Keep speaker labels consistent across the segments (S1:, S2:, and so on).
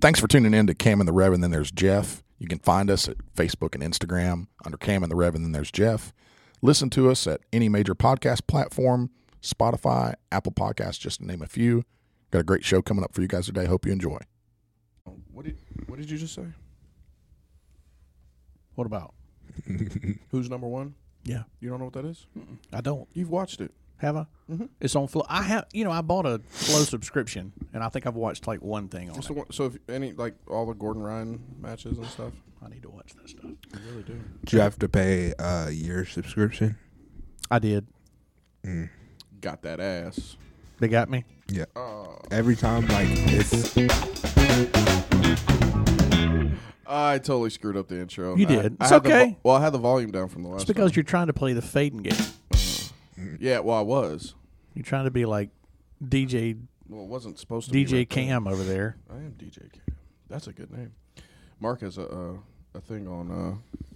S1: Thanks for tuning in to Cam and the Rev, and then there's Jeff. You can find us at Facebook and Instagram under Cam and the Rev, and then there's Jeff. Listen to us at any major podcast platform Spotify, Apple Podcasts, just to name a few. Got a great show coming up for you guys today. Hope you enjoy.
S2: What did What did you just say?
S3: What about?
S2: Who's number one?
S3: Yeah,
S2: You don't know what that is?
S3: I don't.
S2: You've watched it.
S3: Have I?
S2: Mm-hmm.
S3: It's on Flow. I have. You know, I bought a Flow subscription, and I think I've watched like one thing on
S2: What's the
S3: it.
S2: one, so if any like all the Gordon Ryan matches and stuff.
S3: I need to watch that stuff.
S2: You really do.
S4: Do you have to pay a year subscription?
S3: I did.
S2: Got that ass.
S3: They got me.
S4: Yeah.
S2: Uh,
S4: Every time, like it's
S2: I totally screwed up the intro.
S3: You
S2: I-
S3: did.
S2: I
S3: It's
S2: had the
S3: okay.
S2: vo- well, I had the volume down from the last.
S3: It's because you're trying to play the fading game.
S2: time. yeah. Well, I was.
S3: You're trying to be like DJ
S2: Well, it wasn't supposed to. be
S3: DJ
S2: like that.
S3: Cam over there.
S2: I am DJ Cam. That's a good name. Mark has a uh, a thing on uh,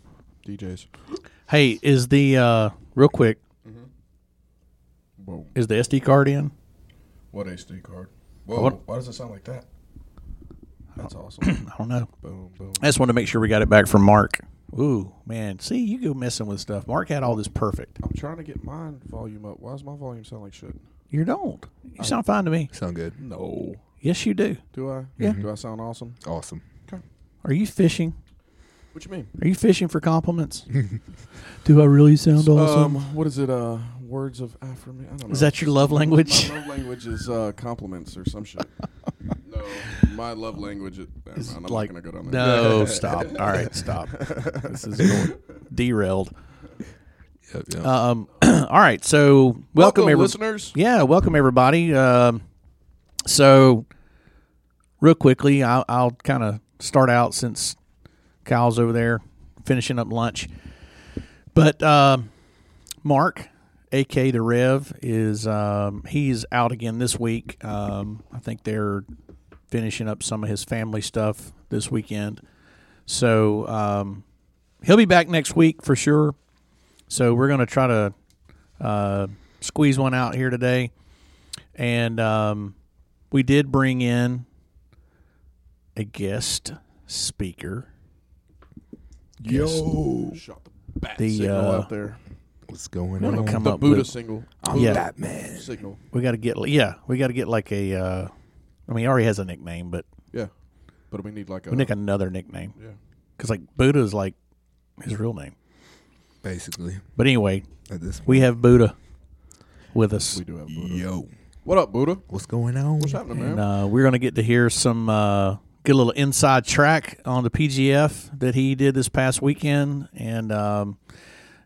S2: DJs.
S3: Hey, is the uh real quick?
S2: Whoa.
S3: Is the SD card in?
S2: What SD card? Whoa.
S3: What-
S2: Why does it sound like that? That's awesome.
S3: I don't know.
S2: boom. Boom.
S3: I just wanted to make sure we got it back from Mark. Ooh, man. See, you go messing with stuff. Mark had all this perfect.
S2: I'm trying to get mine volume up. Why does my volume sound like shit?
S3: You don't.
S2: Oh.
S3: You sound fine to me.
S4: sound good.
S2: No. Mm-hmm.
S3: Yes, you do.
S2: Do I? Yeah. Do I sound awesome?
S4: Awesome.
S3: Are you fishing?
S2: What you mean?
S3: Are you fishing for compliments? Do I really sound awesome?
S2: Um, what is it? Uh, words of affirmation. I don't know.
S3: Is that your love language?
S2: My love language is uh, compliments or some shit. no, my love language. Is, never mind, I'm
S3: like,
S2: not gonna go down there.
S3: no, stop. All right, stop. This is going derailed.
S4: Yep, yep.
S3: Um, all right, so welcome, every-
S2: listeners.
S3: Yeah, welcome everybody. Um, so, real quickly, I'll, I'll kind of start out since Kyle's over there finishing up lunch. But um Mark, AK the Rev, is um, he's out again this week. Um, I think they're finishing up some of his family stuff this weekend. So um, he'll be back next week for sure. So we're going to try to uh, squeeze one out here today. And um, we did bring in a guest speaker.
S4: Yo,
S2: Shot the bat
S3: The,
S2: signal
S3: uh,
S2: out there.
S4: what's going
S3: Wanna
S4: on?
S3: come
S2: The
S3: up
S2: Buddha
S3: with-
S2: single.
S4: I'm
S3: Yeah.
S4: Batman.
S2: Signal.
S3: We got to get yeah, we got to get like a. Uh, I mean, he already has a nickname, but
S2: Yeah, but we need like a.
S3: we need another nickname
S2: yeah.
S3: because like Buddha is like his real name.
S4: Basically,
S3: But anyway,
S4: at this point.
S3: we have Buddha with us,
S2: We do have Buddha.
S4: Yo,
S2: What up, Buddha?
S4: what's going on?
S2: What's happening, man?
S3: and uh, we're gonna get to hear some uh, good little inside track on the PGF that he did this past weekend, and um,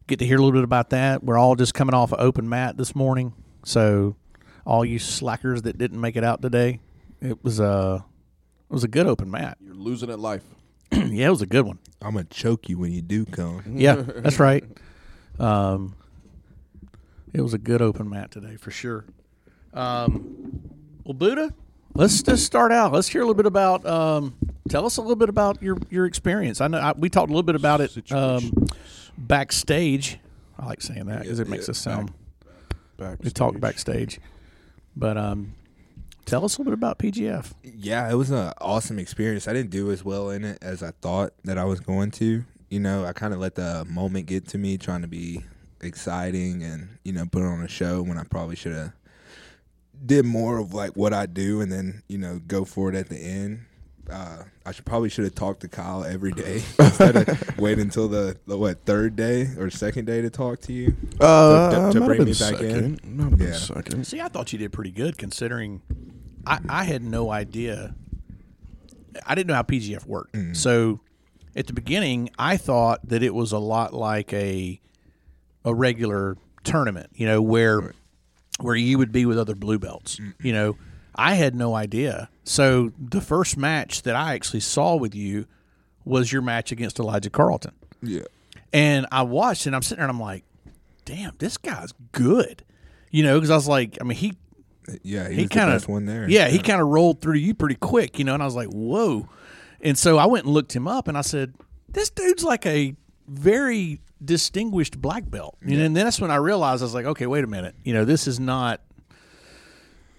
S3: get to hear a little bit about that. We're all just coming off of open mat this morning, so all you slackers that didn't make it out today, it was a it was a good open mat.
S2: You're losing at life.
S3: yeah, it was a good one.
S4: I'm gonna choke you when you do come.
S3: Yeah, that's right. Um, it was a good open mat today for sure. Um, well, Buddha, let's just start out. Let's hear a little bit about. Um, tell us a little bit about your your experience. I know I, we talked a little bit about it um, backstage. I like saying that because it makes us sound.
S2: Back.
S3: we talk backstage, but um, tell us a little bit about PGF.
S4: Yeah, it was an awesome experience. I didn't do as well in it as I thought that I was going to. You know, I kind of let the moment get to me, trying to be exciting and you know put on a show when I probably should have did more of like what I do, and then you know go for it at the end. Uh, I should probably should have talked to Kyle every day instead of wait until the, the what third day or second day to talk to you.
S3: Uh,
S4: to- to bring me back in.
S2: Not
S4: Yeah.
S2: second.
S3: See, I thought you did pretty good considering I, I had no idea. I didn't know how PGF worked. So at the beginning, I thought that it was a lot like a a regular tournament, you know, where where you would be with other blue belts. You know, I had no idea. So the first match that I actually saw with you was your match against Elijah Carlton.
S4: Yeah,
S3: And I watched and I'm sitting there and I'm like, damn, this guy's good. You know, because I was like, I mean, he
S4: yeah, he,
S3: he
S4: was
S3: kind
S4: the
S3: of
S4: best one there.
S3: Yeah, he kind of rolled through you pretty quick, you know. And I was like, whoa. And so I went and looked him up, and I said, this dude's like a very distinguished black belt. You know, and then that's when I realized I was like, okay, wait a minute. You know, this is not.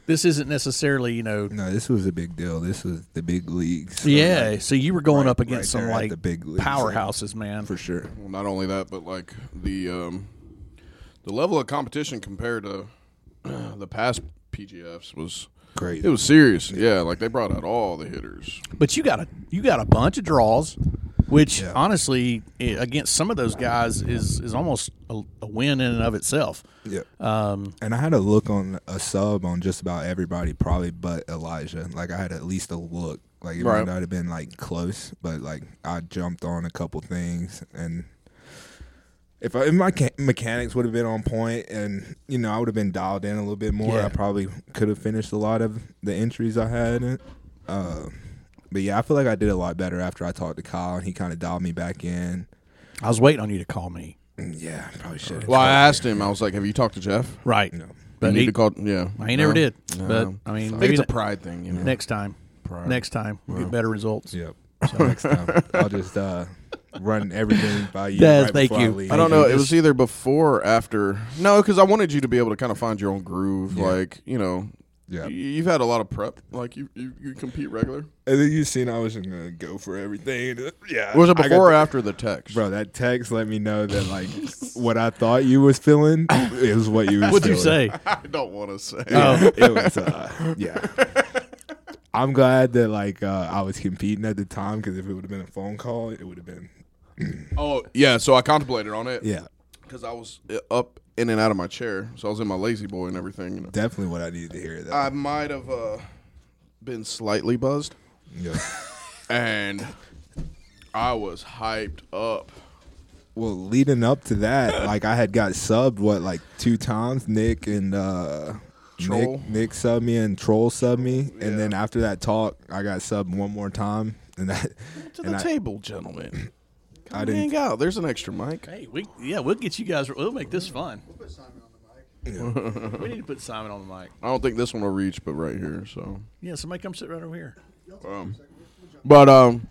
S3: This isn't necessarily, you know.
S5: No, this was a big deal. This was the big leagues.
S3: yeah,
S5: Like,
S3: so you were going
S5: right-
S3: up against
S5: right
S3: some
S5: there at
S3: like
S5: the big leagues.
S3: powerhouses, man.
S5: for sure.
S2: Well, not only that, but like the um, the level of competition compared to the past PGFs was
S5: Great.
S2: it was serious. Yeah, like they brought out all the hitters.
S3: But you got a you got a bunch of draws, which
S5: Yeah.
S3: honestly i- against some of those guys is is almost a, a win in and of itself.
S5: Yeah. Um, and I had a look on a sub on just about everybody, probably but Elijah. Like I had at least a look. Like it
S2: Right.
S5: might not have been like close, but like I jumped on a couple things and. If, I, if my ca- mechanics would have been on point and you know I would have been dialed in a little bit more,
S3: Yeah.
S5: I probably could have finished a lot of the entries I had. Uh, but yeah, I feel like I did a lot better after I talked to Kyle and he kind of dialed me back in.
S3: I was waiting on you to call me.
S5: And yeah, I probably should. have.
S2: Well, I asked him. I was like, "Have you talked to Jeff?"
S3: Right.
S5: No.
S3: But
S2: you
S3: he,
S2: need to call. Yeah,
S3: I never
S2: No.
S3: did.
S2: No.
S3: But I mean
S2: I think
S3: maybe
S2: it's a
S3: ne-
S2: pride thing. You know,
S3: next time.
S2: Pride.
S3: Next time we'll get better results.
S5: Yep. So next time, I'll just uh, run everything by you.
S3: Yes,
S5: right
S3: thank
S5: before
S3: you.
S5: leave.
S2: I don't know. It was either before or after. No, because I wanted you to be able to kind of find your own groove.
S5: Yeah.
S2: Like you know,
S5: Yeah.
S2: y- you've had a lot of prep. Like you, you, you compete regular.
S5: And then you seen I was just gonna go for everything. Yeah.
S2: Was
S5: I
S2: it
S5: got
S2: before or
S5: the-
S2: after the text?
S5: Bro, that text let me know that like what I thought you was feeling is what you was
S3: What'd you
S5: feeling.
S3: say? Oh.
S2: I don't want to say.
S5: Yeah, it was uh, yeah. I'm glad that like uh, I was competing at the time because if it would have been a phone call, it would have been
S2: Oh yeah, so I contemplated on it.
S5: yeah,
S2: because I was uh, up in and out of my chair, so I was in my lazy boy and everything. You know.
S5: definitely what I needed to hear. Though.
S2: I might have uh, been slightly buzzed,
S5: yeah.
S2: and I was hyped up.
S5: Well, leading up to that, like I had got subbed what like two times. Nick and uh
S2: Troll.
S5: Nick, Nick subbed me and Troll subbed me,
S2: Yeah.
S5: and then after that talk, I got subbed one more time, and that
S2: To
S5: and
S2: the
S5: I,
S2: table, gentlemen. Come
S5: I didn't-
S2: hang out. There's an extra mic.
S3: Hey, we yeah, we'll get you guys we'll make this fun. We'll put Simon on the mic. we need to put Simon on the mic.
S2: I don't think this one will reach, but right here. So,
S3: Yeah, somebody come sit right over here.
S2: but um,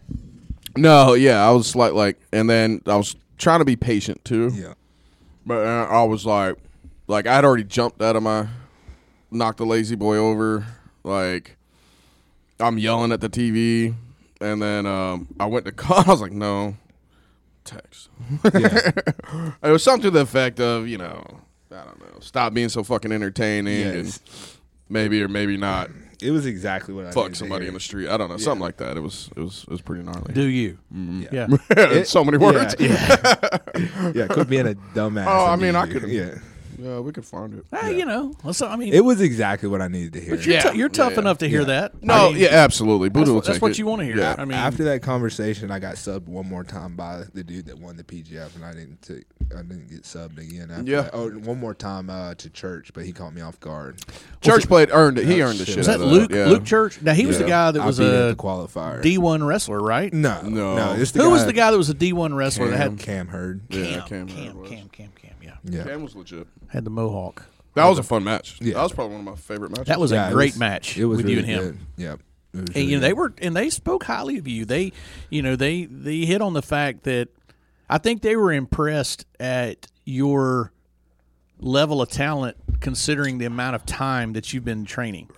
S2: no, yeah, I was like, like, and then I was trying to be patient too.
S5: yeah,
S2: But uh, I was like, like I'd already jumped out of my, knocked the lazy boy over. Like, I'm yelling at the TV, and then um, I went to call. I was like, no, text.
S5: yeah,
S2: It was something to the effect of, you know, I don't know, stop being so fucking entertaining,
S5: Yes.
S2: and maybe or maybe not
S5: it was exactly what I
S2: fuck
S5: needed to
S2: somebody
S5: hear.
S2: in the street. I don't know, something like that. It was, it was, it was pretty gnarly.
S3: Do you?
S2: Mm-hmm.
S5: Yeah.
S3: yeah.
S2: In so many words.
S5: Yeah, yeah. yeah, could be in a dumbass.
S2: Oh, I
S5: and
S2: mean,
S5: be
S2: I
S5: you.
S2: could-
S5: Yeah,
S2: Yeah, we could find it.
S3: Hey, you know, let's- I mean,
S5: it was exactly what I needed to hear.
S3: you're,
S2: Yeah,
S3: tou- you're tough
S2: yeah,
S3: enough to hear that.
S2: No,
S3: I mean,
S2: yeah, absolutely. Buddha
S3: that's,
S2: will
S3: what- that's
S2: take
S3: what
S2: it.
S3: you want to hear.
S2: Yeah.
S3: I mean,
S5: after that conversation, I got subbed one more time by the dude that won the PGF, and I didn't take, I didn't get subbed again. After
S2: Yeah.
S5: That. Oh, and one more time uh, to church, but he caught me off guard.
S2: Church played earned it. He
S5: Oh,
S2: earned the
S5: shit.
S2: shit.
S3: was
S2: out
S3: that
S2: of
S3: Luke
S2: Yeah.
S3: Luke Church? Now he was the
S5: Yeah.
S3: guy that
S5: I
S3: was
S5: beat at
S3: a
S5: the qualifier.
S3: D one wrestler, right?
S5: no,
S2: No.
S5: no, no. It's the
S3: Who
S5: guy
S3: was the guy that was a D one wrestler
S5: Cam,
S3: that had
S5: Cam Hurd?
S2: Yeah,
S3: Cam,
S2: Cam
S3: Cam,
S2: Hurd was.
S3: Cam, Cam, Cam, yeah,
S5: Yeah.
S2: Cam was legit.
S3: had the mohawk.
S2: That was a fun match.
S5: Yeah.
S2: That was probably one of my favorite matches.
S3: That was
S5: Yeah,
S3: a
S5: it
S3: great
S5: was-
S3: match
S5: It was
S3: with you
S5: really
S3: and him.
S5: Good. Yep. It was
S3: and
S5: really
S3: you know they
S5: good.
S3: were and they spoke highly of you they you know they they hit on the fact that i think they were impressed at your level of talent considering the amount of time that you've been training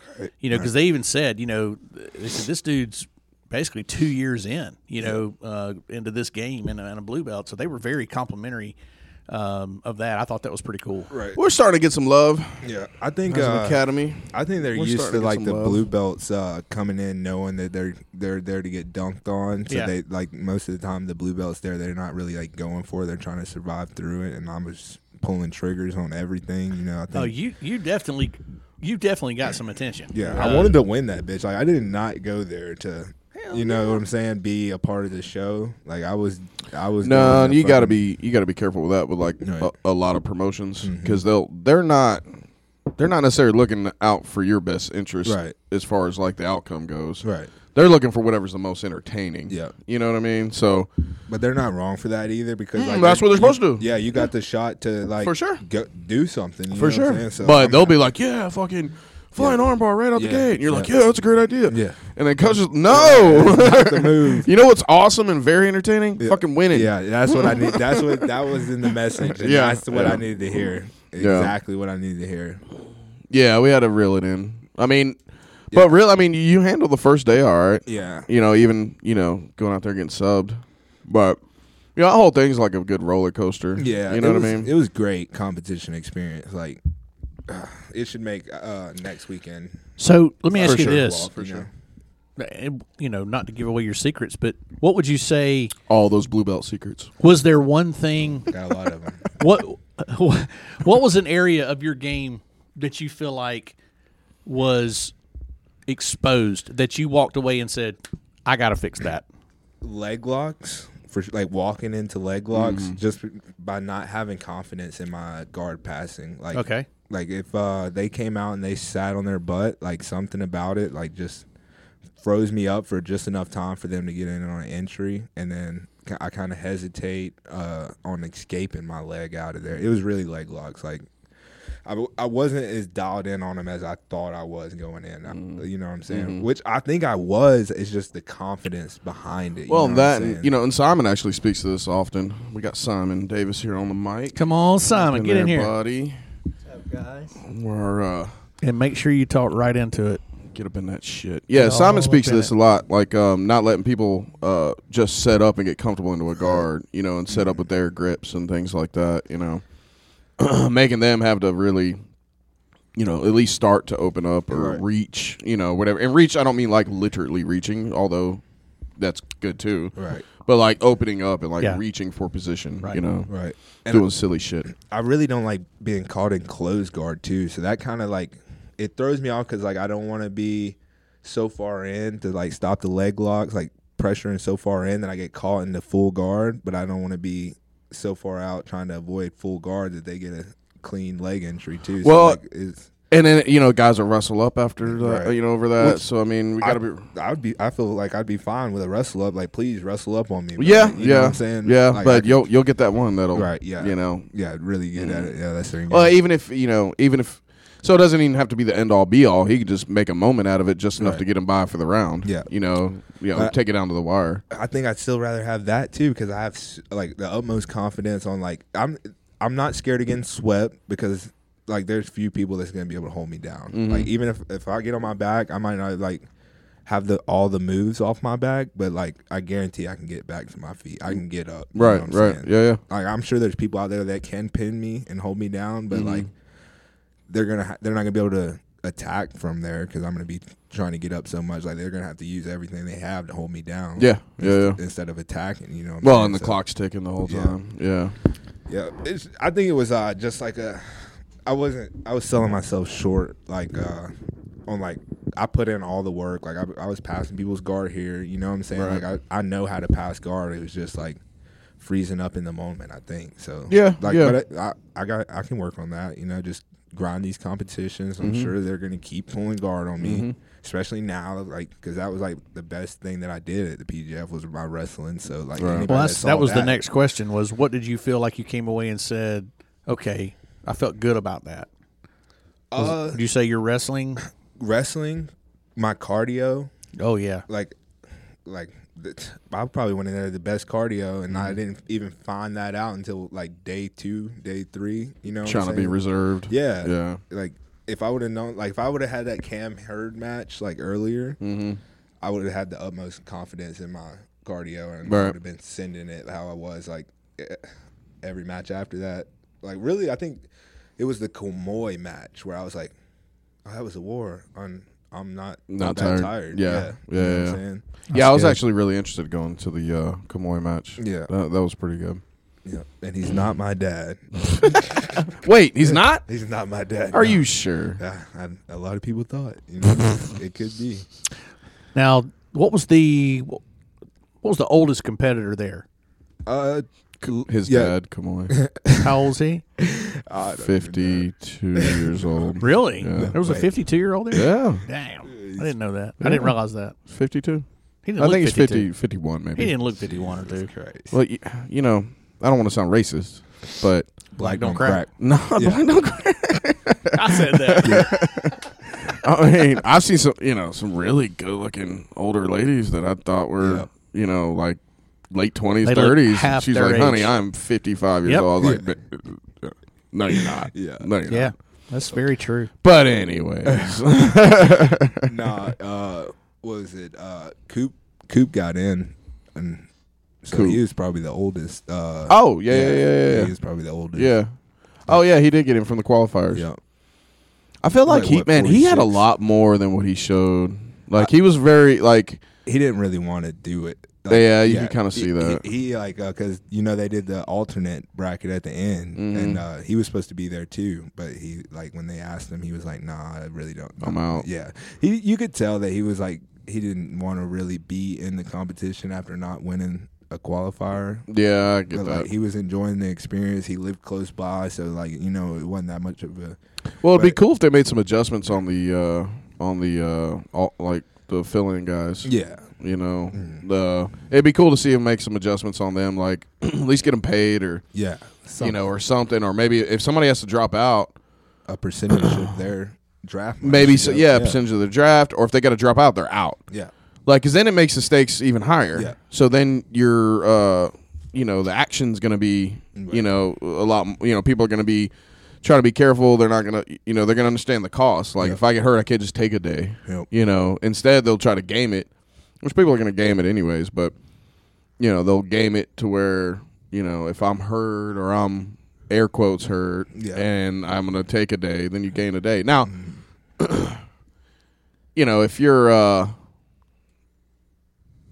S3: you know because they even said you know they said this dude's basically two years in you know uh, into this game and, a- and a blue belt so they were very complimentary um, of that i thought that was pretty cool
S5: right.
S2: We're starting to get some love
S5: Yeah, I think
S2: as an
S5: uh,
S2: academy.
S5: I think they're
S2: We're
S5: used to
S2: starting to get
S5: like
S2: some
S5: the
S2: love.
S5: blue belts uh, coming in knowing that they're they're there to get dunked on. So
S3: Yeah.
S5: they like most of the time the blue belts there they're not really like going for. it. They're trying to survive through it, and I was pulling triggers on everything. You know, I think.
S3: oh you you definitely you definitely got some attention
S5: yeah,
S3: Uh,
S5: I wanted to win that bitch. Like I did not go there to. You know what I'm saying? Be a part of the show. Like I was, I was.
S2: No,
S5: going
S2: you
S5: if
S2: got to
S5: I'm-
S2: be you got to be careful with that with like
S5: Right.
S2: a, a lot of promotions
S3: Mm-hmm.
S2: because they'll they're not they're not necessarily looking out for your best interest
S5: Right.
S2: as far as like the outcome goes.
S5: right,
S2: They're looking for whatever's the most entertaining.
S5: Yeah.
S2: you know what I mean. So
S5: but they're not wrong for that either because
S2: Mm,
S5: like,
S2: that's what they're supposed to do.
S5: Yeah, you got the shot to like
S2: For sure.
S5: go, do something you
S2: for
S5: know what I'm
S2: sure.
S5: saying? So
S2: but
S5: I'm-
S2: they'll be like, yeah, fucking flying armbar right out
S5: Yeah.
S2: the gate. And you're
S5: Yeah.
S2: like, yeah, that's a great idea.
S5: Yeah.
S2: And then coach is, no.
S5: the move.
S2: you know what's awesome and very entertaining? Fucking winning.
S5: Yeah, that's what I need. That's what that was in the message. And
S2: Yeah.
S5: that's what
S2: Yeah.
S5: I needed to hear.
S2: Yeah.
S5: Exactly what I needed to hear.
S2: Yeah, we had to reel it in. I mean, but real, I mean, you handled the first day all right.
S5: Yeah.
S2: You know, even you know going out there getting subbed, but you know, the whole thing's like a good roller coaster.
S5: Yeah,
S2: you know
S5: it
S2: what
S5: was-
S2: I mean.
S5: It was great competition experience. Like, uh, it should make uh, next weekend.
S3: So let me ask
S2: For
S3: you
S2: sure.
S3: this:
S5: for sure.
S3: And, you know, not to give away your secrets, but what would you say?
S2: All those blue belt secrets.
S3: Was there one thing?
S5: Got a lot of them.
S3: what What was an area of your game that you feel like was exposed that you walked away and said, "I got to fix that."
S5: leg locks for like walking into leg locks
S2: Mm-hmm.
S5: just by not having confidence in my guard passing. Like
S3: Okay.
S5: like if uh, they came out and they sat on their butt, like something about it, like just froze me up for just enough time for them to get in on an entry, and then ki- I kind of hesitate uh, on escaping my leg out of there. It was really leg locks, like. I, w- I wasn't as dialed in on them as I thought I was going in. I-
S2: Mm-hmm.
S5: you know what I'm saying? Which I think I was. It's just the confidence behind it. you
S2: Well,
S5: know what I'm
S2: that
S5: saying?
S2: and, you know, and Simon actually speaks to this often. We got Simon Davis here on the mic.
S3: Come on, Simon,
S2: Come
S3: get in
S2: there,
S3: here
S2: buddy.
S6: up, guys?
S2: We're uh,
S3: and make sure you talk right into it.
S2: Get up in that shit. Yeah,
S3: all
S2: Simon speaks
S3: up
S2: to
S3: in
S2: this a lot, like um, not letting people uh, just set up and get comfortable into a guard, you know, and set up with their grips and things like that, you know, making them have to really, you know, at least start to open up or
S5: Right.
S2: reach, you know, whatever. And reach, I don't mean like literally reaching, although that's good too,
S5: Right.
S2: But like opening up and like
S3: Yeah.
S2: reaching for position,
S3: Right.
S2: you know,
S5: Right. And
S2: doing silly shit.
S5: I really don't like being caught in closed guard too. So that kind of like it throws me off because like I don't want to be so far in to like stop the leg locks, like pressuring so far in that I get caught in the full guard, but I don't want to be so far out trying to avoid full guard that they get a clean leg entry too. So
S2: Well,
S5: like, it's,
S2: And then you know, guys will wrestle up after that,
S5: Right.
S2: you know, over that.
S5: Which-
S2: so I mean, we gotta be.
S5: I would be. I feel like I'd be fine with a wrestle up. Like, please wrestle up on me. bro.
S2: Yeah,
S5: Like, you
S2: yeah,
S5: Know what I'm saying,
S2: yeah,
S5: Like, I
S2: but
S5: could-
S2: you'll you'll get that one that'll
S5: Right, yeah.
S2: you know.
S5: yeah, really good at it. Yeah, that's the thing.
S2: Well, even if you know, even if so, it doesn't even have to be the end all be all. He could just make a moment out of it, just enough
S5: Right.
S2: to get him by for the round.
S5: Yeah.
S2: you know, you know,
S5: Uh,
S2: take it down to the wire.
S5: I think I'd still rather have that too because I have s- like the utmost confidence on like I'm I'm not scared of getting swept because like there's few people that's gonna be able to hold me down.
S2: Mm-hmm.
S5: Like even if if I get on my back, I might not like have the all the moves off my back, but like I guarantee I can get back to my feet. I can get up. you know
S2: Right,
S5: what I'm
S2: right,
S5: saying?
S2: yeah, yeah.
S5: Like I'm sure there's people out there that can pin me and hold me down, but
S2: Mm-hmm.
S5: like they're gonna ha- they're not gonna be able to attack from there because I'm gonna be trying to get up so much. Like they're gonna have to use everything they have to hold me down.
S2: Yeah, yeah, yeah.
S5: Instead of attacking, you know. what I'm
S2: Well,
S5: saying?
S2: and the
S5: So,
S2: clock's ticking the whole
S5: Yeah.
S2: time. Yeah,
S5: Yeah, it's, I think it was uh, just like a. I wasn't. I was selling myself short. Like uh, on like I put in all the work. Like I, I was passing people's guard here. You know what I'm saying?
S2: Right.
S5: Like I, I know how to pass guard. It was just like freezing up in the moment. I think so.
S2: Yeah,
S5: Like
S2: yeah.
S5: but I, I, I got I can work on that. You know, just grind these competitions.
S2: Mm-hmm.
S5: I'm sure they're gonna keep pulling guard on me. Especially now, like because that was like the best thing that I did at the PGF was my wrestling. So like,
S2: Right.
S5: anybody
S3: Well, that's,
S5: saw
S3: that was the
S5: that-
S3: next question. Was what did you feel like you came away and said? Okay, I felt good about that. Was-
S5: Uh,
S3: did you say you're wrestling?
S5: wrestling, my cardio,
S3: Oh yeah,
S5: like, like th- I probably went in there the best cardio, and I didn't even find that out until like day two, day three. You know, what I'm
S2: trying to be
S5: saying?
S2: reserved.
S5: Yeah,
S2: yeah.
S5: Like if I would have known, like if I would have had that Cam Herd match like earlier,
S2: Mm-hmm.
S5: I would have had the utmost confidence in my cardio, and
S2: Right.
S5: I would have been sending it how I was like eh, every match after that. Like really, I think it was the Komoy match where I was like, oh, that was a war on. I'm not,
S2: Not
S5: not that
S2: tired.
S5: tired.
S2: Yeah.
S5: You know
S2: Yeah,
S5: what I'm
S2: yeah.
S5: saying?
S2: yeah, I was
S3: good.
S2: actually really interested going to the uh, Kamoy match.
S5: Yeah.
S2: that, that was pretty good.
S5: Yeah. And he's not my dad.
S2: Wait, he's not?
S5: He's not my dad.
S2: Are
S5: no.
S2: you sure?
S5: Yeah, I- A lot of people thought you know, it could be.
S3: Now, what was the what was the oldest competitor there?
S5: Uh,
S2: His
S5: Yeah.
S2: dad, Kamoy,
S3: How old is he?
S2: fifty-two years old.
S3: Really?
S2: Yeah.
S3: There was a
S5: Wait.
S3: 52 year old there.
S2: Yeah,
S3: Damn, I didn't know that. I didn't
S2: Yeah.
S3: realize that.
S2: fifty-two.
S3: He didn't
S2: I
S3: look
S2: think it's
S3: 52.
S2: 50, 51 maybe.
S3: He didn't look 51 or two.
S5: Christ.
S2: Well, you, you know, I don't want to sound racist, but
S3: Black don't crack.
S2: no,
S5: Yeah.
S2: no.
S3: I said that.
S2: I mean, I've seen some, you know, some really good-looking older ladies that I thought were,
S5: Yeah.
S2: you know, like late twenties,
S3: They look
S2: thirties.
S3: half
S2: She's
S3: their
S2: like, "Honey,
S3: age."
S2: I'm 55 years
S3: Yep.
S2: old." I was like, uh, "No, you're not.
S5: Yeah.
S2: no, you're
S3: Yeah.
S2: not."
S3: That's very true.
S2: But anyways,
S5: nah, uh, what was it? Uh, Coop Coop got in, and so
S2: Coop.
S5: he was probably the oldest. Uh,
S2: oh yeah, yeah, yeah, yeah,
S5: he was probably the oldest.
S2: yeah. Oh yeah, he did get in from the qualifiers.
S5: yeah.
S2: I feel like
S5: Like,
S2: he
S5: what,
S2: man, he had a
S5: 46?
S2: lot more than what he showed. Like he was very like
S5: He didn't really want to do it.
S2: Yeah, you can kinda see
S5: He-
S2: that.
S5: He, he, like because you know they did the alternate bracket at the end,
S2: Mm-hmm.
S5: and uh, he was supposed to be there too. But he like when they asked him, he was like, "Nah, I really don't.
S2: I'm out.
S5: Yeah, he you could tell that he was like he didn't want to really be in the competition after not winning a qualifier.
S2: Yeah, I get
S5: But
S2: that.
S5: like he was enjoying the experience. He lived close by, so like you know it wasn't that much of a
S2: well, it'd be
S5: but-
S2: cool if they made some adjustments on the uh on the uh all, like the fill-in guys.
S5: yeah. Mm.
S2: You know, the it'd be cool to see him make some adjustments on them, like at least get them paid or
S5: Yeah,
S2: you know or something, or maybe if somebody has to drop out,
S5: a percentage of their draft. money
S2: maybe
S5: should
S2: so,
S5: go-
S2: yeah, percentage of the draft, or if they got to drop out, they're out.
S5: yeah,
S2: like because then it makes the stakes even higher
S5: Yeah.
S2: so then your uh you know the action's gonna be you know a lot m- you know people are gonna be trying to be careful they're not gonna you know they're gonna understand the cost like if i get hurt i can't just take a day
S5: Yep.
S2: you know instead they'll try to game it which people are gonna game it anyways but you know they'll game it to where you know if i'm hurt or i'm air quotes hurt
S5: Yeah.
S2: and i'm gonna take a day then you gain a day now you know if you're uh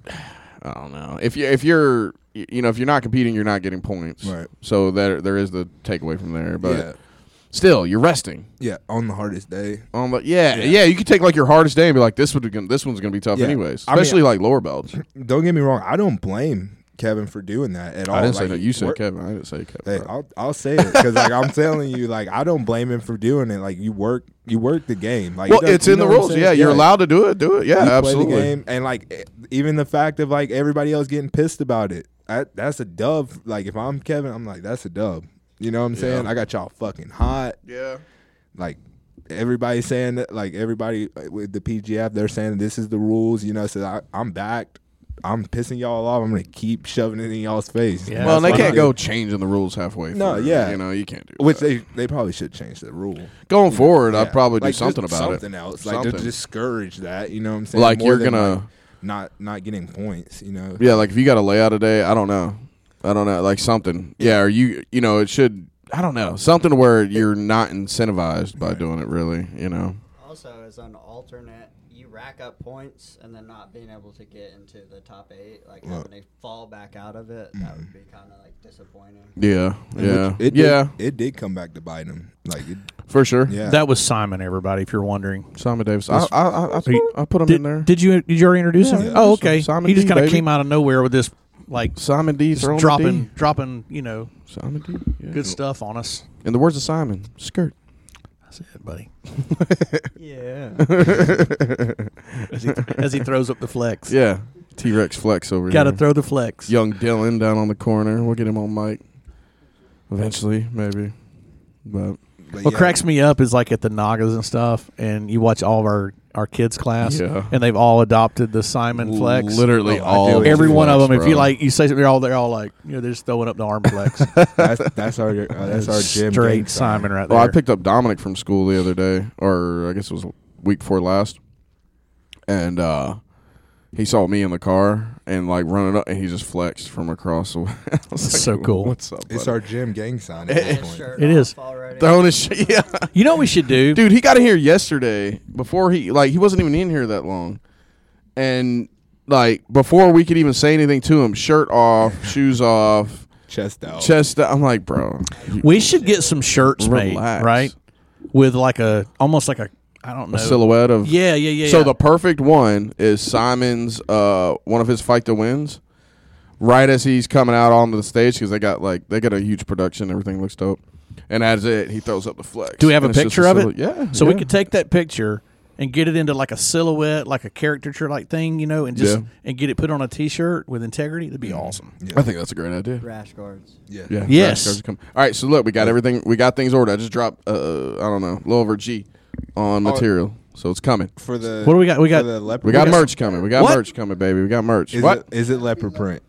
S2: I don't know. If you if you're y- you know if you're not competing, you're not getting points.
S5: Right.
S2: So there there is the takeaway from there, but
S5: yeah,
S2: still you're resting.
S5: yeah. On the hardest day,
S2: Um, but yeah, yeah, you could take like your hardest day and be like this would be gonna- this one's gonna be tough
S5: Yeah.
S2: anyways,
S5: I mean-
S2: especially like lower belts.
S5: don't get me wrong. I don't blame Kevin for doing that at all.
S2: I didn't say
S5: Oh, Like,
S2: that. You said
S5: work-
S2: Kevin. I didn't say Kevin.
S5: Hey, I'll I'll say it because like I'm telling you, like I don't blame him for doing it. Like you work, you work the game. Like
S2: well,
S5: you know-
S2: it's
S5: you
S2: in
S5: know
S2: the
S5: what I'm
S2: rules.
S5: saying?
S2: Yeah, you're allowed to do it. Do it. Yeah,
S5: You
S2: absolutely.
S5: Play the game, and like e- even the fact of like everybody else getting pissed about it. I, that's a dub. Like if I'm Kevin, I'm like that's a dub. You know what I'm saying? I got y'all fucking hot.
S2: Yeah.
S5: like everybody saying that like everybody uh, with the PGF they're saying this is the rules you know so I, I'm backed I'm pissing y'all off I'm gonna keep shoving it in y'all's face
S3: Yeah,
S2: well, and they
S3: that's
S2: can't
S5: fine.
S2: go changing the rules halfway.
S5: No,
S2: through,
S5: yeah.
S2: You know, you can't do.
S5: which
S2: that.
S5: they they probably should change the rule
S2: going forward,
S5: Yeah.
S2: I'd probably do
S5: Like,
S2: something
S5: just
S2: about it.
S5: something else like to
S2: Something.
S5: discourage that you know what I'm saying
S2: Like,
S5: More
S2: you're
S5: than,
S2: gonna-
S5: like, not not getting points you know
S2: Yeah, like if you got a layout a day, I don't know. I don't know, like something. Yeah, or you, you know, it should. I don't know, something to where you're not incentivized by doing it. Really, you know.
S7: Also, as an alternate, you rack up points and then not being able to get into the top eight, like having to fall back out of it, that would be
S2: Mm-hmm.
S7: kind of like disappointing.
S2: Yeah, yeah,
S5: Which it
S2: yeah,
S5: did, it did come back to bite him like it,
S2: for sure.
S5: yeah
S3: That was Simon, everybody, if you're wondering.
S2: Simon Davis. I, I, I, I, I put him
S3: Did,
S2: in there.
S3: did you did you already introduce
S2: Yeah,
S3: him? Oh, okay.
S2: Simon
S3: he just
S2: D,
S3: kind of
S2: baby.
S3: came out of nowhere with this like
S2: Simon D.
S3: just
S2: throwing the
S3: dropping
S2: D.
S3: dropping, you know,
S2: Simon D. Yeah.
S3: good stuff on us.
S2: In the words of Simon, skirt.
S3: That's it, buddy.
S7: Yeah.
S3: As he, as he throws up the flex.
S2: Yeah. T Rex flex over
S3: Got to
S2: here.
S3: throw the flex.
S2: Young Dylan down on the corner. We'll get him on mic eventually, maybe. But
S5: but
S3: What
S5: yeah,
S3: cracks me up is like at the Nagas and stuff, and you watch all of our our kids class,
S2: Yeah.
S3: and they've all adopted the Simon flex.
S2: Literally
S5: Oh, I
S2: all.
S5: do
S2: of
S5: it.
S2: the
S3: Every one of
S2: flex,
S3: them. If you
S2: bro.
S3: like, you say something, they're all they're all like, you know, they're just throwing up the arm flex.
S5: that's that's our uh, that's our gym gang
S3: Straight
S5: sign.
S3: Simon right there.
S2: Well, Oh, I picked up Dominic from school the other day, or I guess it was week before last, and uh, he saw me in the car and like running up, and he just flexed from across the way. I was
S3: That's
S2: like,
S3: so cool.
S2: What's up?
S5: it's
S2: buddy?"
S5: our gym gang sign at this
S7: His
S5: point.
S7: shirt
S3: It
S7: off
S3: is.
S7: Already.
S2: Throwing his shit. Yeah,
S3: You know what we should do?
S2: dude, he got in here yesterday before he like he wasn't even in here that long, and like before we could even say anything to him, shirt off, shoes off,
S5: chest
S3: Oh.
S5: out
S2: chest. I'm like, bro, you-
S3: We should get some shirts
S2: Relax.
S3: made, right? With like a almost like a I don't know.
S2: silhouette of
S3: yeah, yeah, yeah.
S2: So
S3: yeah.
S2: the perfect one is Simon's uh, one of his fight to wins. Right as he's coming out onto the stage, because they got like they got a huge production, everything looks dope. And as it, he throws up the flex.
S3: do we have a
S2: And it's just
S3: picture of
S2: silhou-
S3: it?
S2: Yeah.
S3: So we
S2: yeah.
S3: could take that picture and get it into like a silhouette, like a caricature like thing, you know, and just
S2: Yeah. Mm.
S3: and get it put on a T-shirt with integrity. That'd be awesome.
S2: I think that's a great idea.
S7: Rash guards.
S5: yeah
S2: Yeah.
S3: Yes.
S2: Crash Cars come- All right. So look, we got everything. We got things ordered. I just dropped. Uh, I don't know, a little over a G on material. So it's coming.
S5: for the
S3: What do we got? Oh. We got-
S5: for the leopard
S2: We got
S5: print?
S2: merch coming. We got
S3: What?
S2: merch coming, baby. We got merch.
S5: Is
S2: what?
S5: it is it leopard print?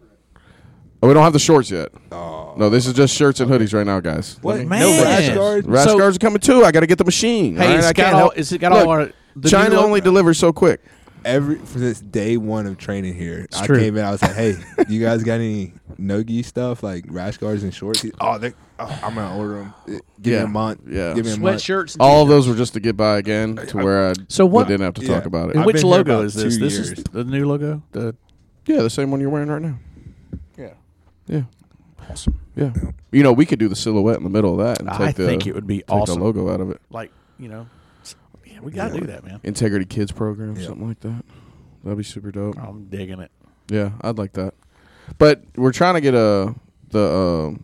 S2: Oh, we don't have the shorts yet. no, this is just shirts and hoodies right now, guys.
S4: What?
S3: Man.
S4: No rash guard?
S2: Rash
S3: So-
S2: guards are coming too. I got to get the machine.
S3: Hey,
S2: all right?
S3: it's
S2: I
S3: got
S2: can't
S3: all-
S2: help-
S3: it's got
S2: Look,
S3: all our- the new
S2: China
S3: logo.
S2: only delivers so quick.
S4: Every for this day one of training here, I
S3: true.
S4: came in. I was like, "Hey, you guys got any nogi stuff like rash guards and shorts?" He- oh, they, oh, I'm gonna order them. Give
S2: Yeah.
S4: me a month.
S2: Yeah.
S4: give me a month.
S3: Sweatshirts.
S2: All of those were just to get by again to where I
S3: So what-
S2: didn't have to talk
S4: Yeah.
S2: about it.
S3: And
S4: I've
S3: which
S4: been here
S3: logo
S4: about
S3: is this?
S4: two
S3: This
S4: years.
S3: is the new logo. The
S2: yeah, the same one you're wearing right now.
S1: Yeah.
S2: Yeah. Awesome. Yeah. You know, we could do the silhouette in the middle of that and take
S3: I
S2: the,
S3: think it would be
S2: take
S3: awesome.
S2: the logo out of it.
S3: like you know, s- yeah, we gotta do that, man.
S2: Integrity Kids program,
S4: Yeah.
S2: something like that. That'd be super dope.
S3: I'm digging it.
S2: Yeah, I'd like that. But we're trying to get a the um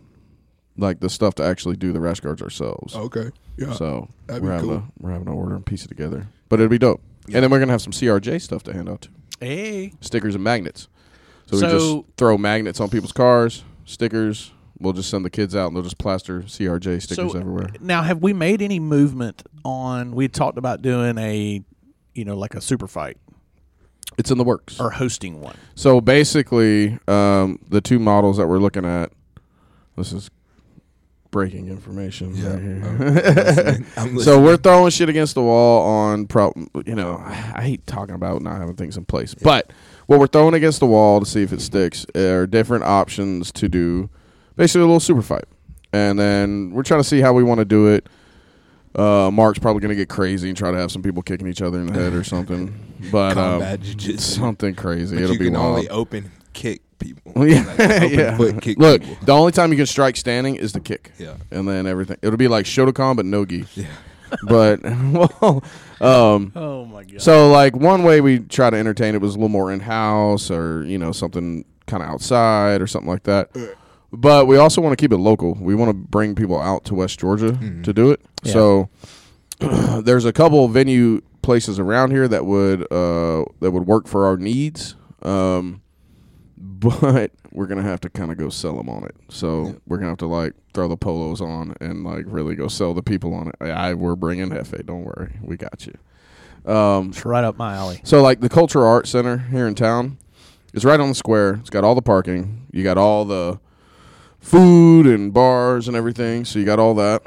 S2: like the stuff to actually do the rash guards ourselves.
S4: Okay. Yeah.
S2: so
S4: Oh, that'd be
S2: we're having
S4: cool.
S2: to we're having to order and piece it together. But it'd be dope. And then we're gonna have some CRJ stuff to hand out too.
S3: Hey,
S2: Stickers and magnets. So, we
S3: So-
S2: just throw magnets on people's cars, stickers. We'll just send the kids out and they'll just plaster CRJ stickers
S3: uh,
S2: everywhere.
S3: Now, have we made any movement on? We had talked about doing a, you know, like a super fight
S2: It's in the works.
S3: or hosting one.
S2: So basically, um, the two models that we're looking at. This is breaking information
S4: Yeah.
S2: right here.
S4: I'm listening. I'm listening.
S2: So we're throwing shit against the wall on pro. You know, I hate talking about not having things in place, but what we're throwing against the wall to see if it sticks are different options to do, basically a little super fight, and then we're trying to see how we want to do it. Uh, Mark's probably gonna get crazy and try to have some people kicking each other in the head or something, but um,
S4: Combat jujitsu.
S2: something crazy.
S4: but
S2: It'll
S4: you
S2: be
S4: can
S2: wild.
S4: only open kick people.
S2: Yeah.
S4: Like, open
S2: yeah.
S4: foot kick
S2: Look,
S4: people.
S2: the only time you can strike standing is the kick.
S4: Yeah.
S2: And then everything. It'll be like Shotokan, but no gi. Yeah. But, well, um,
S3: Oh my god!
S2: so like one way we try to entertain it was a little more in house or, you know, something kind of outside or something like that. But we also want to keep it local. We want to bring people out to West Georgia to do it.
S3: Yeah.
S2: So there's a couple of venue places around here that would uh, that would work for our needs. Um, but we're gonna have to kind of go sell them on it. So we're gonna have to like throw the polos on and like really go sell the people on it. I we're bringing Hefe. Don't worry, we got you. Um,
S3: it's right up my alley.
S2: so like the Cultural Arts Center here in town, it's right on the square. It's got all the parking. You got all the food and bars and everything. So you got all that.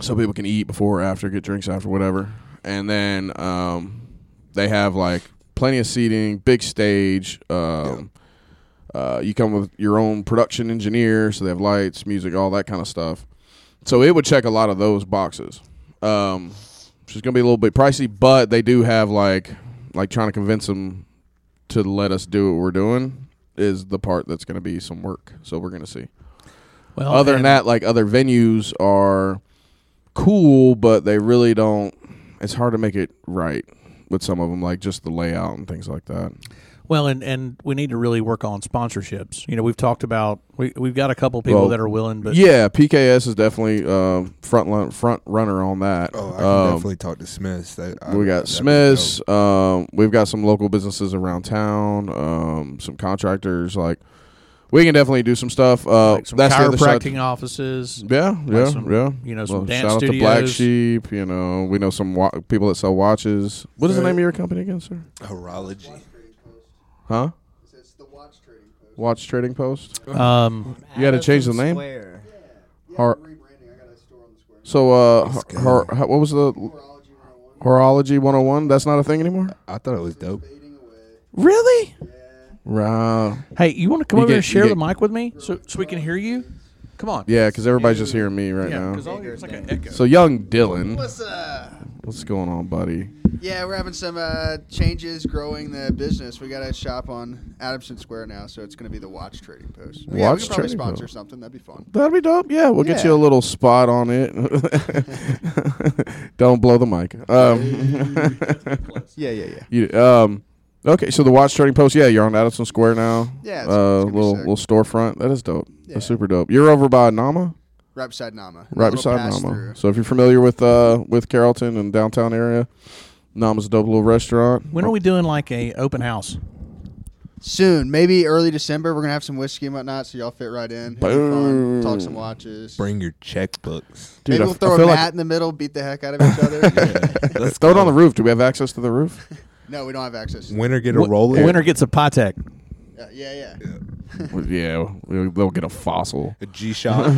S2: So people can eat before, or after, get drinks after, whatever. And then um, they have like plenty of seating, big stage. Um, uh, you come with your own production engineer, so they have lights, music, all that kind of stuff. So it would check a lot of those boxes. Um, which is going to be a little bit pricey, but they do have like like trying to convince them to let us do what we're doing is the part that's going to be some work. So we're going to see.
S3: Well,
S2: other than
S3: and-
S2: that, like other venues are cool, but they really don't. It's hard to make it right with some of them, like just the layout and things like that.
S3: well, and and we need to really work on sponsorships. You know, we've talked about we we've got a couple people
S2: Well,
S3: that are willing, but
S2: yeah, PKS is definitely uh, front lun- front runner on that.
S4: Oh, I can
S2: Um,
S4: definitely talk to Smiths. That- I-
S2: we
S4: that'd
S2: got
S4: be
S2: Smiths. Um, we've got some local businesses around town. Um, some contractors. Like we can definitely do some stuff. Uh,
S3: like some
S2: that's the other side.
S3: chiropractic offices.
S2: Yeah, yeah,
S3: some,
S2: yeah.
S3: you know, some dance
S2: shout out to Black
S3: studios.
S2: Sheep. You know, we know some wa- people that sell watches. What is the
S4: Right.
S2: name of your company again, sir?
S4: dope. Horology.
S2: Huh?
S8: It's the watch trading post.
S2: Watch Trading Post.
S3: Um,
S2: You gotta change the
S7: Addison
S2: name?
S7: Square.
S2: Har-
S8: Rebranding. I got a store on the square.
S2: so, uh,
S4: Let's
S2: har- har- what was the horology
S8: Neurology 101.
S2: 101? That's not a thing anymore.
S4: I thought it was dope.
S8: Fading away.
S2: Really?
S8: Yeah.
S2: Wow.
S3: hey, you want to come
S2: You
S3: over
S2: get-
S3: and share
S2: you
S3: the
S2: get-
S3: mic with me so so we can hear you? Come on.
S2: Yeah, because everybody's just hearing me right
S3: Yeah,
S2: now.
S3: because it's like an echo.
S2: So, young Dylan,
S8: What's up?
S2: what's going on, buddy?
S8: Yeah, we're having some uh, changes growing the business. We got a shop on Adamson Square now, so it's going to be the watch trading post. But yeah,
S2: Watch
S8: we could probably
S2: Trading
S8: sponsor
S2: Post.
S8: something. That'd be fun.
S2: That'd be dope. Yeah, we'll get
S8: Yeah.
S2: you a little spot on it. Don't blow the mic. Um,
S8: Yeah, yeah, yeah.
S2: you, um, okay, so the watch trading post. Yeah, you're on Addison Square now.
S8: Yeah, it's- it's
S2: uh,
S8: gonna be
S2: little
S8: sick.
S2: little storefront. That is dope.
S8: Yeah.
S2: That's super dope. You're over by Nama,
S8: Right beside Nama. A
S2: right
S8: little
S2: beside
S8: pass
S2: Nama.
S8: through.
S2: So if you're familiar with uh with Carrollton and downtown area, Nama's a dope little restaurant.
S3: When are we doing like a open house?
S8: Soon, maybe early December, we're going to have some whiskey and whatnot, so y'all fit right in. It'll be
S2: Boom.
S8: fun. Talk some watches.
S4: Bring your checkbooks.
S2: Dude,
S8: maybe
S2: I
S8: we'll
S2: f- I
S8: throw
S2: feel
S8: a
S2: like-
S8: mat in the middle, beat the heck out of each other.
S4: Let's
S2: Throw it
S4: go.
S2: on the roof. Do we have access to the roof?
S8: no, we don't have access to
S4: Winner get a roller.
S3: Winner gets a Patek.
S8: Uh, yeah, yeah.
S2: Well, yeah, we'll- they'll get a fossil.
S4: A G Shock.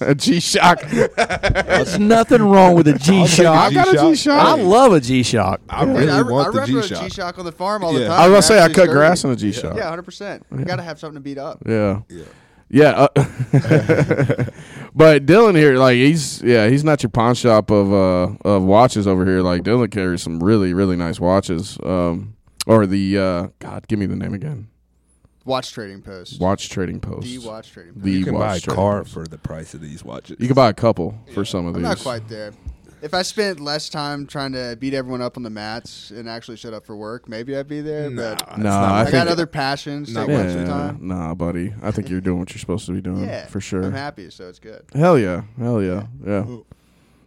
S2: a G Shock.
S3: There's nothing wrong with a G Shock.
S2: I've got a G
S3: I
S2: Shock.
S3: love a G Shock.
S4: I
S8: Dude,
S4: really
S8: I,
S4: want
S8: I
S4: the
S8: rep
S4: G
S8: a
S4: Shock.
S8: G-Shock on the farm all the
S4: Yeah.
S8: time.
S2: I was
S8: They're
S2: gonna say I
S8: actually
S2: cut grass in
S8: sturdy.
S2: a G Shock.
S8: Yeah, hundred percent. You gotta have something to beat up.
S2: Yeah.
S4: Yeah.
S2: Yeah. uh, but Dylan here, like he's yeah, he's not your pawn shop of uh of watches over here. Like Dylan carries some really really nice watches. Um, or the uh, God, give me the name again.
S8: Watch trading post.
S2: Watch Trading Post.
S8: The watch trading post.
S2: The
S4: You can buy a
S2: watch trading
S4: car
S2: post.
S4: for the price of these watches.
S2: You can buy a couple for some of
S8: I'm
S2: these.
S8: not quite there. If I spent less time trying to beat everyone up on the mats and actually showed up for work, maybe I'd be there.
S4: Nah,
S8: but
S4: it's
S2: No,
S4: not
S2: I
S8: I,
S4: worth
S8: got
S2: think-
S4: it.
S8: other passions.
S4: Not
S8: Not
S4: worth
S8: much
S4: it.
S2: Yeah,
S8: time.
S2: nah, buddy. I think you're doing what you're supposed to be doing
S8: Yeah,
S2: for sure.
S8: I'm happy, so it's good.
S2: Hell yeah, hell yeah, yeah,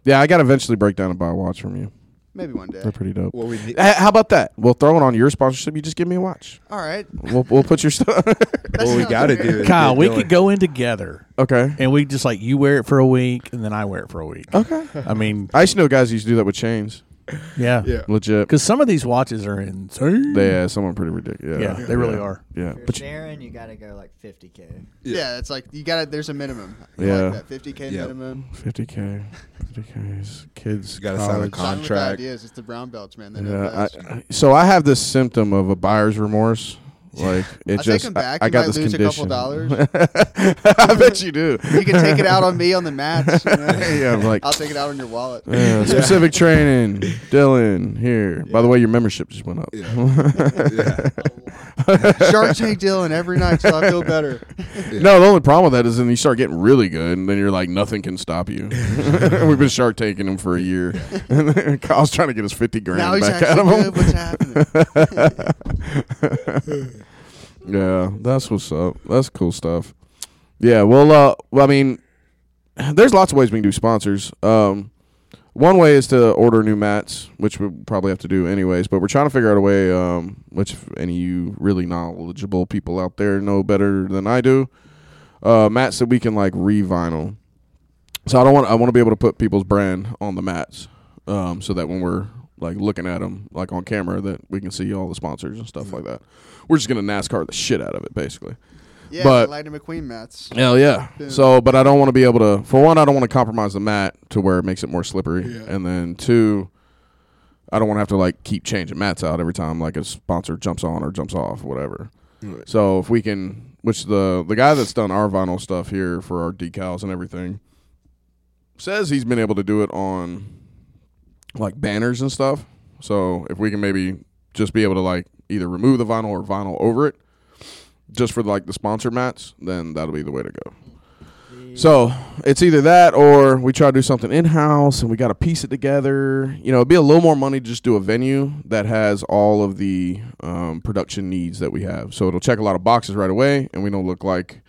S2: yeah. I got to eventually break down and buy a watch from you.
S8: Maybe one day.
S2: They're pretty dope.
S4: What we need-
S2: Hey, How about that? We'll throw it on your sponsorship. You just give me a watch.
S8: All right.
S2: We'll we'll put your stuff.
S4: what we got to do is
S3: Kyle,
S4: get
S3: we
S4: Dylan-
S3: could go in together
S2: okay.
S3: and we just like you wear it for a week and then I wear it for a week.
S2: Okay.
S3: I mean,
S2: I used to know guys who used to do that with chains.
S3: yeah.
S4: Yeah.
S2: Legit.
S3: Because some of these watches are insane.
S2: Yeah, someone pretty ridiculous. Yeah,
S3: Yeah, they really are.
S2: Yeah,
S7: If you're
S2: but you-
S7: sharing, you gotta go like 50k.
S8: Yeah, it's like you got to There's a minimum. You
S2: Yeah.
S8: Like that 50k
S4: Yeah.
S8: minimum.
S2: 50k, 50k's kids.
S4: You gotta sign a
S2: college.
S8: Sign with
S4: Contract.
S8: ideas. It's the brown belts, man. They know
S2: Yeah,
S8: best.
S2: I, I- so I have this symptom of a buyer's remorse. Like it
S8: I'll take
S2: just,
S8: 'em back.
S2: I, I
S8: You
S2: got
S8: might
S2: this
S8: lose a couple
S2: condition.
S8: dollars.
S2: I bet you do.
S8: you can take it out on me on the mats. You know?
S2: yeah, I'm like
S8: I'll take it out on your wallet.
S2: Yeah, specific training, Dylan. Here, by the way, your membership just went up.
S4: Yeah.
S8: Shark Tank Dylan every night, so I feel better.
S2: No, the only problem with that is then you start getting really good, and then you're like, nothing can stop you. We've been shark taking him for a year. And then Kyle's trying to get his fifty grand
S8: now he's
S2: back out of
S8: actually
S2: him.
S8: good. What's happening?
S2: Yeah, that's what's up. That's cool stuff. Yeah, well, uh, well, I mean, there's lots of ways we can do sponsors. Um, one way is to order new mats, which we probably have to do anyways. But we're trying to figure out a way. Um, which if any of you really knowledgeable people out there know better than I do, uh, mats that we can like revinyl. So I don't want. I want to be able to put people's brand on the mats, um, so that when we're like looking at them like on camera, that we can see all the sponsors and stuff like that. We're just gonna NASCAR the shit out of it, basically.
S8: Yeah,
S2: But-
S8: Lightning McQueen mats.
S2: Hell yeah. So, but I don't want to be able to. For one, I don't want to compromise the mat to where it makes it more slippery, and then two, I don't want to have to like keep changing mats out every time like a sponsor jumps on or jumps off, whatever. So if we can, which the the guy that's done our vinyl stuff here for our decals and everything says he's been able to do it on like banners and stuff. So if we can maybe just be able to like either remove the vinyl or vinyl over it just for like the sponsor mats, then that'll be the way to go. So it's either that or we try to do something in house and we got to piece it together. You know, it'd be a little more money to just do a venue that has all of the um, production needs that we have. So it'll check a lot of boxes right away and we don't look like,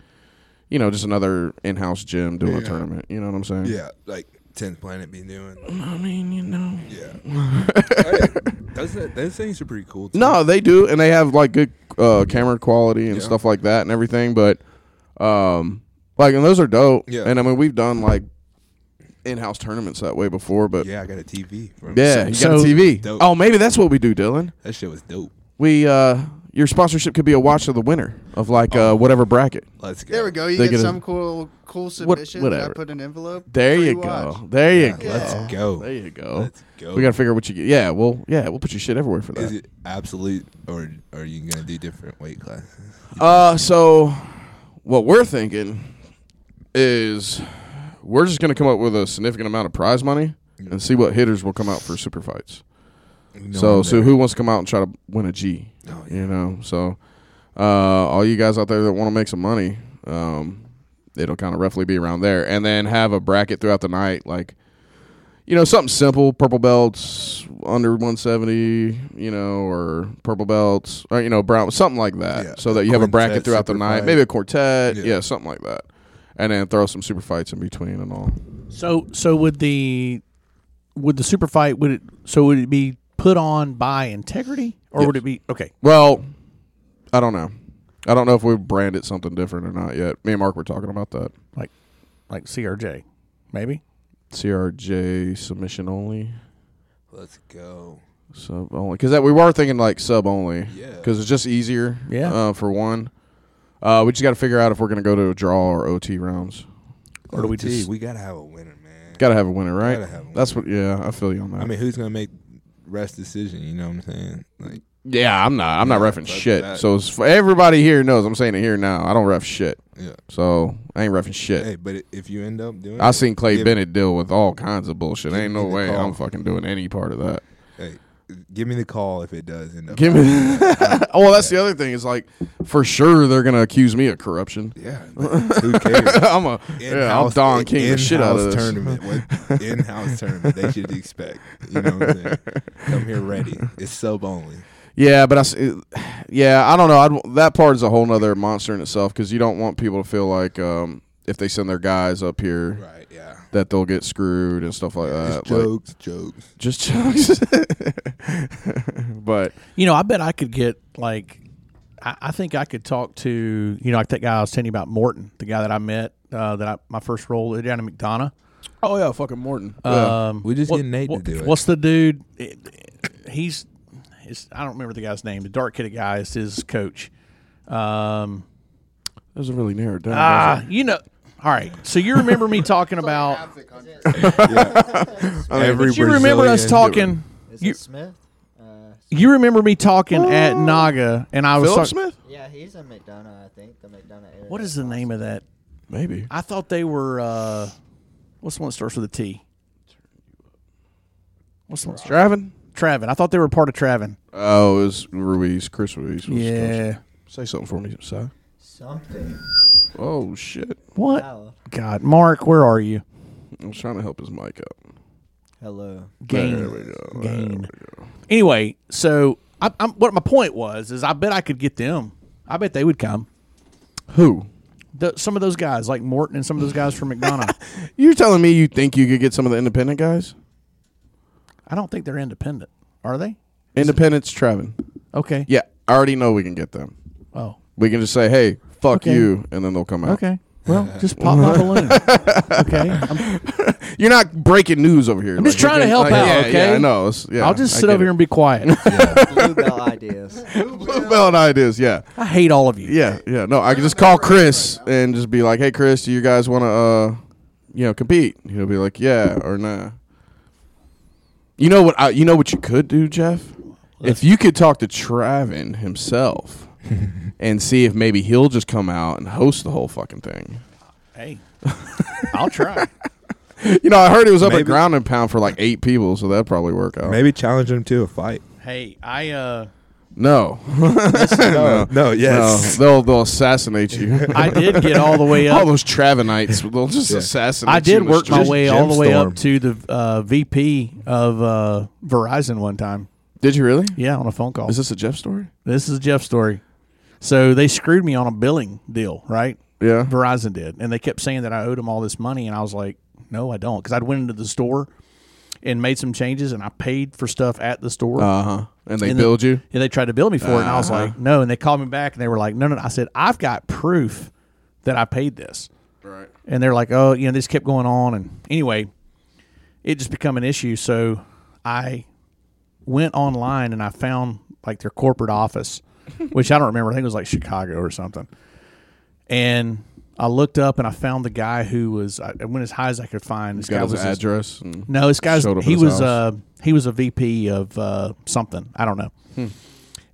S2: you know, just another in house gym doing a tournament. You know what I'm saying?
S4: Yeah, like 10th Planet be doing.
S2: I mean, you know.
S4: Yeah. those, those things are pretty cool. Too.
S2: No, they do, and they have like good uh, camera quality and
S4: Yeah.
S2: stuff like that and everything. But um, like, and those are dope.
S4: Yeah.
S2: And I mean, we've done like in-house tournaments that way before, but yeah,
S4: Yeah, I got a TV. From
S2: you
S4: Sony.
S2: got a
S3: So-
S2: TV.
S4: Dope.
S2: Oh, maybe that's what we do, Dylan.
S4: That shit was dope.
S2: We uh, your sponsorship could be a watch of the winner of like
S4: Oh.
S2: uh, whatever bracket.
S4: Let's go.
S8: There we go. You
S2: They
S8: get
S2: get a-
S8: some cool, cool submission that I
S2: whatever.
S8: put in an envelope.
S2: There
S8: Free
S2: you
S8: watch.
S2: go. There you go.
S4: Let's go.
S2: There you go.
S4: Let's go.
S2: We gotta figure out what you get. Yeah, well, yeah, we'll put your shit everywhere for that.
S4: Is it absolute or are you gonna do different weight classes?
S2: Uh, so what we're thinking is we're just gonna come up with a significant amount of prize money and see what hitters will come out for super fights. so, so who wants to come out and try to win a G?
S4: Oh,
S2: You know, so uh, all you guys out there that want to make some money, um, it'll kind of roughly be around there, and then have a bracket throughout the night, like you know something simple, purple belts under 170, you know, or purple belts, or you know brown, something like that,
S4: Yeah.
S2: so that you have a bracket
S4: Quintet,
S2: throughout the
S4: super
S2: night,
S4: fight.
S2: maybe a quartet,
S4: Yeah.
S2: yeah. something like that, and then throw some super fights in between and all.
S3: So so would the would the super fight would it so would it be put on by integrity or would it be okay?
S2: Well, I don't know. I don't know if we brand it something different or not yet. Me and Mark were talking about that.
S3: Like like CRJ, maybe?
S2: CRJ submission only.
S4: Let's go.
S2: Sub only, because that we were thinking like sub only.
S4: Yeah.
S2: Because it's just easier.
S3: Yeah.
S2: Uh, for one, uh, we just got to figure out if we're gonna go to a draw or OT rounds.
S3: Or do we
S4: OT,
S3: just-
S4: we gotta have a winner, man.
S2: Got to have a winner, right?
S4: Gotta have a
S2: That's what. Yeah, I feel you on that.
S4: I mean, who's gonna make rest decision? You know what I'm saying? Like,
S2: yeah, I'm not. I'm not
S4: Yeah,
S2: refing
S4: but
S2: shit.
S4: that-
S2: so it's, for everybody here knows I'm saying it here now. I don't ref shit.
S4: yeah.
S2: So I ain't refing shit.
S4: Hey, but if you end up doing,
S2: I
S4: it,
S2: seen Clay
S4: give-
S2: Bennett deal with all kinds of bullshit.
S4: Give
S2: Ain't
S4: me
S2: no
S4: the
S2: way
S4: call.
S2: I'm fucking doing any part of that.
S4: Hey, give me the call if it does end up. Uh,
S2: Give me. well, that's the other thing. Is like for sure they're gonna accuse me of corruption.
S4: Yeah, but who cares?
S2: I'm a yeah. I'll
S4: In-house-
S2: Don King the shit out of
S4: in-house
S2: this.
S4: tournament. What in-house tournament they should expect? You know what I'm saying? Come here ready. It's sub only.
S2: Yeah, but I, s- it- yeah, I don't know. I'd, that part is a whole nother monster in itself because you don't want people to feel like um, if they send their guys up here
S4: Right. Yeah.
S2: that they'll get screwed and stuff like that.
S4: It's
S2: Like,
S4: jokes, jokes.
S2: just jokes. but
S3: You know, I bet I could get like, I, I think I could talk to you know like that guy I was telling you about Morton, the guy that I met uh, that I, my first role down in McDonough.
S2: oh yeah, fucking Morton.
S3: Um,
S4: We just get Nate to do it.
S3: What's the dude? it- he's, it's, I don't remember the guy's name. The dark headed guy is his coach. Um,
S2: doesn't really narrow it down.
S3: ah, you know. All right, so you remember me talking about?
S4: Every
S3: But you remember us
S4: Brazilian-
S3: talking?
S7: Is
S3: You-
S7: it Smith? Uh,
S3: You remember me talking at Naga, and I was
S2: Ah. Philip
S3: talk-
S2: Smith,
S7: yeah, he's in McDonough, I think. The McDonough area.
S3: What is the name of that?
S2: maybe.
S3: I thought they were. Uh, what's the one that starts with a T? What's the one? that starts-
S2: Dravin.
S3: Travin. I thought they were part of Travin.
S2: Oh, it was Ruiz. Chris Ruiz. Was
S3: Yeah.
S2: Say something for me, Si.
S7: Something.
S2: Oh shit!
S3: What?
S7: Wow.
S3: God, Mark, where are you?
S2: I'm trying to help his mic out.
S7: Hello.
S3: Gain.
S2: There we go.
S3: Gain. Anyway, so I, I'm, what my point was is I bet I could get them. I bet they would come.
S2: Who?
S3: The, some of those guys, like Morton and some of those guys from McDonough,
S2: You're telling me you think you could get some of the independent guys?
S3: I don't think they're independent, are they?
S2: Independence Trevin.
S3: Okay.
S2: Yeah, I already know we can get them.
S3: Oh.
S2: We can just say, "Hey, fuck
S3: Okay.
S2: you," and then they'll come out.
S3: Okay. Well, just pop my balloon. Okay. I'm,
S2: You're not breaking news over here. I'm
S3: just trying to help out,
S2: Yeah,
S3: okay?
S2: yeah, I know. It's- yeah,
S3: I'll just
S2: I
S3: sit
S2: get
S3: over
S2: it.
S3: here and be quiet.
S7: Bluebell ideas.
S2: Blue belt ideas. Yeah,
S3: I hate all of you.
S2: yeah, yeah. No, I can just call Chris and just be like, "Hey, Chris, do you guys want to, uh, you know, compete?" He'll be like, "Yeah" or "Nah." You know what? I, you know what you could do, Jeff. If you could talk to Travin himself and see if maybe he'll just come out and host the whole fucking thing.
S3: Hey, I'll try.
S2: You know, I heard it was up
S4: Maybe-
S2: at Ground and Pound for like eight people, so that'd probably work out.
S4: Maybe challenge him to a fight.
S3: Hey, I uh,
S2: No,
S4: No, no,
S2: no,
S4: yes.
S2: they'll they'll assassinate you.
S3: I did get all the way
S2: All
S3: up.
S2: those Travenites, they'll just
S4: Yeah.
S2: assassinate.
S3: I did
S2: you in the
S3: work my
S2: street.
S3: way all the way up
S4: Gemstorm.
S3: to the uh, VP of uh, Verizon one time.
S2: Did you really?
S3: Yeah, on a phone call.
S2: Is this a Jeff story?
S3: This is Jeff's story. So they screwed me on a billing deal, right?
S2: Yeah.
S3: Verizon did, and they kept saying that I owed them all this money, and I was like, "No, I don't," because I'd went into the store and made some changes, and I paid for stuff at the store.
S2: Uh huh. And they
S3: And
S2: billed you. Uh-huh.
S3: Yeah, they tried to bill me for it, and I was like, "No." And they called me back, and they were like, "No, no." no." I said, "I've got proof that I paid this."
S2: Right.
S3: and they're like, oh, you know, this kept going on, and anyway, it just become an issue. So I went online and I found like their corporate office, which I don't remember. I think it was like Chicago or something. And I looked up and I found the guy who was I I went as high as I could find. This guy
S2: Got his
S3: was this-
S2: address. and-
S3: no, this guy's
S2: Showed up at
S3: he
S2: his
S3: was
S2: house.
S3: uh he was a VP of uh something I don't know,
S2: Hmm.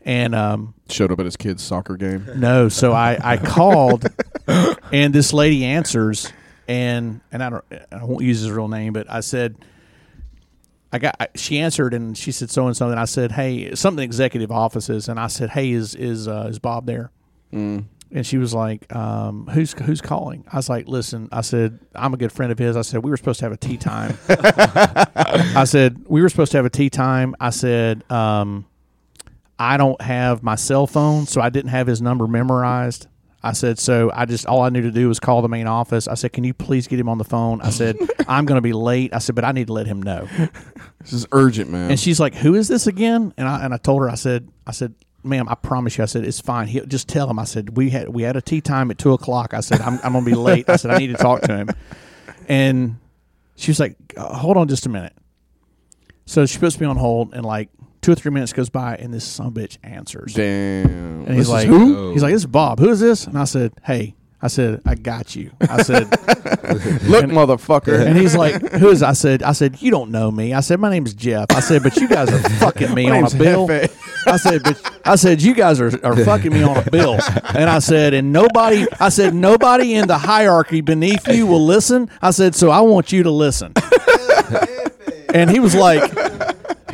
S3: and um
S2: Showed up at his kid's soccer game.
S3: no, so I, I called, and this lady answers, and and I don't I won't use his real name, but I said, I got I, she answered and she said so and so, and I said, hey, something executive offices, and I said, hey, is is uh, is Bob there? And she was like, um, "Who's who's calling?" I was like, "Listen," I said, "I'm a good friend of his." I said, "We were supposed to have a tea time." I said, "We were supposed to have a tea time." I said, um, I don't have my cell phone, so I didn't have his number memorized. I said, so I just all I knew to do was call the main office. I said, can you please get him on the phone? I said, I'm going to be late. I said, but I need to let him know.
S2: This is urgent, man.
S3: And she's like, who is this again? And I and I told her, I said, I said, ma'am, I promise you, I said it's fine. He, just tell him. I said we had we had a tea time at two o'clock. I said I'm I'm going to be late. I said I need to talk to him. And she was like, "Uh, hold on just a minute. So she puts me on hold, and like Two or three minutes goes by, and this son of a bitch answers.
S2: Damn.
S3: And he's
S2: This
S3: like,
S2: is who?
S3: He's like, this is Bob. Who is this? And I said, hey. I said, I got you. I said,
S2: Look, motherfucker.
S3: and he's like, who is? I said, I said, you don't know me. I said, my name's Jeff. I said, but you guys are fucking me on a bill. I said, but I said, you guys are, are fucking me on a bill. And I said, and nobody, I said, nobody in the hierarchy beneath you will listen. I said, so I want you to listen. and he was like,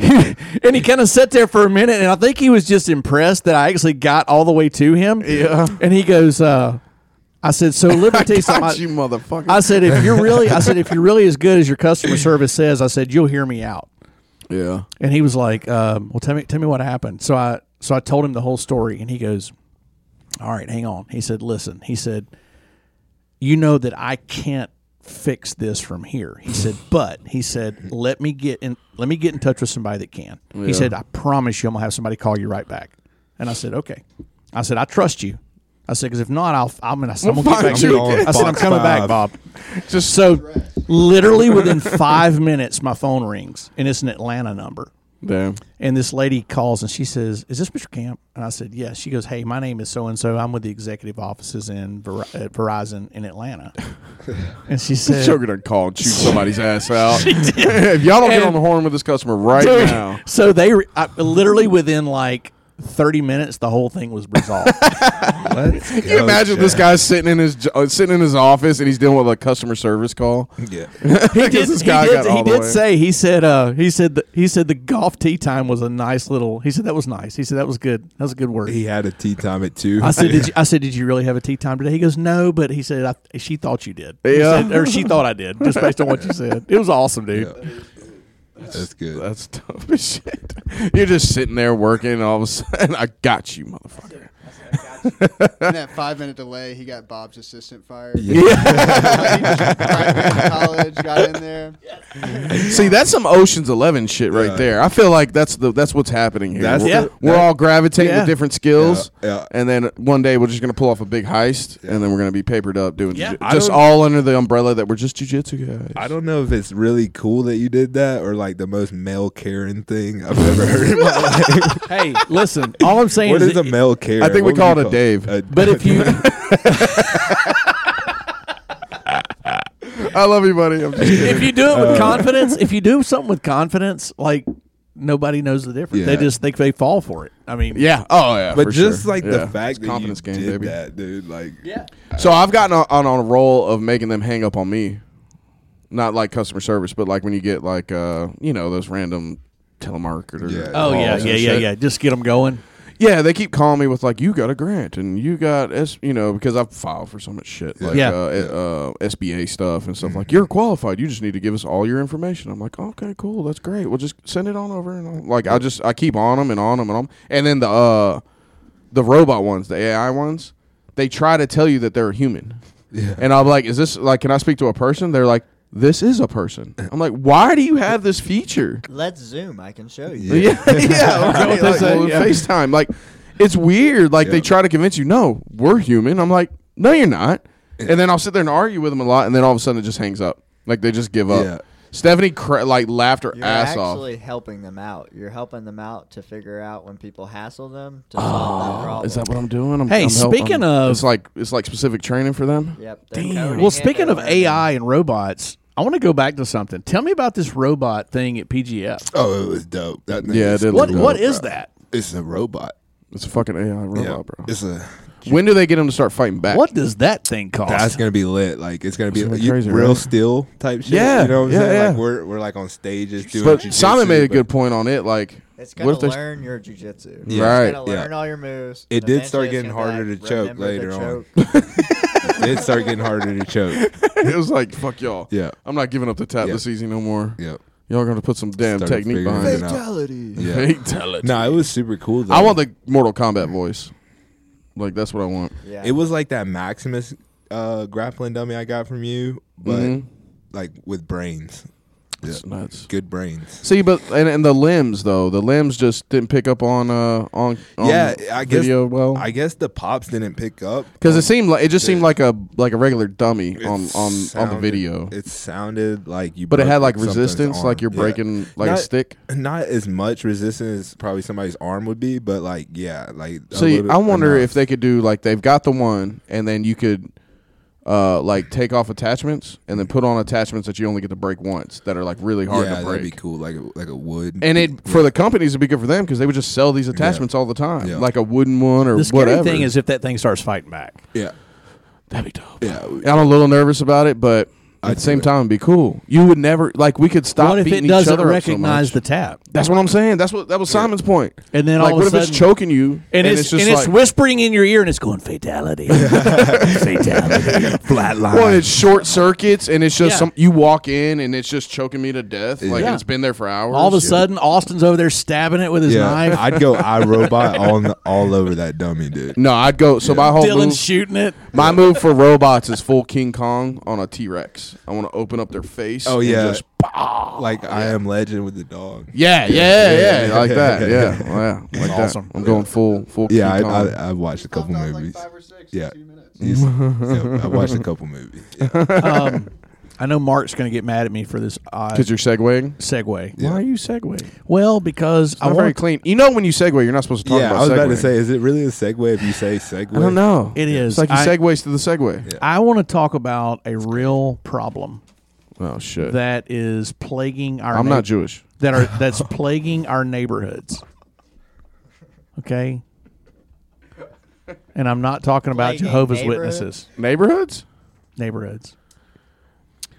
S3: and he kind of sat there for a minute, and I think he was just impressed that I actually got all the way to him. Yeah. And he goes, uh, I said, so let me tell you something. I-
S2: you motherfucker.
S3: I said, if you're really, I said, if you're really as good as your customer service says, I said, you'll hear me out.
S2: yeah.
S3: And he was like, um, well, tell me, tell me what happened. So I, so I told him the whole story and he goes, all right, hang on. He said, listen, he said, you know that I can't fix this from here. He said, but he said, let me get in, let me get in touch with somebody that can. He said, I promise you, I'm gonna have somebody call you right back. And I said, okay. I said, I trust you. I said, because if not, I'll, I'm gonna, I'm
S2: We'll
S3: gonna
S2: find
S3: get back
S2: you
S3: to you.
S2: again.
S3: I said, I'm
S4: Box
S3: coming back,
S4: five.
S3: Bob. Just so literally within five minutes, my phone rings and it's an Atlanta number.
S2: Damn.
S3: And this lady calls and she says, "Is this Mr. Camp?" And I said, "Yes." She goes, "Hey, my name is so and so. I'm with the executive offices in Ver- at Verizon in Atlanta." and she said,
S2: Sugar done called, shoot somebody's ass out. if y'all don't get on the horn with this customer right
S3: Dude,
S2: now,
S3: So they re- I, literally within like 30 minutes, the whole thing was resolved.
S4: Let's
S2: can you
S4: go,
S2: imagine this
S4: Jeff.
S2: guy sitting in his uh, sitting in his office and he's dealing with a customer service call?
S4: Yeah.
S3: he did.
S2: this
S3: he
S2: guy
S3: did,
S2: got all
S3: he
S2: the
S3: did
S2: way.
S3: say. He said. Uh, he said. The, he said the golf tea time was a nice little. He said that was nice. He said that was good. That was a good word.
S4: He had a tea time at two.
S3: I said, did you, I said, did you really have a tea time today? He goes, no, but he said, I, she thought you did. He
S2: Yeah.
S3: said- or she thought I did, just based on what you said. It was awesome, dude.
S4: That's good.
S2: That's tough as shit. You're just sitting there working, and all of a sudden, I got you, motherfucker.
S8: In that five minute delay, he got Bob's assistant fired.
S4: Yeah.
S8: Graduated college, got in there.
S2: See, that's some Ocean's Eleven shit right
S4: Yeah.
S2: there. I feel like that's the that's what's happening here.
S4: That's
S2: we're,
S3: the-
S2: we're all gravitating
S3: Yeah.
S2: with different skills,
S4: Yeah, yeah.
S2: and then one day we're just gonna pull off a big heist, and then we're gonna be papered up doing
S3: Yeah.
S2: jiu-
S4: I
S2: just
S4: don't-
S2: all under the umbrella that we're just jujitsu guys.
S4: I don't know if it's really cool that you did that or like the most male Karen thing I've ever heard in my life.
S3: Hey, listen, all I'm saying
S4: What
S3: is
S4: is a male Karen?
S2: I think
S4: What
S2: we
S4: would
S2: call
S4: you
S2: it a Dave.
S3: but if you,
S2: I love you, buddy. I'm just
S3: if you do it with confidence, if you do something with confidence, like nobody knows the difference. They
S4: Yeah.
S3: just think they fall for it. I mean,
S2: Yeah. Oh yeah.
S4: but
S2: for
S4: just
S2: sure.
S4: like
S2: Yeah.
S4: the fact
S2: It's
S4: that you
S2: confidence
S4: did
S2: game, baby.
S4: that, dude, like
S7: Yeah.
S2: So I've gotten on, on on a roll of making them hang up on me. Not like customer service, but like when you get like uh you know those random telemarketer.
S4: Yeah.
S3: Oh yeah,
S2: calls
S3: yeah,
S2: and
S3: yeah,
S2: shit.
S3: yeah. Just get them going.
S2: Yeah, they keep calling me with like you got a grant and you got s you know because I've filed for so much shit like
S3: Yeah.
S2: uh, uh, SBA stuff and stuff like you're qualified. You just need to give us all your information. I'm like okay, cool, that's great. Well, just send it on over and I'll, like I just I keep on them and on them and on 'em. and then the uh the robot ones, the AI ones, they try to tell you that they're a human.
S4: Yeah.
S2: And I'm like, is this like can I speak to a person? They're like, this is a person. I'm like, why do you have this feature?
S7: Let's zoom. I can show you.
S2: yeah, yeah. right,
S3: they
S2: like,
S3: say?
S2: well,
S3: Yeah.
S2: FaceTime, like it's weird. Like they
S4: Yeah.
S2: try to convince you, no, we're human. I'm like, no, you're not. And then I'll sit there and argue with them a lot, and then all of a sudden it just hangs up. Like they just give up.
S4: Yeah.
S2: Stephanie cra- like laughed her
S7: You're
S2: ass off.
S7: actually helping them out. You're helping them out to figure out when people hassle them to
S4: Ah,
S7: solve that problem.
S2: Is that what I'm doing? I'm,
S3: Hey,
S2: I'm help-
S3: speaking
S2: I'm-
S3: of-
S2: it's like it's like specific training for them.
S7: Yep. they're
S2: Damn.
S7: coding
S3: Well,
S7: it,
S3: speaking
S7: they're
S3: of
S7: learning.
S3: AI and robots, I want to go back to something. Tell me about this robot thing at PGF.
S4: oh, it was dope. That thing
S2: Yeah, it
S4: is
S2: did
S4: dope,
S3: What
S2: look
S3: what
S2: dope.
S3: is that?
S4: It's a robot.
S2: It's a fucking AI robot,
S4: Yeah,
S2: bro.
S4: it's a.
S2: When do they get them to start fighting back?
S3: What does that thing cost?
S4: That's gonna be lit. Like it's gonna be,
S2: gonna be
S4: you-
S2: crazy,
S4: real
S2: right?
S4: steel type shit.
S2: Yeah,
S4: you know what I'm
S2: yeah,
S4: saying?
S2: yeah.
S4: Like we're we're like on stages doing.
S2: But
S4: jujitsu,
S2: Simon made a
S4: but
S2: good point on it. Like,
S7: It's
S2: what
S7: gonna
S2: if they?
S7: learn your jujitsu.
S4: Yeah.
S2: Right,
S7: It's gonna
S4: yeah.
S7: learn all your moves.
S4: It
S7: and
S4: did start
S7: eventually it's
S4: getting
S7: gonna be
S4: harder
S7: like,
S4: to choke
S7: "Remember the
S4: later on."
S7: choke."
S4: It started getting harder to choke.
S2: it was like, fuck y'all.
S4: Yeah.
S2: I'm not giving up the tap
S4: Yeah.
S2: this easy no more.
S4: Yep.
S2: Y'all gonna put some damn
S4: Started
S2: technique
S4: figuring
S2: behind it.
S4: it out. Yeah.
S2: Fatality.
S4: No, it was super cool. Though.
S2: I want the Mortal Kombat voice. Like that's what I want.
S7: Yeah.
S4: It was like that Maximus uh, grappling dummy I got from you, but
S2: Mhm.
S4: like with brains.
S2: It's nuts.
S4: Good brains.
S2: See, but and, and the limbs though, the limbs just didn't pick up on uh on, on
S4: yeah, I guess.
S2: video well
S4: I guess the pops didn't pick up
S2: because
S4: on-
S2: it seemed like it just seemed
S4: Dude.
S2: like a like a regular dummy
S4: it
S2: on on on the
S4: sounded-
S2: video,
S4: It sounded like you,
S2: but it had
S4: broke
S2: like
S4: something's
S2: resistance, like
S4: arm.
S2: you're
S4: Yeah.
S2: breaking like
S4: Not-
S2: a stick.
S4: Not as much resistance as probably somebody's arm would be, but like yeah, like a
S2: See,
S4: little-
S2: I wonder
S4: enough.
S2: if they could do like they've got the one, and then you could. Uh, like take off attachments and then put on attachments that you only get to break once that are like really hard
S4: yeah,
S2: to break.
S4: that'd be cool, like a, like a wood.
S2: And it for the companies it'd be good for them because they would just sell these attachments all the time,
S4: Yeah.
S2: like a wooden one or
S3: The scary
S2: whatever.
S3: thing is if that thing starts fighting back.
S4: yeah,
S2: that'd be dope.
S4: yeah. we-
S2: I'm a little nervous about it, but at the same time, it'd be cool. You would never like we could stop.
S3: what if
S2: beating
S3: it
S2: each
S3: doesn't
S2: other up so
S3: recognize
S2: much.
S3: the tap?
S2: That's what I'm saying. That's what that was Simon's point.
S3: And then
S2: like,
S3: all
S2: what
S3: of a
S2: if it's
S3: sudden-
S2: choking you
S3: And, it's,
S2: just
S3: and
S2: like,
S3: it's whispering in your ear and it's going fatality, fatality, flatline.
S2: well, and it's short circuits, and it's just
S3: Yeah.
S2: some you walk in and it's just choking me to death. Like
S3: Yeah.
S2: and it's been there for hours.
S3: All of a sudden, Austin's over there stabbing it with his
S4: Yeah,
S3: knife.
S4: I'd go iRobot all all over that dummy, dude.
S2: no, I'd go. So my whole
S3: Dylan's
S2: move,
S3: shooting it.
S2: my move for robots is full King Kong on a T Rex. I want to open up their face.
S4: Oh
S2: and
S4: yeah,
S2: just
S4: like I am Legend with the dog.
S2: Yeah, yeah, yeah, like that. Yeah, yeah, like that.
S3: awesome.
S2: I'm going full, full.
S4: Yeah, I,
S2: King Kong.
S4: I, I've watched a couple
S8: I've done,
S4: movies.
S8: Like five or six
S4: Yeah.
S8: in two minutes.
S4: Yes. yeah, I watched a couple movies. Yeah.
S3: Um, I know Mark's going to get mad at me for this odd
S2: Because you're segueing.
S3: segue.
S4: Yeah.
S2: Why are you segueing?
S3: Well, because I
S2: I'm very
S3: want
S2: clean. You know when you segue, you're not supposed to talk
S4: Yeah,
S2: about.
S4: I was about to
S2: segueing.
S4: say, is it really a segue if you say segue?
S2: I don't know.
S3: It is.
S2: It's like you
S3: I-
S2: segues to the segue.
S3: I want to talk about a real problem
S2: Oh shit!
S3: that is plaguing our.
S2: I'm
S3: neigh-
S2: not Jewish.
S3: That are that's plaguing our neighborhoods. Okay. And I'm not talking about
S7: Plaguing
S3: Jehovah's
S7: neighborhoods?
S3: Witnesses
S2: Neighborhoods?
S3: neighborhoods.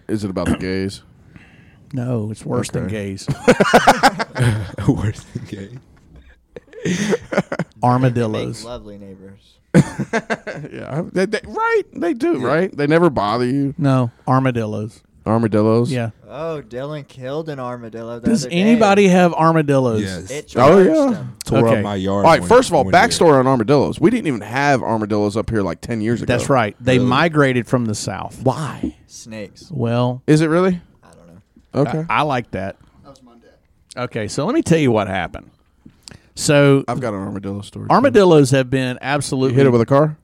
S2: Is it about the gays?
S3: No, it's worse than gays.
S4: Worse than gay.
S7: Make
S3: Armadillos.
S7: lovely neighbors.
S2: yeah, I- they- they- right. They do. Right. They never bother you.
S3: No, armadillos.
S2: Armadillos.
S3: Yeah.
S7: Oh, Dylan killed an armadillo. The
S3: Does
S7: other
S3: anybody
S7: Day.
S3: have armadillos?
S4: Yes.
S7: It
S2: Oh, yeah.
S7: traversed him.
S4: Tore
S3: Okay.
S4: up my yard.
S2: All right.
S4: one-
S2: First of all,
S4: one year.
S2: backstory on armadillos. We didn't even have armadillos up here like ten years ago.
S3: That's right. They migrated from the south.
S2: Why?
S7: Snakes.
S3: Well,
S2: Is it really?
S7: I don't know.
S2: Okay.
S3: I, I like that.
S8: That was my dad.
S3: Okay, so let me tell you what happened. So
S2: I've got an armadillo story.
S3: armadillos have been
S2: You
S3: absolutely
S2: hit it with a car?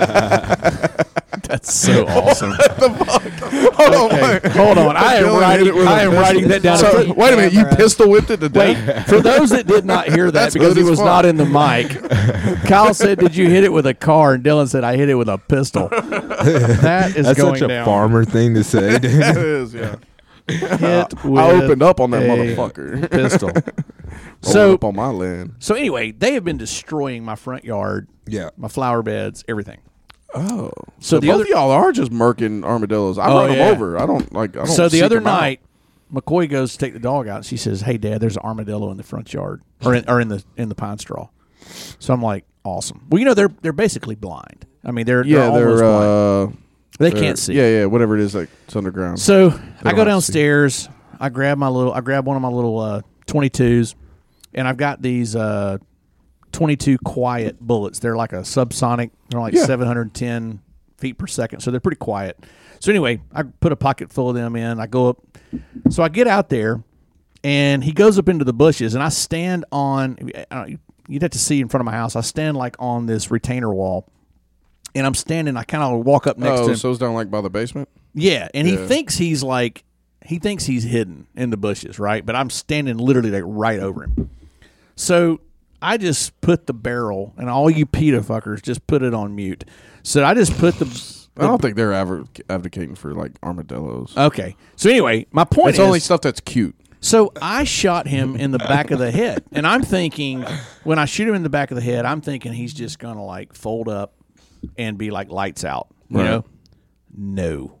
S3: that's so awesome.
S2: Hold on,
S3: Okay, hold on, I am
S2: Dylan hit it
S3: writing.
S2: with
S3: I
S2: a
S3: am
S2: pistol.
S3: writing that down.
S2: So,
S3: For-
S2: wait a minute, you
S7: Camera.
S2: pistol whipped it to
S3: Wait,
S2: death?
S3: for those that did not hear that
S2: That's
S3: because
S2: good
S3: he
S2: as
S3: was
S2: fuck.
S3: not in the mic, Kyle said, "Did you hit it with a car?" And Dylan said, "I hit it with a pistol." That is
S4: That's
S3: going
S4: such a
S3: down.
S4: farmer thing to say.
S2: It
S4: dude.
S2: is, yeah.
S3: Hit
S2: I
S3: with
S2: opened up on that
S3: a
S2: motherfucker.
S3: Pistol.
S2: So
S3: So-
S2: up on my land.
S3: So anyway, they have been destroying my front yard,
S4: yeah.
S3: my flower beds, everything.
S2: Oh, so,
S3: So the
S2: both
S3: other-
S2: of y'all are just murking armadillos. I
S3: Oh,
S2: run
S3: yeah.
S2: them over. I don't like. I don't
S3: So the
S2: seek
S3: other
S2: 'em out.
S3: night, McCoy goes to take the dog out, and she says, "Hey, Dad, there's an armadillo in the front yard, or in, or in the in the pine straw." So I'm like, "Awesome." Well, you know, they're they're basically blind. I mean, they're
S2: yeah,
S3: they're,
S2: they're,
S3: almost blind.
S2: uh,
S3: They
S2: they're-
S3: can't see.
S2: Yeah, yeah, whatever it is, like it's underground.
S3: So I
S2: don't
S3: go
S2: have to see.
S3: downstairs. I grab my little. I grab one of my little uh, 22s, and I've got these uh, 22 quiet bullets. They're like a subsonic. They're like
S2: Yeah.
S3: 710 feet per second, so they're pretty quiet. So anyway, I put a pocket full of them in. I go up. So I get out there, and he goes up into the bushes, and I stand on. I don't, you'd have to see in front of my house. I stand like on this retainer wall. And I'm standing. I kind of walk up next to
S2: oh,
S3: him.
S2: so it's down like by the basement.
S3: Yeah, and
S2: Yeah.
S3: he thinks he's like he thinks he's hidden in the bushes, right? But I'm standing literally like right over him. So I just put the barrel, and all you PETA fuckers just put it on mute. So I just put the.
S2: I don't think they're adver- advocating for like armadillos.
S3: okay. So anyway, my point
S2: it's
S3: is.
S2: only stuff that's cute.
S3: so I shot him in the back of the head, and I'm thinking when I shoot him in the back of the head, I'm thinking he's just gonna like fold up and be like lights out. You
S2: Right.
S3: know? No.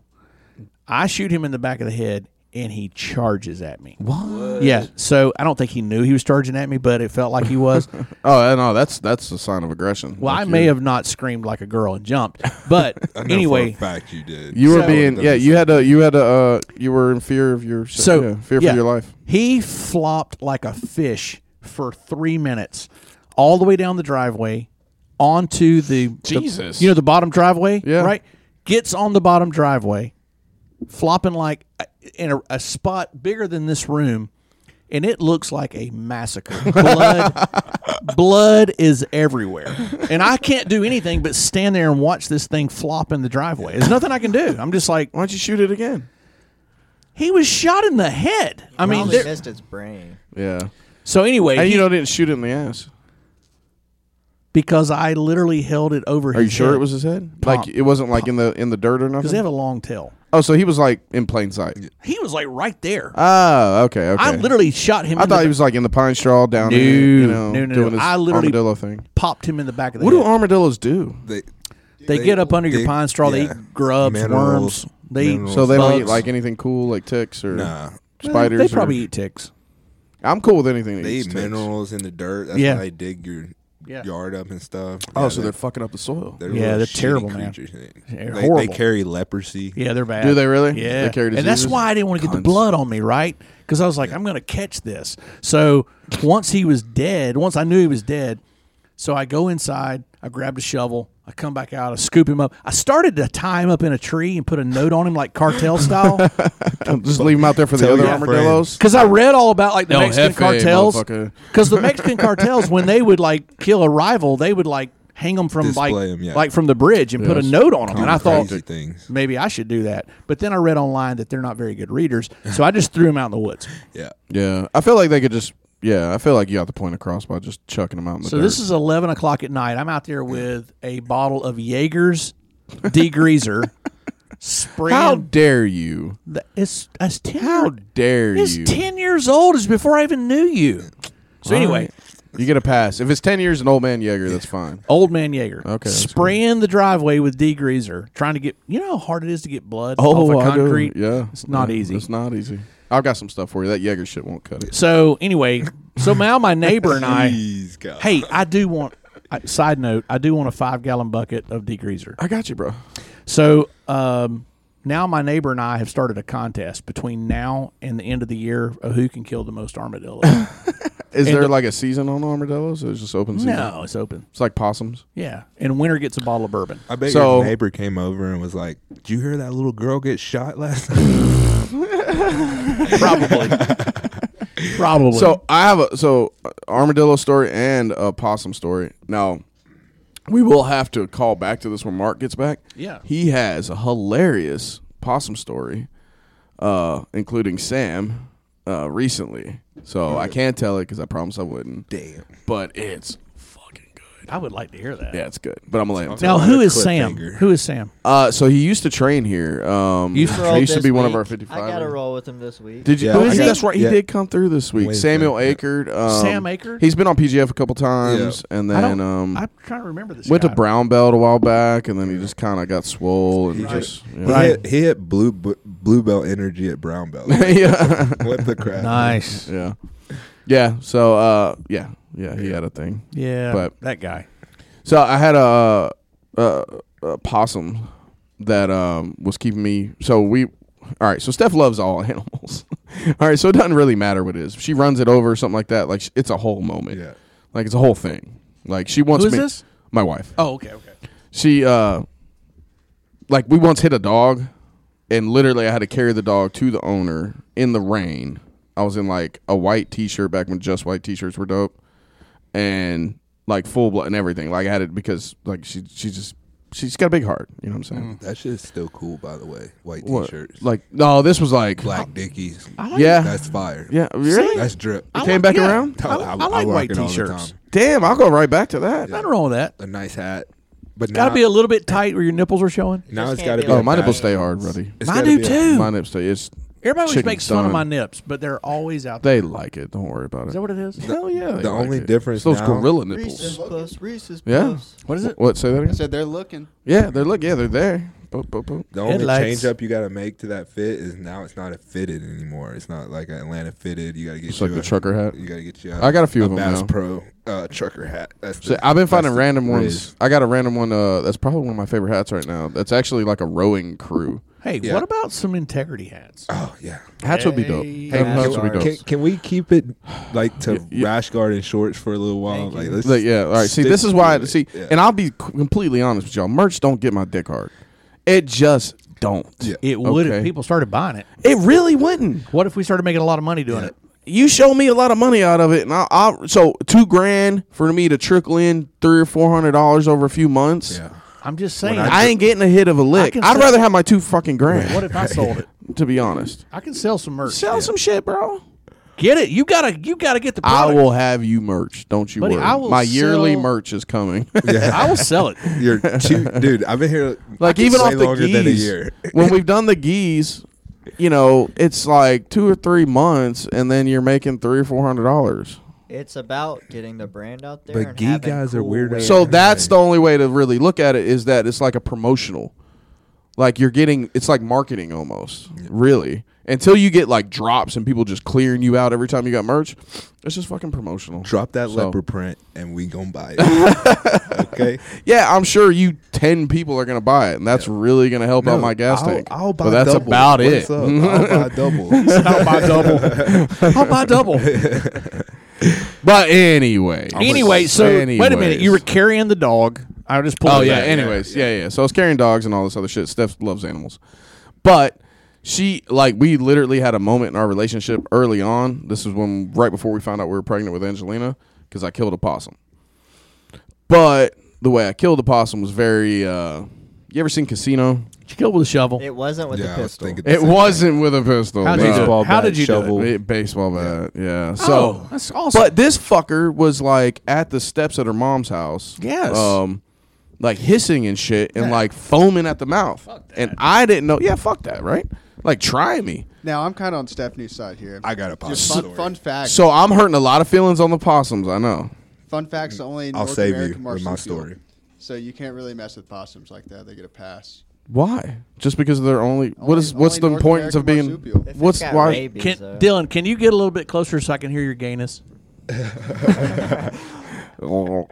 S3: I shoot him in the back of the head and he charges at me. What? Yeah. So I don't think he knew he was charging at me, but it felt like he was.
S2: Oh no, that's that's a sign of aggression.
S3: well, I
S2: Like
S3: may
S2: you're-
S3: have not screamed like a girl and jumped, but
S4: I know for a
S3: anyway,
S4: fact you did.
S2: You were
S3: So-
S2: being yeah. You had a you had a uh, you were in fear of your
S3: so
S2: yeah, fear
S3: yeah,
S2: for your life.
S3: He flopped like a fish for three minutes, all the way down the driveway, onto the the-
S2: Jesus.
S3: you know the bottom driveway,
S2: Yeah.
S3: right? Gets on the bottom driveway, flopping like uh, in a, a spot bigger than this room, and it looks like a massacre. Blood, blood is everywhere, and I can't do anything but stand there and watch this thing flop in the driveway. There's nothing I can do. I'm just like,
S2: Why don't you shoot it again?
S3: he was shot in the head. I mean,
S9: Probably
S3: there-
S9: missed its brain.
S2: Yeah.
S3: so anyway,
S2: And
S3: he-
S2: you know, I didn't shoot it in the ass.
S3: because I literally held it over.
S2: Are you sure it was his head?
S3: Pop.
S2: Like it wasn't like in the in the dirt or
S3: Because
S2: nothing.
S3: they have a long tail.
S2: oh, so he was like in plain sight.
S3: He was like right there.
S2: Oh, okay, okay.
S3: I literally shot him.
S2: I
S3: in the
S2: thought he was like in the pine straw down there, you
S3: No,
S2: know,
S3: no, no,
S2: doing
S3: no.
S2: his
S3: I literally-
S2: armadillo thing.
S3: popped him in the back of the
S2: What do
S3: head.
S2: armadillos do?
S4: They,
S3: they,
S4: they
S3: get up under your
S4: dig-
S3: pine straw. They
S4: yeah.
S3: eat grubs,
S4: Minerals,
S3: worms. They eat
S4: minerals.
S2: So they don't eat
S3: bugs.
S2: like anything cool, like ticks or
S4: nah,
S3: Well,
S2: spiders.
S3: They
S2: or-
S3: probably eat ticks.
S2: I'm cool with anything that
S4: they
S2: eats
S4: eat
S2: ticks.
S4: minerals in the dirt. That's
S3: Yeah.
S4: why they dig your
S3: Yeah.
S4: yard up and stuff.
S2: Oh,
S4: Yeah,
S2: so they're fucking up the soil.
S4: they're
S3: Yeah,
S4: little
S3: they're
S4: shitty
S3: terrible, man.
S4: creatures. They-
S3: They're
S4: They,
S3: horrible.
S4: carry leprosy.
S3: Yeah, they're bad.
S2: Do they really?
S3: Yeah,
S2: They carry
S3: and that's
S2: diseases?
S3: why I didn't want to get the
S2: Cunts.
S3: blood on me, right? Because I was like, I'm going to catch this. So once he was dead, once I knew he was dead, so I go inside. I grabbed a shovel. I come back out. I scoop him up. I started to tie him up in a tree and put a note on him, like cartel style,
S2: Just leave them out there for the
S4: Tell
S2: other
S4: your
S2: armadillos.
S3: because I read all about
S4: Oh,
S3: like the
S2: El
S3: Mexican
S2: Jefe,
S3: cartels.
S2: motherfucker.
S3: Because the Mexican cartels, when they would like kill a rival, they would like hang them from
S4: Display
S3: like
S4: 'em, yeah.
S3: like from the bridge and put a
S2: Yes.
S3: note on them. And I
S4: Crazy
S3: thought,
S4: things.
S3: maybe I should do that. But then I read online that they're not very good readers, so I just threw them out in the woods.
S4: Yeah,
S2: Yeah, I feel like they could just. Yeah, I feel like you got the point across by just chucking them out in the
S3: So
S2: dirt.
S3: this is eleven o'clock at night. I'm out there with a bottle of Jaeger's degreaser. spraying.
S2: how dare you?
S3: th- it's it's ten.
S2: How dare
S3: it's
S2: you?
S3: ten years old. It's before I even knew you.
S2: All
S3: So anyway,
S2: right. you get a pass. If it's ten years an old man Jaeger, that's fine.
S3: old man Jaeger.
S2: Okay, that's
S3: Spraying the driveway with degreaser, trying to get. You know how hard it is to get blood off
S2: Oh, I
S3: of
S2: do.
S3: concrete.
S2: Yeah,
S3: it's not
S2: Yeah,
S3: easy.
S2: It's not easy. I've got some stuff for you. That Jaeger shit won't cut it.
S3: So anyway, so now my neighbor and I.
S4: Jeez, God.
S3: Hey, I do want. I- Side note: I do want a five gallon bucket of degreaser.
S2: I got you, bro.
S3: So um, now my neighbor and I have started a contest between now and the end of the year of who can kill the most armadillos.
S2: Is
S3: And
S2: there
S3: the-
S2: like a season on armadillos? Or it's just open season.
S3: no, it's open.
S2: It's like possums.
S3: Yeah, and winner gets a bottle of bourbon.
S4: I bet
S2: So-
S4: your neighbor came over and was like, "Did you hear that little girl get shot last night?"
S3: Probably. Probably.
S2: So I have a so uh, armadillo story and a possum story. Now we will have to call back to this when Mark gets back.
S3: Yeah.
S2: he has a hilarious possum story, uh, including Sam uh, recently. So I can't tell it because I promise I wouldn't.
S4: Damn.
S2: But it's fucking good.
S3: I would like to hear that.
S2: Yeah, uh, it's good. But I'm gonna let him. tell
S3: Now,
S2: it.
S3: who is
S4: cliffhanger.
S3: Sam? Who is Sam?
S2: Uh, so he used to train here. Um,
S3: Used to
S2: he used to
S9: this
S2: be one of
S9: week.
S2: our 55.
S9: I gotta roll with him this week.
S2: Did you?
S4: Yeah.
S2: oh, is
S4: I
S2: he?
S4: got-
S2: That's right. He
S4: yeah.
S2: did come through this week.
S4: Wednesday,
S2: Samuel
S4: yeah.
S2: Akard. Um,
S3: Sam Akard?
S2: He's been on PGF a couple times, and
S3: I
S2: then
S3: don't.
S2: um,
S3: I'm trying to remember this.
S2: went to
S3: guy.
S2: Brown Belt a while back, and then he just kind of got swole and just yeah.
S4: He hit, he hit blue bu- blue belt energy at brown belt.
S2: yeah,
S4: what the crap?
S3: Nice.
S2: yeah, yeah. So uh, yeah, yeah, he had a thing.
S3: Yeah.
S2: But-
S3: that guy.
S2: So I had a, a, a possum that um, was keeping me. So we, all right. So Steph loves all animals. all right. So it doesn't really matter what it is. She runs it over or something like that. Like sh- it's a whole moment.
S4: Yeah.
S2: Like it's a whole thing. Like she wants
S3: Who is
S2: me.
S3: this?
S2: My wife.
S3: Oh, okay, okay.
S2: She uh, like we once hit a dog, and literally I had to carry the dog to the owner in the rain. I was in like a white t-shirt back when just white t-shirts were dope and like full blood and everything. Like I had it because like she she just she's got a big heart. You know what I'm saying?
S4: That shit's still cool, by the way. White
S2: What?
S4: Mm-hmm. t-shirts,
S2: Like no, this was like
S4: black dickies.
S2: yeah,
S4: That's fire.
S2: yeah, really.
S4: That's drip.
S2: It came back around.
S4: Oh,
S3: I, I like
S4: rock
S3: white
S4: it all the
S3: t-shirts.
S4: time.
S2: Damn, I'll go right back to that.
S3: Nothing wrong with that.
S4: A nice hat, but
S3: Got to
S4: now,
S3: be a little bit tight where your nipples are showing.
S4: now
S9: Just
S4: it's
S9: can't
S4: got to
S9: be
S4: be.
S9: like
S2: Oh,
S4: a
S2: my nipples
S4: bad-
S2: stay hard, buddy.
S4: it's
S3: Mine
S4: gotta
S3: do
S4: be a-
S3: too.
S2: My nipples stay. It's
S3: Everybody always
S2: chicken
S3: makes fun of
S2: done.
S3: my nips, but they're always out there.
S2: They like it. Don't worry about it.
S3: Is that what it is?
S2: Hell yeah. they
S4: the
S2: like
S4: only
S2: it.
S4: difference
S2: It's those
S4: now-
S2: gorilla nipples.
S7: Reese's Puffs. Reese's
S2: Yeah.
S7: Puffs.
S3: What is it?
S2: What? Say that
S8: I
S2: again.
S8: said they're looking.
S2: Yeah, they're look. Yeah, they're there. Boop, boop, boop.
S4: The only
S3: Headlights.
S4: change up you got to make to that fit is now it's not a fitted anymore. It's not like an Atlanta fitted. You got to get
S2: It's
S4: you
S2: like the
S4: a-
S2: trucker hat.
S4: You got to get you. A,
S2: I got a few of them
S4: Bass
S2: now.
S4: Pro uh, trucker hat. That's
S2: So
S4: the-
S2: I've been
S4: that's
S2: finding
S4: the
S2: random ones.
S4: riz.
S2: I got a random one. Uh, that's probably one of my favorite hats right now. That's actually like a rowing crew.
S3: Hey,
S4: Yeah.
S3: what about some integrity hats?
S4: Oh yeah.
S2: Hats would be dope.
S3: Hey,
S2: hats would be
S4: Can,
S2: dope.
S4: can we keep it like to
S2: yeah.
S4: rash guard and shorts for a little while? Like, let's
S2: Like, yeah. All right. See,
S4: stick
S2: this is why.
S4: to it.
S2: See,
S4: Yeah.
S2: and I'll be c- completely honest with y'all. Merch don't get my dick hard. It just don't.
S3: It would if
S10: Okay.
S3: people started buying it.
S2: It really wouldn't.
S3: What if we started making a lot of money doing it?
S2: You show me a lot of money out of it, and I'll, I'll so two grand for me to trickle in three or four hundred dollars over a few months.
S3: I'm just saying.
S2: I ain't getting a hit of a lick.
S3: can
S2: I'd
S3: sell-
S2: rather have my two fucking grand.
S3: what if I sold it?
S2: to be honest,
S3: I can sell some merch.
S2: sell some shit, bro.
S3: Get it? You gotta. You gotta get the
S2: I
S3: product.
S2: will have you merch. Don't you
S3: Buddy,
S2: worry.
S3: I will
S2: My yearly
S3: sell-
S2: merch is coming.
S3: I will sell it.
S5: You're too, dude. I've been here
S2: like
S5: way
S2: even off the
S5: longer than a
S2: geese.
S5: year.
S2: when we've done the geese, you know, it's like two or three months, and then you're making three or four hundred dollars.
S7: It's about getting the brand out there.
S5: But
S7: and
S5: gee
S7: having
S5: guys are
S7: cool
S5: weird
S7: ways.
S5: as
S2: So
S5: Yeah.
S2: that's the only way to really look at it is that it's like a promotional. Like you're getting it's like marketing almost. Really. Until you get like drops and people just clearing you out every time you got merch, it's just fucking promotional.
S5: Drop that
S2: So-
S5: leopard print, and we gonna buy it. okay.
S2: Yeah, I'm sure you ten people are gonna buy it, and that's really gonna help out
S5: No,
S2: my gas
S5: I'll,
S2: tank. Mm-hmm.
S5: I'll buy
S2: but that's
S5: double.
S2: about it.
S5: What's up? I'll buy
S3: I'll
S5: double.
S3: buy double. I'll buy double.
S2: But anyway,
S3: Anyway, so wait a minute.
S2: Anyways.
S3: You were carrying the dog. I just pulled.
S2: Oh
S3: it
S2: yeah.
S3: back.
S2: Anyways, yeah, yeah, So I was carrying dogs and all this other shit. Steph loves animals, but she like we literally had a moment in our relationship early on. This is when right before we found out we were pregnant with Angelina because I killed a possum. But the way I killed the possum was very. uh You ever seen Casino?
S3: Did you kill with a shovel?
S7: It wasn't with
S5: yeah,
S7: the
S5: I was
S7: pistol.
S5: thinking. the
S2: It
S5: same
S2: wasn't with a pistol.
S3: How'd you
S2: no.
S3: do it?
S5: Baseball
S3: How
S5: bat,
S3: did you do it?
S5: shovel.
S2: It- baseball bat. Yeah.
S3: Oh,
S2: So
S3: that's awesome.
S2: but this fucker was like at the steps at her mom's house.
S3: Yes.
S2: Um, like hissing and shit and like foaming at the mouth. And I didn't know. Yeah, fuck that, right? Like try me.
S8: Now I'm kind of on Stephanie's side here.
S5: I got a possum
S8: Just fun,
S5: story.
S8: fun fact.
S2: So I'm hurting a lot of feelings on the possums. I know.
S8: fun facts the only.
S5: I'll
S8: North
S5: save
S8: American
S5: you with my
S8: marsupial.
S5: story.
S8: So you can't really mess with possums like that. They get a pass.
S2: Why? Just because they're only, what
S8: Only-
S2: is what's
S8: only
S2: the
S8: North
S2: importance of being
S8: American marsupial.
S7: If it's
S2: what's
S7: got
S2: why
S7: rabies,
S3: Can,
S7: though.
S3: Dylan, can you get a little bit closer so I can hear your gayness?
S2: Oh,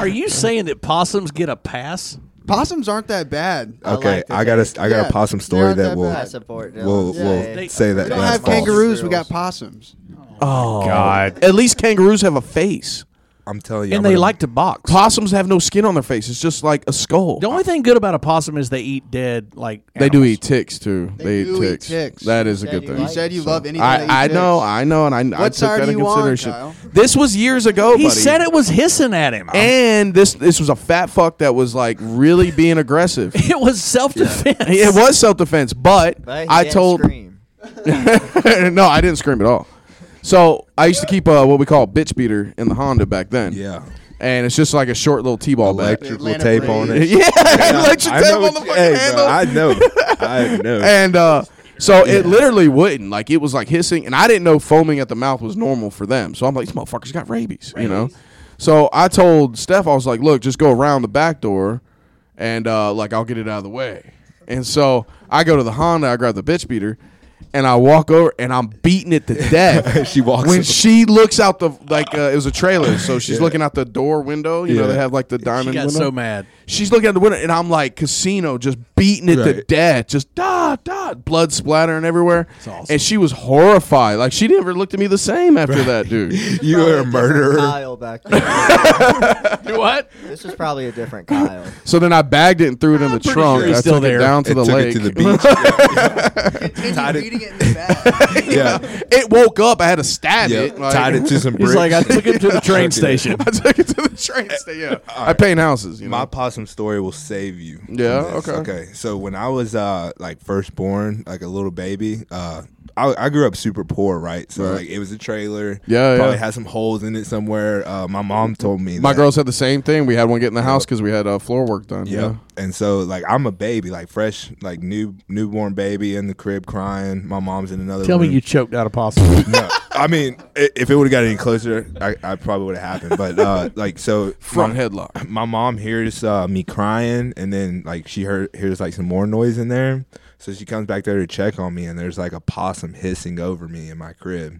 S3: Are you saying that possums get a pass?
S8: Possums aren't that bad.
S5: thing. Okay,
S7: like the
S5: I got a I got
S8: Yeah,
S5: a possum
S8: they're
S5: story
S8: not
S5: that
S8: that
S5: will
S7: I
S8: bad.
S7: support. Dylan.
S5: will
S7: Yeah.
S5: will say that
S8: We don't
S5: that's
S8: have
S5: false.
S8: kangaroos. We
S7: Girls.
S8: got possums.
S2: Oh God. At least kangaroos have a face.
S5: I'm telling you,
S3: And
S5: I'm
S3: they
S5: gonna-
S3: like to box.
S2: Possums have no skin on their face. It's just like a skull.
S3: the only thing good about a possum is they eat dead, like
S2: They do
S3: animals.
S2: eat ticks too. They, eat,
S8: do eat
S2: ticks.
S8: ticks.
S2: That is a
S7: Said
S2: good
S7: you
S2: thing.
S8: You
S7: Like,
S8: said you love anything. that eats
S2: I, I know,
S8: dicks.
S2: I know, and I, I
S8: What
S2: took
S8: side
S2: that
S8: are
S2: into
S8: you on,
S2: consideration.
S8: Kyle?
S2: this was years ago.
S3: He
S2: buddy.
S3: said it was hissing at him.
S2: and this this was a fat fuck that was like really being aggressive.
S3: it was self defense.
S2: it was self defense, but,
S7: But he
S2: I
S7: didn't
S2: told
S7: Scream.
S2: no, I didn't scream at all. So I used to keep uh, what we call a bitch beater in the Honda back then.
S5: yeah,
S2: and it's just like a short little t-ball bat.
S5: electrical
S8: Atlanta
S5: tape on
S8: Braves.
S5: it.
S2: yeah, electric
S5: I
S2: tape
S5: know
S2: on
S5: what
S2: the
S5: you-
S2: fucking
S5: hey, bro,
S2: handle.
S5: I know. I know.
S2: and uh, so it literally wouldn't. Like it was like hissing, and I didn't know foaming at the mouth was normal for them. So I'm like, these motherfuckers got rabies, you know. So I told Steph, I was like, look, just go around the back door, and uh, like I'll get it out of the way. And so I go to the Honda, I grab the bitch beater, and I walk over, and I'm beating it to death.
S5: She walks
S2: when
S5: up.
S2: she looks out the like uh, it was a trailer, so she's looking out the door window. You know
S5: Yeah.
S2: they have like the diamond.
S3: She got
S2: window
S3: so mad.
S2: she's looking at the window, and I'm like casino, just beating it to
S5: Right.
S2: death, just da da, blood splattering everywhere.
S3: awesome.
S2: And she was horrified. Like she never looked at me the same after that, dude.
S5: you
S7: Probably
S5: are a
S7: different
S5: murderer.
S7: Kyle back there.
S3: What?
S7: this was probably a different Kyle.
S2: So then I bagged it and threw it in the
S3: pretty
S2: trunk.
S3: sure
S2: I
S3: he's
S2: took
S3: still
S2: it
S3: there.
S2: down to
S5: It
S2: the
S5: took
S2: lake.
S5: it to the beach.
S8: Continue beating it in the back.
S5: yeah,
S2: It woke up. I had to stab
S5: yeah.
S2: it. Like,
S5: Tied it to some bricks.
S3: He's like, I took him to the train
S2: Oh,
S5: Fucking-
S3: station.
S2: I took it to the train station. Yeah, I paint houses. You know?
S5: My possum story will save you. from
S2: Yeah,
S5: this.
S2: okay.
S5: Okay. So when I was uh like first born, like a little baby, uh I, I grew up super poor, right? So like it was a trailer.
S2: Yeah,
S5: Probably
S2: yeah.
S5: had some holes in it somewhere. Uh my mom told me
S2: My
S5: that-
S2: girls had the same thing. We had one get in the house because we had uh, floor work done.
S5: Yep. And so like I'm a baby, like fresh, like new newborn baby in the crib crying. My mom's in another
S3: Tell me
S5: room.
S3: you choked out a possum.
S5: no, I mean, i- if it would have got any closer, I, I probably would have happened. But uh, like, so
S2: Front
S5: my,
S2: headlock.
S5: My mom hears uh, me crying, and then like she heard hears like some more noise in there. So she comes back there to check on me, and there's like a possum hissing over me in my crib.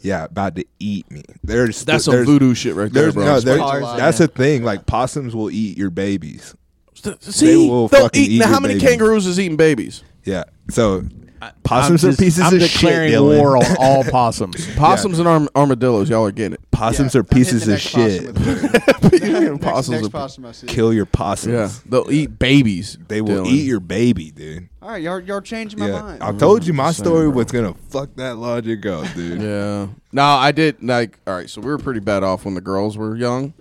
S5: Yeah, about to eat me. There's
S2: That's some
S5: there's,
S2: voodoo shit right there,
S5: There's,
S2: bro.
S5: no, there's,
S7: Tarzan.
S5: that's a thing. Like possums will eat your babies.
S2: See,
S5: will
S2: they'll
S5: fucking
S2: eat.
S5: eat
S2: Now,
S5: your
S2: how many
S5: babies.
S2: kangaroos is eating babies?
S5: Yeah. So Possums
S3: I'm
S5: are pieces
S3: I'm
S5: of shit,
S3: declaring
S5: Dylan.
S3: war on all possums.
S2: Possums and arm- armadillos, y'all are getting it.
S5: Possums
S8: Yeah,
S5: are
S8: I'm hitting
S5: pieces
S8: the
S5: of
S8: next possum
S5: shit.
S8: with a stick. next,
S2: possums
S8: next
S2: are-
S8: possum I see.
S5: Kill your possums.
S2: Yeah, they'll eat babies.
S5: They will
S2: Dylan.
S5: eat your baby, dude.
S8: All right, y'all, y'all changed my
S5: yeah,
S8: mind.
S5: I told you my
S2: Same,
S5: story
S2: bro.
S5: was gonna fuck that logic up, dude.
S2: Yeah. No, I did like all right, so we were pretty bad off when the girls were young.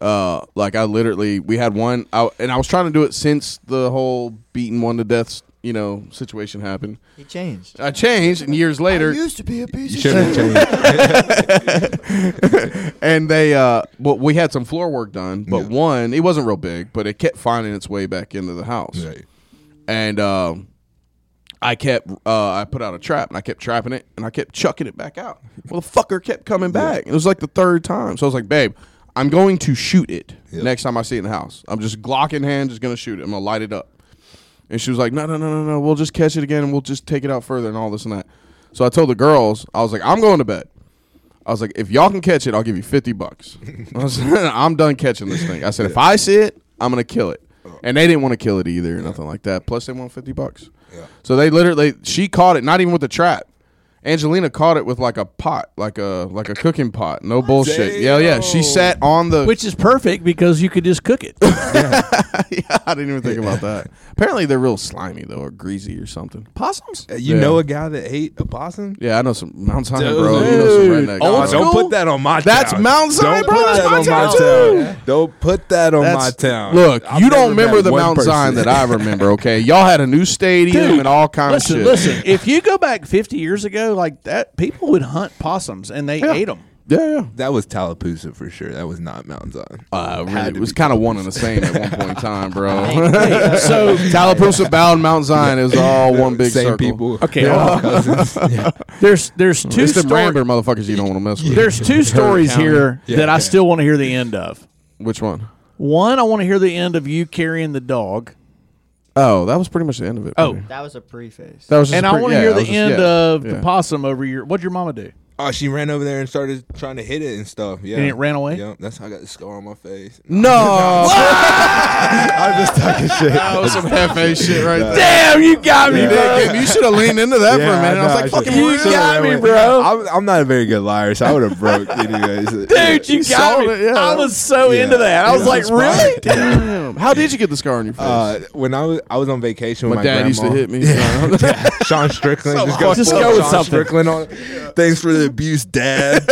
S2: Uh like I literally we had one I, and I was trying to do it since the whole beating one to death, you know, situation happened.
S7: He changed.
S2: I changed and years later
S7: used to be a piece
S5: You should have changed.
S2: and they uh well, we had some floor work done, but one, it wasn't real big, but it kept finding its way back into the house.
S5: Right.
S2: and um, I kept uh, I put out a trap and I kept trapping it and I kept chucking it back out. Well, the fucker kept coming back. It was like the third time, so I was like, "Babe, I'm going to shoot it
S5: Yep.
S2: next time I see it in the house. I'm just Glock in hand, just gonna shoot it. I'm gonna light it up." And she was like, "No, no, no, no, no. We'll just catch it again and we'll just take it out further and all this and that." So I told the girls, I was like, "I'm going to bed." I was like, if y'all can catch it, I'll give you 50 bucks. I was, I'm done catching this thing. I said, if I see it, I'm going to kill it.
S5: Oh.
S2: And they didn't want to kill it either, or nothing like that. Plus, they want 50 bucks.
S5: Yeah.
S2: So they literally, she caught it, not even with a trap. Angelina caught it with like a pot, like a like a cooking pot. No bullshit. Yeah, yeah. She sat on the.
S3: Which is perfect because you could just cook it.
S2: yeah, I didn't even think about that. Apparently, they're real slimy though, or greasy or something.
S3: Possums?
S5: Uh, You
S2: Yeah.
S5: know a guy that ate a possum?
S2: Yeah, I know some Mount Sinai, bro. You know some
S5: Dude,
S2: redneck.
S5: oh,
S2: bro.
S5: don't put that on my
S2: That's
S5: town.
S2: Mount Sinai,
S5: Don't
S2: bro.
S5: put
S2: That's
S5: that
S2: my
S5: on
S2: town,
S5: town. Don't put that on my
S2: That's-
S5: town.
S2: Look,
S5: I've
S2: you don't
S5: never
S2: remember
S5: met
S2: the
S5: one
S2: Mount
S5: person.
S2: Zion that I remember, okay? Y'all had a new stadium
S3: Dude,
S2: and all kinds
S3: listen,
S2: of shit.
S3: listen. If you go back 50 years ago, like that, people would hunt possums and they ate 'em. ate them.
S2: Yeah, yeah.
S5: That was Tallapoosa for sure. That was not Mount Zion.
S2: Uh, really, it was kind of one and the same at one point in time, bro.
S3: Hey, uh, so
S2: Tallapoosa, Bow, and Mount Zion is all one big
S5: Same
S2: circle.
S5: people.
S3: okay,
S5: They're all
S2: uh,
S3: well,
S5: cousins. Yeah.
S3: there's there's two
S2: It's the
S3: story-
S2: Rambler motherfuckers you don't want to mess with.
S3: there's two stories
S2: County.
S3: here
S5: Yeah,
S3: that I
S5: yeah.
S3: still want to hear the end of.
S2: Which one?
S3: One, I want to hear the end of you carrying the dog,
S2: Oh, that was pretty much the end of it.
S3: Oh.
S2: buddy.
S7: That was a preface.
S2: that was. Just
S3: and I
S2: pretty-
S3: want to
S2: yeah,
S3: hear
S2: that
S3: the
S2: was just-
S3: end
S2: yeah,
S3: of
S2: yeah.
S3: the possum over your. What'd your mama do?
S5: Oh, she ran over there and started trying to hit it and stuff. Yeah,
S3: And it ran away?
S5: Yep, that's how I got the scar on my face.
S2: No,
S5: I'm just talking shit.
S2: that was some hefe shit right there.
S3: Damn, you got me,
S2: Damn, you should have leaned into that for a minute. I was like, "Fucking
S3: you
S2: weird."
S3: got me, bro.
S5: I'm, I'm not a very good liar, so I would have broke anyways.
S3: dude, you got
S2: solved
S3: me.
S2: it, yeah.
S3: I was so
S5: Yeah.
S3: into that. I
S5: It
S3: was like,
S5: inspiring.
S3: really?
S2: Damn. How did you get the scar on your face?
S5: Uh, when I was I was on vacation
S2: my,
S5: with my
S2: dad
S5: grandma.
S2: used to hit me.
S5: Sean Strickland. just go,
S3: Just
S5: full
S3: go with
S5: Sean
S3: something.
S5: Strickland on. Thanks for the abuse, Dad.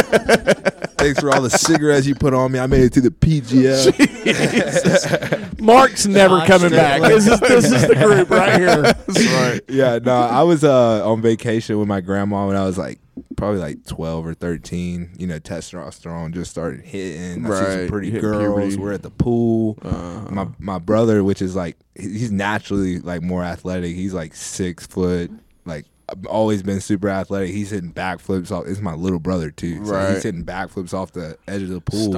S5: Thanks for all the cigarettes you put on me. I made it to the PGL.
S3: Mark's never
S7: Josh
S3: coming back. This is
S7: Strickland.
S3: this is the group right here.
S5: yeah, no, I was uh, on vacation with my grandma when I was like probably like twelve or thirteen. You know, testosterone just started hitting. I see some
S2: Right,
S5: pretty
S2: you hit
S5: girls.
S2: puberty. Uh-huh.
S5: We're at the pool. My my brother, which is like he- he's naturally like more athletic. He's like six foot. Like I've always been super athletic. He's hitting backflips off. It's my little brother too. So
S2: Right.
S5: he's hitting backflips off the edge of the pool.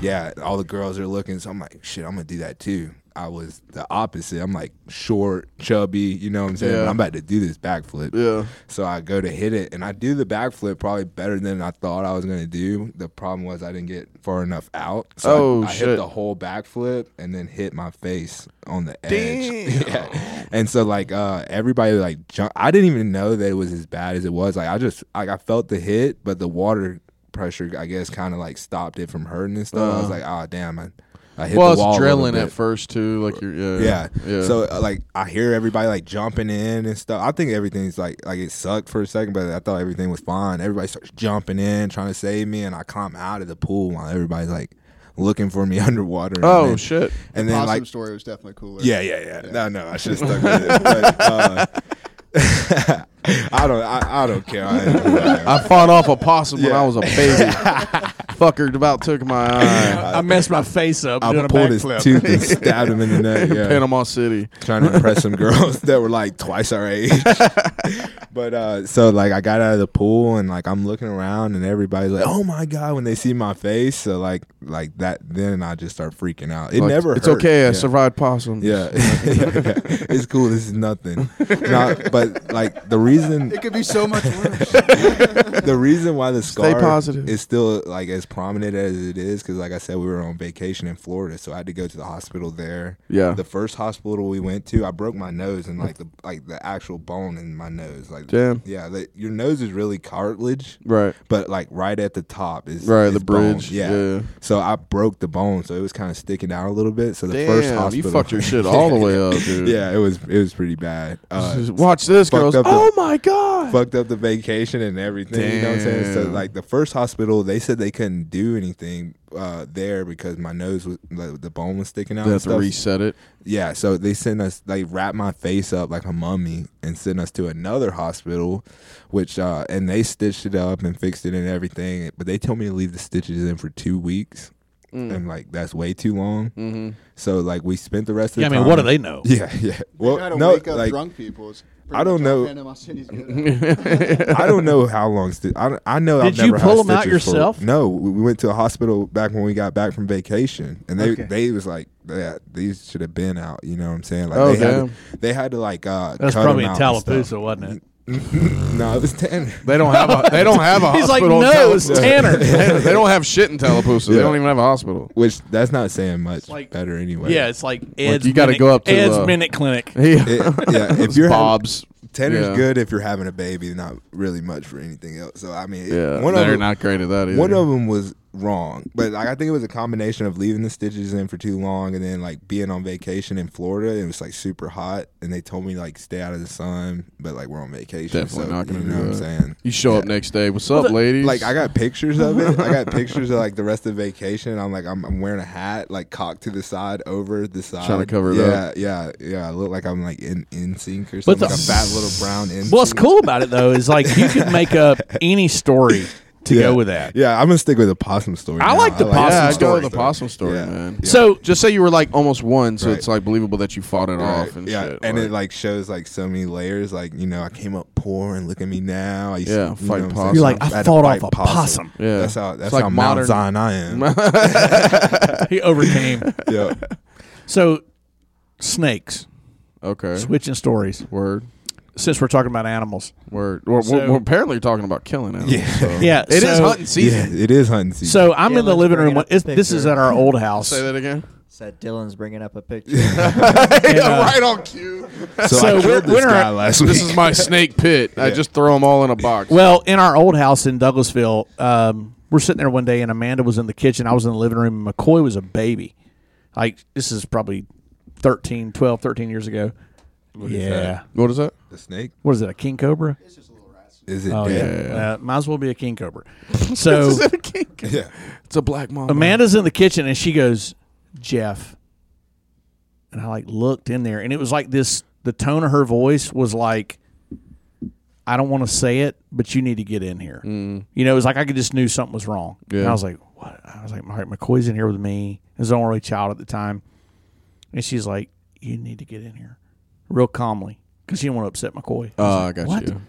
S5: Yeah, all the girls are looking. So I'm like, shit, I'm gonna do that too. I was the opposite. I'm like short, chubby. You know what I'm saying?
S2: Yeah.
S5: But I'm about to do this backflip.
S2: Yeah.
S5: So I go to hit it, and I do the backflip probably better than I thought I was gonna do. The problem was I didn't get far enough out. So I-
S2: Oh,
S5: I,
S2: shit.
S5: hit the whole backflip and then hit my face on the edge. yeah. And so like uh, everybody like jump. I didn't even know that it was as bad as it was. Like I just like I felt the hit, but the water pressure I guess kind of like stopped it from hurting and stuff. I was like, oh damn, I, I hit
S2: Uh-huh. well,
S5: the wall.
S2: it's
S5: a little
S2: drilling
S5: bit."
S2: at first too. Like you're,
S5: Yeah.
S2: yeah,
S5: So uh, like I hear everybody like jumping in and stuff. I think everything's like like it sucked for a second, but I thought everything was fine. Everybody starts jumping in, trying to save me, and I climb out of the pool while everybody's like looking for me underwater. And
S2: oh
S5: then-
S2: shit.
S5: And then
S8: Possum
S5: like
S8: story was definitely cooler.
S5: yeah, yeah, yeah, No, no, I should have stuck with it. But, uh, I don't, I, I don't care. I ain't gonna lie.
S2: I fought off a possum when
S5: Yeah.
S2: I was a baby. Fucker about took my eye.
S3: I messed my face up
S5: I
S3: doing a
S5: pulled his
S3: backflip.
S5: tooth and stabbed him in the neck. Yeah.
S2: Panama City.
S5: trying to impress some girls that were like twice our age. but uh so like I got out of the pool and like I'm looking around and everybody's like, "Oh my god!" when they see my face. So like like that, then I just start freaking out. It
S2: Like,
S5: never.
S2: It's
S5: hurt.
S2: okay. I
S5: Yeah.
S2: survived possums.
S5: Yeah. it's cool. This is nothing. No, but like the reason
S8: It could be so much worse.
S5: the reason why the scar
S2: positive.
S5: is still like as prominent as it is because, like I said, we were on vacation in Florida, so I had to go to the hospital there.
S11: Yeah.
S5: The first hospital we went to, I broke my nose and like the like the actual bone in my nose. Like
S11: Damn.
S5: Yeah, the, your nose is really cartilage,
S11: Right.
S5: but like right at the top is
S11: Right,
S5: is
S11: the
S5: bone.
S11: bridge,
S5: Yeah.
S11: yeah.
S5: So I broke the bone, so it was kind of sticking out a little bit. So the
S11: Damn,
S5: first hospital,
S11: you fucked your shit all the way up, dude.
S5: yeah, it was it was pretty bad. Uh,
S11: Just Watch this,
S5: fucked
S11: girls.
S5: up the-
S11: oh my god.
S5: fucked up the vacation and everything. You know what I'm saying? So
S11: Damn.
S5: like the first hospital, they said they couldn't do anything uh, there because my nose was like, the bone was sticking out.
S11: They
S5: and
S11: have to
S5: stuff.
S11: reset it.
S5: yeah, so they sent us they wrapped my face up like a mummy and sent us to another hospital, which uh, and they stitched it up and fixed it and everything. But they told me to leave the stitches in for two weeks. And like that's way too long. Mm-hmm. So like we spent the rest of
S3: Yeah, I
S5: the
S3: mean,
S5: time-
S3: what do they know?
S5: Yeah, yeah.
S8: gotta
S5: Well, no,
S8: wake up
S5: like
S8: drunk people. It's
S5: I don't
S8: pretty
S5: know.
S8: much how Panama City's good at.
S5: I don't know how long. Sti- I I know. I've
S3: Did you
S5: never
S3: pull
S5: had
S3: 'em out
S5: stitches for-
S3: yourself?
S5: no, we we went to a hospital back when we got back from vacation, and they
S3: Okay.
S5: they was like, yeah, these should have been out. You know what I'm saying? Like
S11: Oh,
S5: they
S11: damn.
S5: had to, they had to like uh,
S3: That's
S5: cut
S3: probably
S5: 'em
S3: in
S5: out and stuff.
S3: Tallapoosa, wasn't it?
S5: No, it was Tanner.
S11: They don't have a. They don't have a
S3: He's like,
S11: hospital. in
S3: no, it's
S11: Tallapoosa.
S3: Tanner.
S11: they, they don't have shit in Tallapoosa. They
S5: Yeah.
S11: don't even have a hospital.
S5: Which that's not saying much
S3: like-
S5: better anyway.
S3: Yeah, it's like Ed's.
S11: you gotta
S3: Minute-
S11: go up to,
S3: Ed's
S11: uh,
S3: Minute Clinic.
S5: It- yeah. If
S11: It's
S5: you're having-
S11: Bob's.
S5: Tanner's
S11: yeah.
S5: good if you're having a baby, not really much for anything else. So I mean,
S11: Yeah,
S5: one of
S11: they're
S5: them-
S11: not great at that either.
S5: One of them was wrong, but like I think it was a combination of leaving the stitches in for too long, and then like being on vacation in Florida. It was like super hot, and they told me like stay out of the sun, but like we're on vacation,
S11: Definitely
S5: so,
S11: not gonna
S5: You
S11: do
S5: know what I'm
S11: that.
S5: saying?
S11: You show up next day. What's up,
S3: the-
S11: ladies?
S5: Like I got pictures of it. I got pictures of like the rest of vacation. I'm like I'm, I'm wearing a hat, like cocked to the side, over the side,
S11: Trying to cover it
S5: yeah,
S11: up.
S5: Yeah, yeah, I look like I'm like in in sync or
S3: But
S5: something.
S3: the-
S5: like a fat little brown in.
S3: What's cool about it though is like you can make up any story to
S5: yeah.
S3: go with that.
S5: Yeah, I'm gonna stick with the possum story.
S3: I
S5: now.
S3: like the possum
S11: yeah, I go
S3: story.
S11: with the possum story,
S5: Yeah.
S11: man.
S3: So
S11: Just say you were like almost one, so
S5: Right.
S11: it's like believable that you fought it
S5: Right,
S11: off and
S5: yeah,
S11: shit.
S5: and it like shows like so many layers. Like you know, I came up poor, and look at me now. I used
S11: Yeah,
S5: to,
S11: fight
S5: you know what I'm
S11: possum.
S5: saying?
S3: You're like, I
S5: had to
S3: fought
S5: fight
S3: off a possum.
S11: Yeah.
S5: That's how. That's
S11: It's like
S5: how
S11: modern-
S5: modern Zion I am.
S3: he overcame.
S5: yeah,
S3: So snakes.
S11: okay.
S3: Switching stories.
S11: Word,
S3: Since we're talking about animals.
S11: word. Well,
S3: So-
S11: we're, we're apparently talking about killing animals. Yeah,
S3: Yeah.
S11: it is
S3: so,
S11: hunting
S5: yeah,
S11: season.
S5: it is hunting season.
S3: So I'm
S9: Yeah,
S3: in the
S9: let's
S3: living
S9: bring
S3: room.
S9: up
S3: It's,
S9: the
S3: this is
S9: picture.
S3: at our old house.
S11: Say that again.
S9: Said Dylan's bringing up a picture.
S3: And, uh,
S11: right on cue.
S5: So,
S3: so
S5: I
S3: we're-
S5: killed this
S3: we're-
S5: guy last week.
S11: This is my snake pit. I just throw them all in a box.
S3: Well, in our old house in Douglasville, um, we're sitting there one day, and Amanda was in the kitchen. I was in the living room, and McCoy was a baby. Like, this is probably 13, 12, 13 years ago. yeah.
S11: what is that?
S5: the snake.
S3: What is it, a king cobra?
S5: Is it
S3: Oh, yeah.
S5: dead?
S3: Uh, might as well be a king cobra. So
S5: Yeah.
S11: It's a black mamba.
S3: Amanda's in the kitchen, and she goes, Jeff. And I, like, looked in there, and it was like this the tone of her voice was like, I don't want to say it, but you need to get in here. You know, it was like I could just knew something was wrong.
S11: Yeah.
S3: And I was like, what? I was like, all right, McCoy's in here with me. I was the only child at the time. And she's like, you need to get in here real calmly because she didn't want to upset McCoy. I
S11: Oh,
S3: was
S11: I
S3: like,
S11: got
S3: what?
S11: you.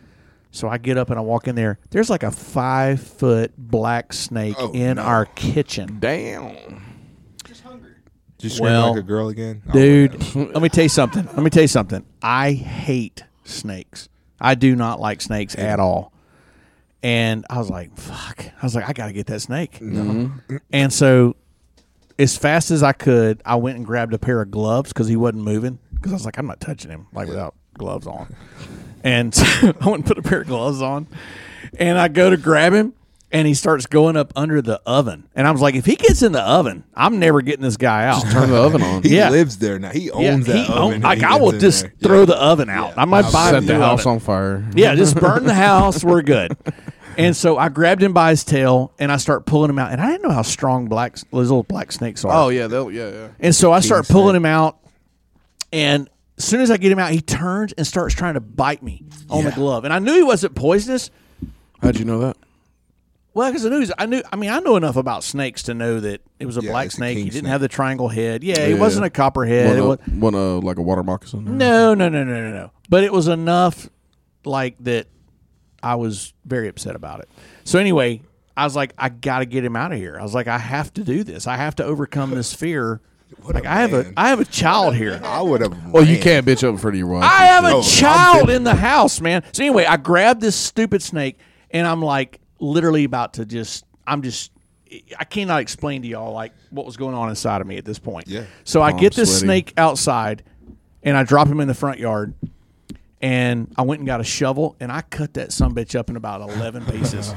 S3: So I get up and I walk in there. There's like a five foot black snake
S5: Oh,
S3: in
S5: no.
S3: our kitchen.
S11: Damn.
S5: Just scream
S3: Well,
S5: like a girl again, Oh,
S3: Dude, let me tell you something. Let me tell you something. I hate snakes. I do not like snakes at all. And I was like, fuck. I was like, I got to get that snake. And so, as fast as I could, I went and grabbed a pair of gloves because he wasn't moving. Because I was like, I'm not touching him like without gloves on. And so I went and put a pair of gloves on, and I go to grab him, and he starts going up under the oven. And I was like, if he gets in the oven, I'm never getting this guy out.
S11: Turn the oven on.
S5: Oh, He
S3: yeah.
S5: lives there now. He owns
S3: Yeah,
S5: that
S3: he
S5: oven.
S3: own- like I will just throw the oven out. I might buy a
S11: Set
S3: new
S11: the house
S3: oven.
S11: on fire.
S3: Yeah, just burn the house. We're good. And so I grabbed him by his tail and I start pulling him out. And I didn't know how strong black those little black snakes are.
S11: Oh yeah, they'll yeah yeah.
S3: And so I start pulling him out, and as soon as I get him out, he turns and starts trying to bite me on the glove. And I knew he wasn't poisonous.
S11: How'd you know that?
S3: Well, because I knew, he's- I knew, I mean, I know enough about snakes to know that it was a black
S5: it's a
S3: snake. He
S5: king
S3: didn't
S5: snake.
S3: have the triangle head. Yeah, he wasn't a copperhead.
S11: One,
S3: It
S11: uh,
S3: was,
S11: one uh, like a water moccasin.
S3: no, no, no, no, no, no. But it was enough, like that. I was very upset about it. So anyway, I was like, I got to get him out of here. I was like, I have to do this. I have to overcome this fear. like I have a,
S5: man.
S3: I have a child here.
S5: I would have.
S3: Oh,
S11: Well, Oh, you can't bitch up in front of your wife.
S3: I have a
S5: Oh, I'm
S3: child
S5: feeling
S3: in the house, man. So anyway, I grab this stupid snake and I'm like literally about to just I'm just I cannot explain to y'all like what was going on inside of me at this point.
S5: Yeah.
S3: So I
S2: Oh,
S3: get
S2: I'm
S3: this
S2: sweaty.
S3: snake outside, and I drop him in the front yard, and I went and got a shovel and I cut that son bitch up in about eleven pieces.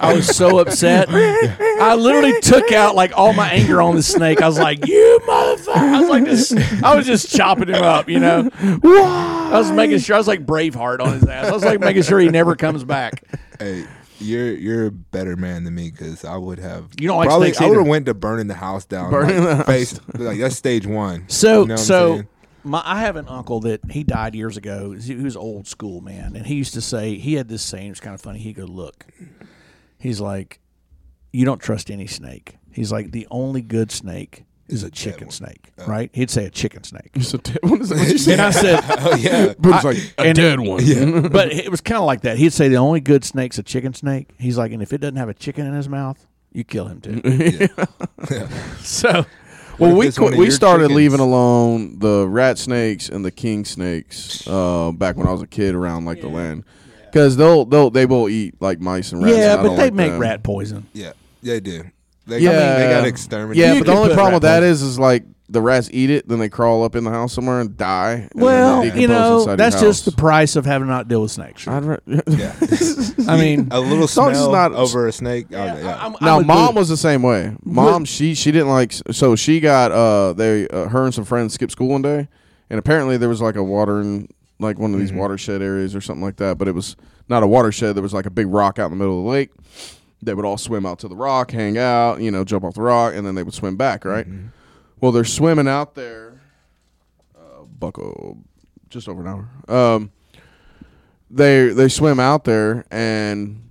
S3: I was so upset. I literally took out like all my anger on the snake. I was like, "You motherfucker!" I was like, this, I was just chopping him up, you know. I was making sure I was like Braveheart on his ass. I was like making sure he never comes back.
S5: Hey, you're you're a better man than me because I would have.
S3: You don't like
S5: probably
S3: snakes
S5: I would have
S3: either.
S5: went to burning the house down. Burning the face, like that's stage one.
S3: So
S5: You know what I'm
S3: so
S5: saying?
S3: my I have an uncle that he died years ago. He was old school man, and he used to say he had this saying. It's kind of funny. He go look. He's like, you don't trust any snake. He's like the only good snake is a chicken snake, right? He'd say a chicken snake.
S2: It's a t- what is that? What'd you say?
S3: And I said,
S5: oh yeah,
S2: Boom's like a
S3: and-
S2: dead one. Yeah.
S3: but it was kind of like that. He'd say the only good snake's a chicken snake. He's like, and if it doesn't have a chicken in his mouth, you kill him too. so
S2: Well,
S5: if
S2: we
S5: it's one
S2: qu-
S5: of
S2: we
S5: your
S2: started
S5: chickens?
S2: leaving alone the rat snakes and the king snakes uh, back when I was a kid around like the land because they'll they'll they will eat like mice and rats. and
S3: yeah,
S2: I
S3: but
S2: don't
S3: they
S2: like
S3: make
S2: them.
S3: rat poison.
S5: yeah, they do. They,
S2: Yeah,
S5: I mean, they got exterminated.
S2: Yeah,
S3: You
S2: but the
S3: could
S2: only
S3: put
S2: problem with
S3: rat
S2: that is is like the rats eat it, then they crawl up in the house somewhere and die. and then
S3: Well,
S2: they decompose
S3: you
S2: inside
S3: know,
S2: your
S3: that's just the
S2: house.
S3: price of having to not deal with snakes. I,
S2: I'd ra-
S3: mean,
S5: a little
S2: As long
S5: smell
S2: as it's not-
S5: over a snake. oh, yeah.
S3: I'm- I'm
S2: Now,
S3: with
S2: mom
S3: Luke.
S2: was the same way. Mom, she she didn't like. So she got uh they uh, her and some friends skipped school one day, and apparently there was like a water and like one of these watershed areas or something like that. But it was not a watershed. There was like a big rock out in the middle of the lake. They would all swim out to the rock, hang out, you know, jump off the rock, and then they would swim back. Right. Well, they're swimming out there. Uh, bucko, just over an hour. Um, they they swim out there and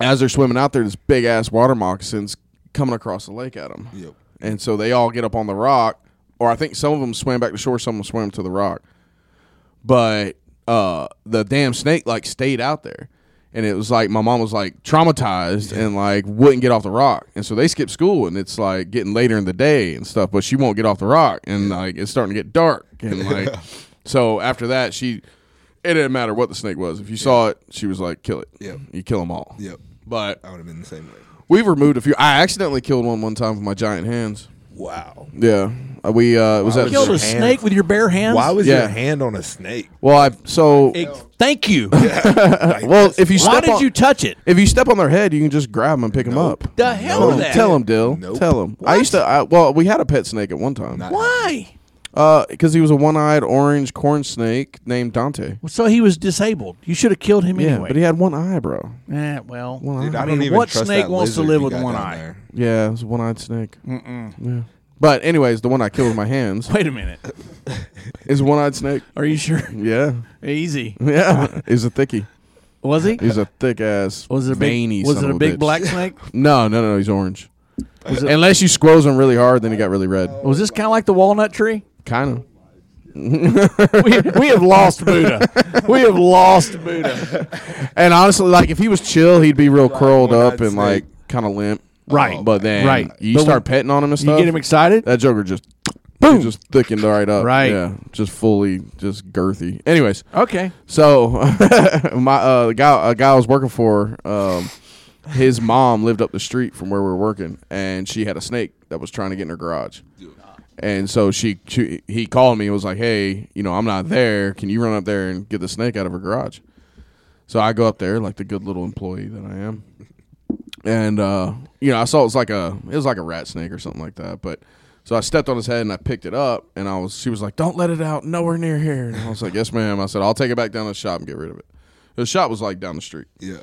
S2: as they're swimming out there, this big ass water moccasins coming across the lake at them.
S5: Yep.
S2: And so they all get up on the rock, or I think some of them swam back to shore, some of them swam to the rock. But uh, the damn snake like stayed out there, and it was like my mom was like traumatized and like wouldn't get off the rock, and so they skipped school, and it's like getting later in the day and stuff, but she won't get off the rock, and like it's starting to get dark, and like so after that she. It didn't matter what the snake was. If you saw it, she was like, "Kill it."
S5: Yep.
S2: You kill them all.
S5: Yep.
S2: But
S5: I would have been the same way.
S2: we've removed a few. I accidentally killed one one time with my giant hands.
S5: Wow.
S2: Yeah, Uh, we uh, was that
S3: killed a
S5: Your hands.
S3: snake with your bare hands.
S5: Why was
S2: Yeah.
S5: your hand on a snake?
S2: well. I so
S3: It- Thank you.
S2: well if you
S3: Why
S2: step
S3: did
S2: on,
S3: you touch it?
S2: if you step on their head, you can just grab them and pick them up.
S3: The hell
S2: Tell
S3: with
S2: 'em-
S3: that?
S2: Tell them, Dill.
S5: Nope.
S2: Tell them. I used to. I, well, we had a pet snake at one time.
S5: Not-
S3: Why?
S2: because he was a one-eyed orange corn snake named Dante.
S3: So he was disabled. You should have killed him
S2: Yeah,
S3: anyway.
S2: but he had one eye, bro.
S3: Eh, well,
S5: Dude, I,
S3: I
S5: don't
S3: mean,
S5: even
S3: what
S5: trust
S3: snake
S5: that
S3: wants to
S5: lizard
S3: live
S5: you
S3: with
S5: got
S3: one
S5: down
S3: eye?
S5: there.
S2: Yeah, it was a one-eyed snake. Mm-mm. Yeah. But anyways, the one I killed with my hands
S3: wait a minute.
S2: is a one-eyed snake.
S3: Are you sure?
S2: Yeah,
S3: Easy.
S2: yeah. He's a thickie.
S3: Was he?
S2: He's a thick ass.
S3: Was it a
S2: veiny
S3: big? Was
S2: son
S3: it a
S2: of
S3: big
S2: bitch.
S3: black snake?
S2: No, no, no, no. He's orange. Unless you squoze him really hard, then he got really red.
S3: Was this kind of like the walnut tree?
S2: Kind of.
S3: we, we have lost Buddha. We have lost Buddha.
S2: And honestly, like if he was chill, he'd be real curled
S5: one-eyed
S2: up and
S5: snake.
S2: like kind of limp.
S3: Right.
S2: But then
S3: Right.
S2: you
S3: But
S2: start
S3: when-
S2: petting on him and
S3: You
S2: stuff.
S3: get him excited?
S2: that Joker just boom, just thickened right up.
S3: Right.
S2: Yeah. Just fully, just girthy. Anyways,
S3: Okay.
S2: So my uh, the guy a guy I was working for, um, his mom lived up the street from where we were working, and she had a snake that was trying to get in her garage. And so she, she he called me and was like, "Hey, you know I'm not there. Can you run up there and get the snake out of her garage?" So I go up there like the good little employee that I am, and uh, you know I saw it was like a it was like a rat snake or something like that. But so I stepped on his head and I picked it up, and I was she was like, "Don't let it out, nowhere near here." And I was like, "Yes, ma'am." I said, "I'll take it back down to the shop and get rid of it." The shop was like down the street,
S5: Yeah.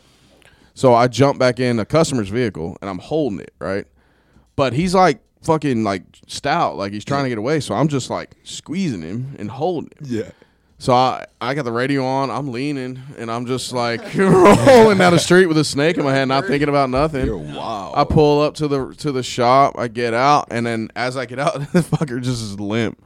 S2: so I jumped back in a customer's vehicle and I'm holding it right, but he's like fucking like stout, like he's trying to get away. So I'm just like squeezing him and holding him.
S5: Yeah.
S2: So I, I got the radio on, I'm leaning, and I'm just like rolling down the street with a snake in my hand, not thinking about nothing.
S5: Wow.
S2: I pull up to the to the shop, I get out, and then as I get out, the fucker just is limp.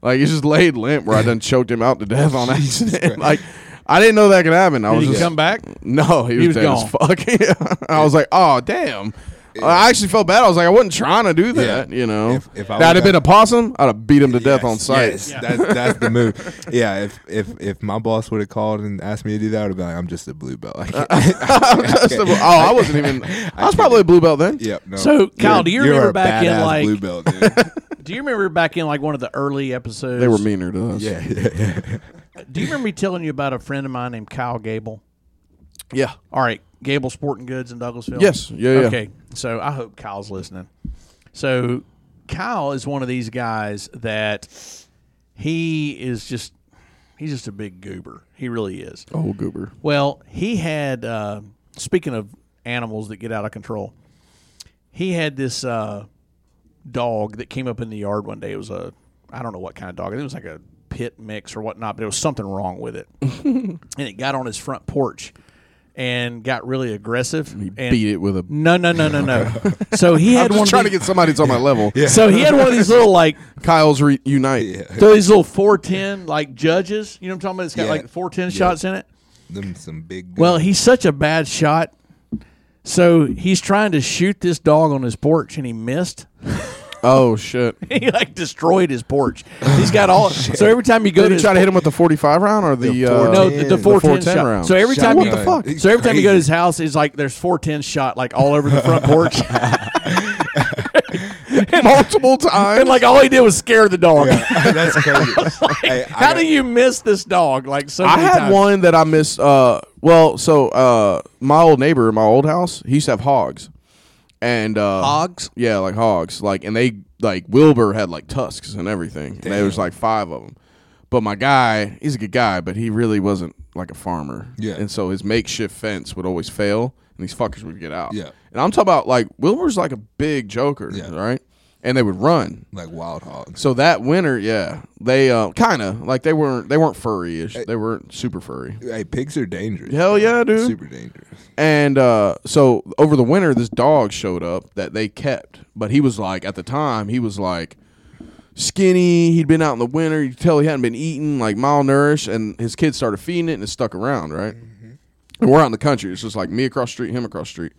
S2: Like he just laid limp where I done choked him out to death on accident. like I didn't know that could happen. I
S3: Did
S2: was
S3: he
S2: just
S3: come back?
S2: no, he, was,
S3: was
S2: dead as fuck. I was like, oh damn. I actually felt bad. I was like, I wasn't trying to do that.
S5: Yeah.
S2: You know,
S5: If- if I
S2: that'd have
S5: would've-
S2: been a possum, I'd have beat him to death
S5: Yes,
S2: on sight.
S5: yes, that's, that's the move. Yeah, if if if my boss would have called and asked me to do that, I would have been like, I'm just a blue belt. I
S2: Uh,
S5: can't.
S2: That's the- oh, I wasn't even. I was probably a blue belt then.
S5: yep. No.
S3: So, Kyle, do you
S5: You're- you're
S3: remember
S5: a
S3: back in,
S5: badass
S3: like-
S5: blue belt? Dude.
S3: Do you remember back in like one of the early episodes?
S2: They were meaner to us.
S5: yeah, yeah.
S3: Do you remember me telling you about a friend of mine named Kyle Gable?
S2: Yeah.
S3: All right, Gable Sporting Goods in Douglasville.
S2: Yes. Yeah, yeah.
S3: Okay. So I hope Kyle's listening. So Kyle is one of these guys that he is just he's just a big goober. He really is.
S2: Old goober.
S3: Well, he had uh, speaking of animals that get out of control, he had this uh, dog that came up in the yard one day. It was a I don't know what kind of dog. It was like a pit mix or whatnot, but there was something wrong with it, and it got on his front porch and got really aggressive. And
S2: Beat it with a.
S3: No, no, no, no, no. so he had
S2: I'm
S3: one.
S2: just
S3: of
S2: trying to
S3: these-
S2: get somebody that's on my level. yeah.
S3: So he had one of these little like
S2: Kyle's reunite.
S3: so these little four ten like judges. You know what I'm talking about? It's got
S5: Yeah.
S3: like four ten shots in it.
S5: Them some big.
S3: Well, he's such a bad shot. So he's trying to shoot this dog on his porch and he missed.
S2: Oh shit!
S3: he like destroyed his porch. He's got all. so every time you go
S2: Did
S3: to
S2: he
S3: his
S2: try to hit him with the 45 round or the, uh,
S3: no the, the four ten shot.
S2: round?
S3: So every time
S2: what
S3: you
S2: the fuck?
S3: so every time you go to his house, it's like there's four ten shot like all over the front porch.
S2: Multiple times.
S3: and like all he did was scare the dog.
S5: That's crazy. Hey, I
S3: How
S5: got-
S3: do you miss this dog? Like so.
S2: I
S3: many
S2: had
S3: times?
S2: one that I missed. Uh, well, so uh, my old neighbor in my old house, he used to have hogs, and uh,
S3: Hogs?
S2: yeah, like hogs, like and they like Wilbur had like tusks and everything. And there was like five of them, but my guy, he's a good guy, but he really wasn't like a farmer.
S5: Yeah.
S2: and so his makeshift fence would always fail, and these fuckers would get out.
S5: Yeah.
S2: and I'm talking about like Wilbur's like a big joker,
S5: Yeah.
S2: right? And they would run.
S5: like wild hogs.
S2: So that winter, yeah, they uh, kind of like they weren't they weren't furry ish. They weren't super furry.
S5: Hey, pigs are dangerous.
S2: Hell yeah, dude.
S5: Super dangerous.
S2: And uh, so over the winter, this dog showed up that they kept, but he was like at the time he was like skinny. He'd been out in the winter. You could tell he hadn't been eating, like malnourished, and his kids started feeding it and it stuck around, right? And we're out in the country. It's just like me across the street, him across the street,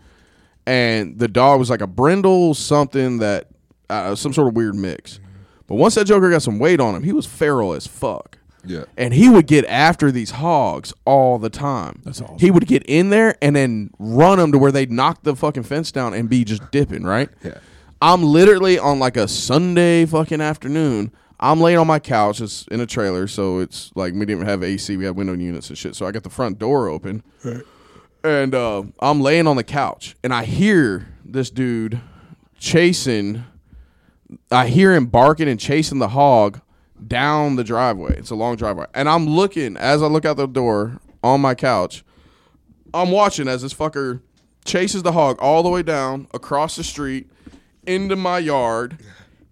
S2: and the dog was like a brindle something that uh, some sort of weird mix. But once that Joker got some weight on him, he was feral as fuck.
S5: Yeah.
S2: And he would get after these hogs all the time. That's awesome. He would get in there and then run them to where they'd knock the fucking fence down and be just dipping, right?
S5: Yeah.
S2: I'm literally on like a Sunday fucking afternoon. I'm laying on my couch. It's in a trailer, so it's like we didn't have AC. We had window units and shit. So I got the front door open, and uh, I'm laying on the couch, and I hear this dude chasing. I hear him barking and chasing the hog down the driveway. It's a long driveway, and I'm looking as I look out the door on my couch. I'm watching as this fucker chases the hog all the way down across the street into my yard,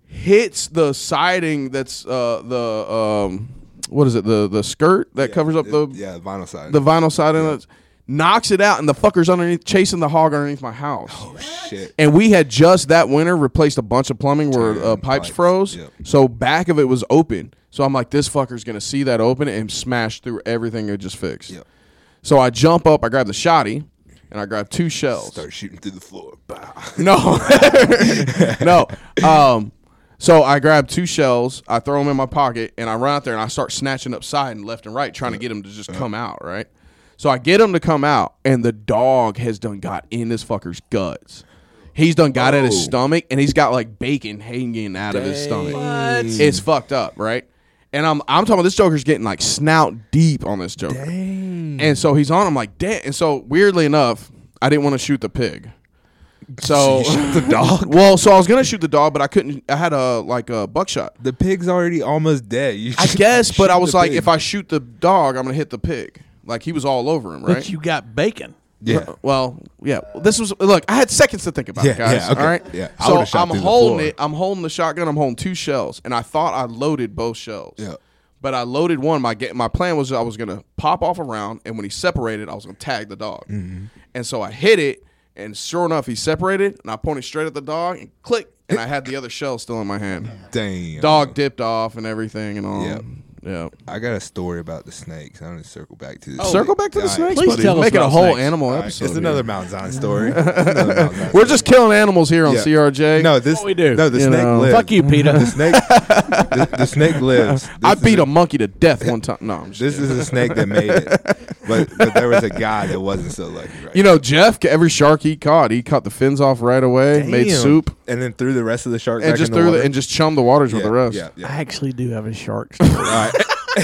S2: hits the siding that's uh, the um, what is it the the skirt that covers up the
S5: yeah vinyl side.
S2: the vinyl siding, that's- knocks it out, and the fucker's underneath chasing the hog underneath my house.
S5: shit.
S2: And we had just that winter replaced a bunch of plumbing where uh, pipes,
S5: pipes,
S2: froze.
S5: yep.
S2: So back of it was open. So I'm like, this fucker's gonna see that open and smash through everything it just fixed.
S5: Yep.
S2: So I jump up, I grab the shotty, and I grab two shells.
S5: Start shooting through the floor. Bah.
S2: No, no. Um, so I grab two shells, I throw them in my pocket, and I run out there and I start snatching up side and left and right, trying to get them to just come out. Right. So I get him to come out, and the dog has done got in this fucker's guts. He's done got at his stomach, and he's got like bacon hanging out of his stomach. It's fucked up, right? And I'm I'm talking about this Joker's getting like snout deep on this Joker. And so he's on him like damn. And so weirdly enough, I didn't want to shoot the pig. So the dog. well, so I was gonna shoot the dog, but I couldn't. I had a like a buckshot.
S5: The pig's already almost dead. You
S2: I
S5: should
S2: guess,
S5: shoot
S2: but I was
S5: the
S2: like,
S5: pig.
S2: if I shoot the dog, I'm gonna hit the pig. Like he was all over him,
S3: But
S2: right?
S3: you got bacon.
S5: yeah.
S2: Well, yeah. This was look. I had seconds to think about it,
S5: Yeah,
S2: guys.
S5: yeah, okay,
S2: All right.
S5: yeah. I
S2: So
S5: would've shot
S2: I'm
S5: through the
S2: holding
S5: floor.
S2: it. I'm holding the shotgun. I'm holding two shells, and I thought I loaded both shells.
S5: Yeah.
S2: But I loaded one. My ga- my plan was I was gonna pop off around, and when he separated, I was gonna tag the dog.
S5: Mm-hmm.
S2: And so I hit it, and sure enough, he separated, and I pointed straight at the dog, and click, and I had the other shell still in my hand.
S5: Damn.
S2: Dog dipped off and everything and all.
S5: Yep.
S2: Yeah.
S5: I got a story about the snakes. I'm gonna circle back to this.
S2: Circle back to the
S5: All right.
S2: snakes.
S3: Oh, Please
S2: buddy.
S3: tell us
S2: Make it a
S3: about
S2: whole
S3: snakes.
S2: animal
S5: All right.
S2: episode.
S5: It's
S2: here.
S5: another Mount Zion story. It's another Mount Zion
S2: We're just killing animals here on
S5: Yeah.
S2: CRJ.
S5: no this
S3: what we do.
S5: No, the
S2: You
S5: snake
S2: know.
S5: lives.
S3: Fuck you,
S5: The
S3: Peter.
S5: snake. the, the snake lives. This
S2: I
S5: is
S2: beat
S5: a-
S2: a monkey to death one time. No, I'm just
S5: This is a snake that made it, but but there was a guy that wasn't so lucky. Right?
S2: You know, Jeff, every shark he caught, he cut the fins off right away, made
S5: Damn.
S2: soup,
S5: and then threw the rest of the shark
S2: and
S5: back
S2: just
S5: in the
S2: threw
S5: water.
S2: the, and just chummed the waters with
S5: Yeah,
S2: the rest.
S5: Yeah, yeah.
S3: I actually do have a shark.
S5: All right.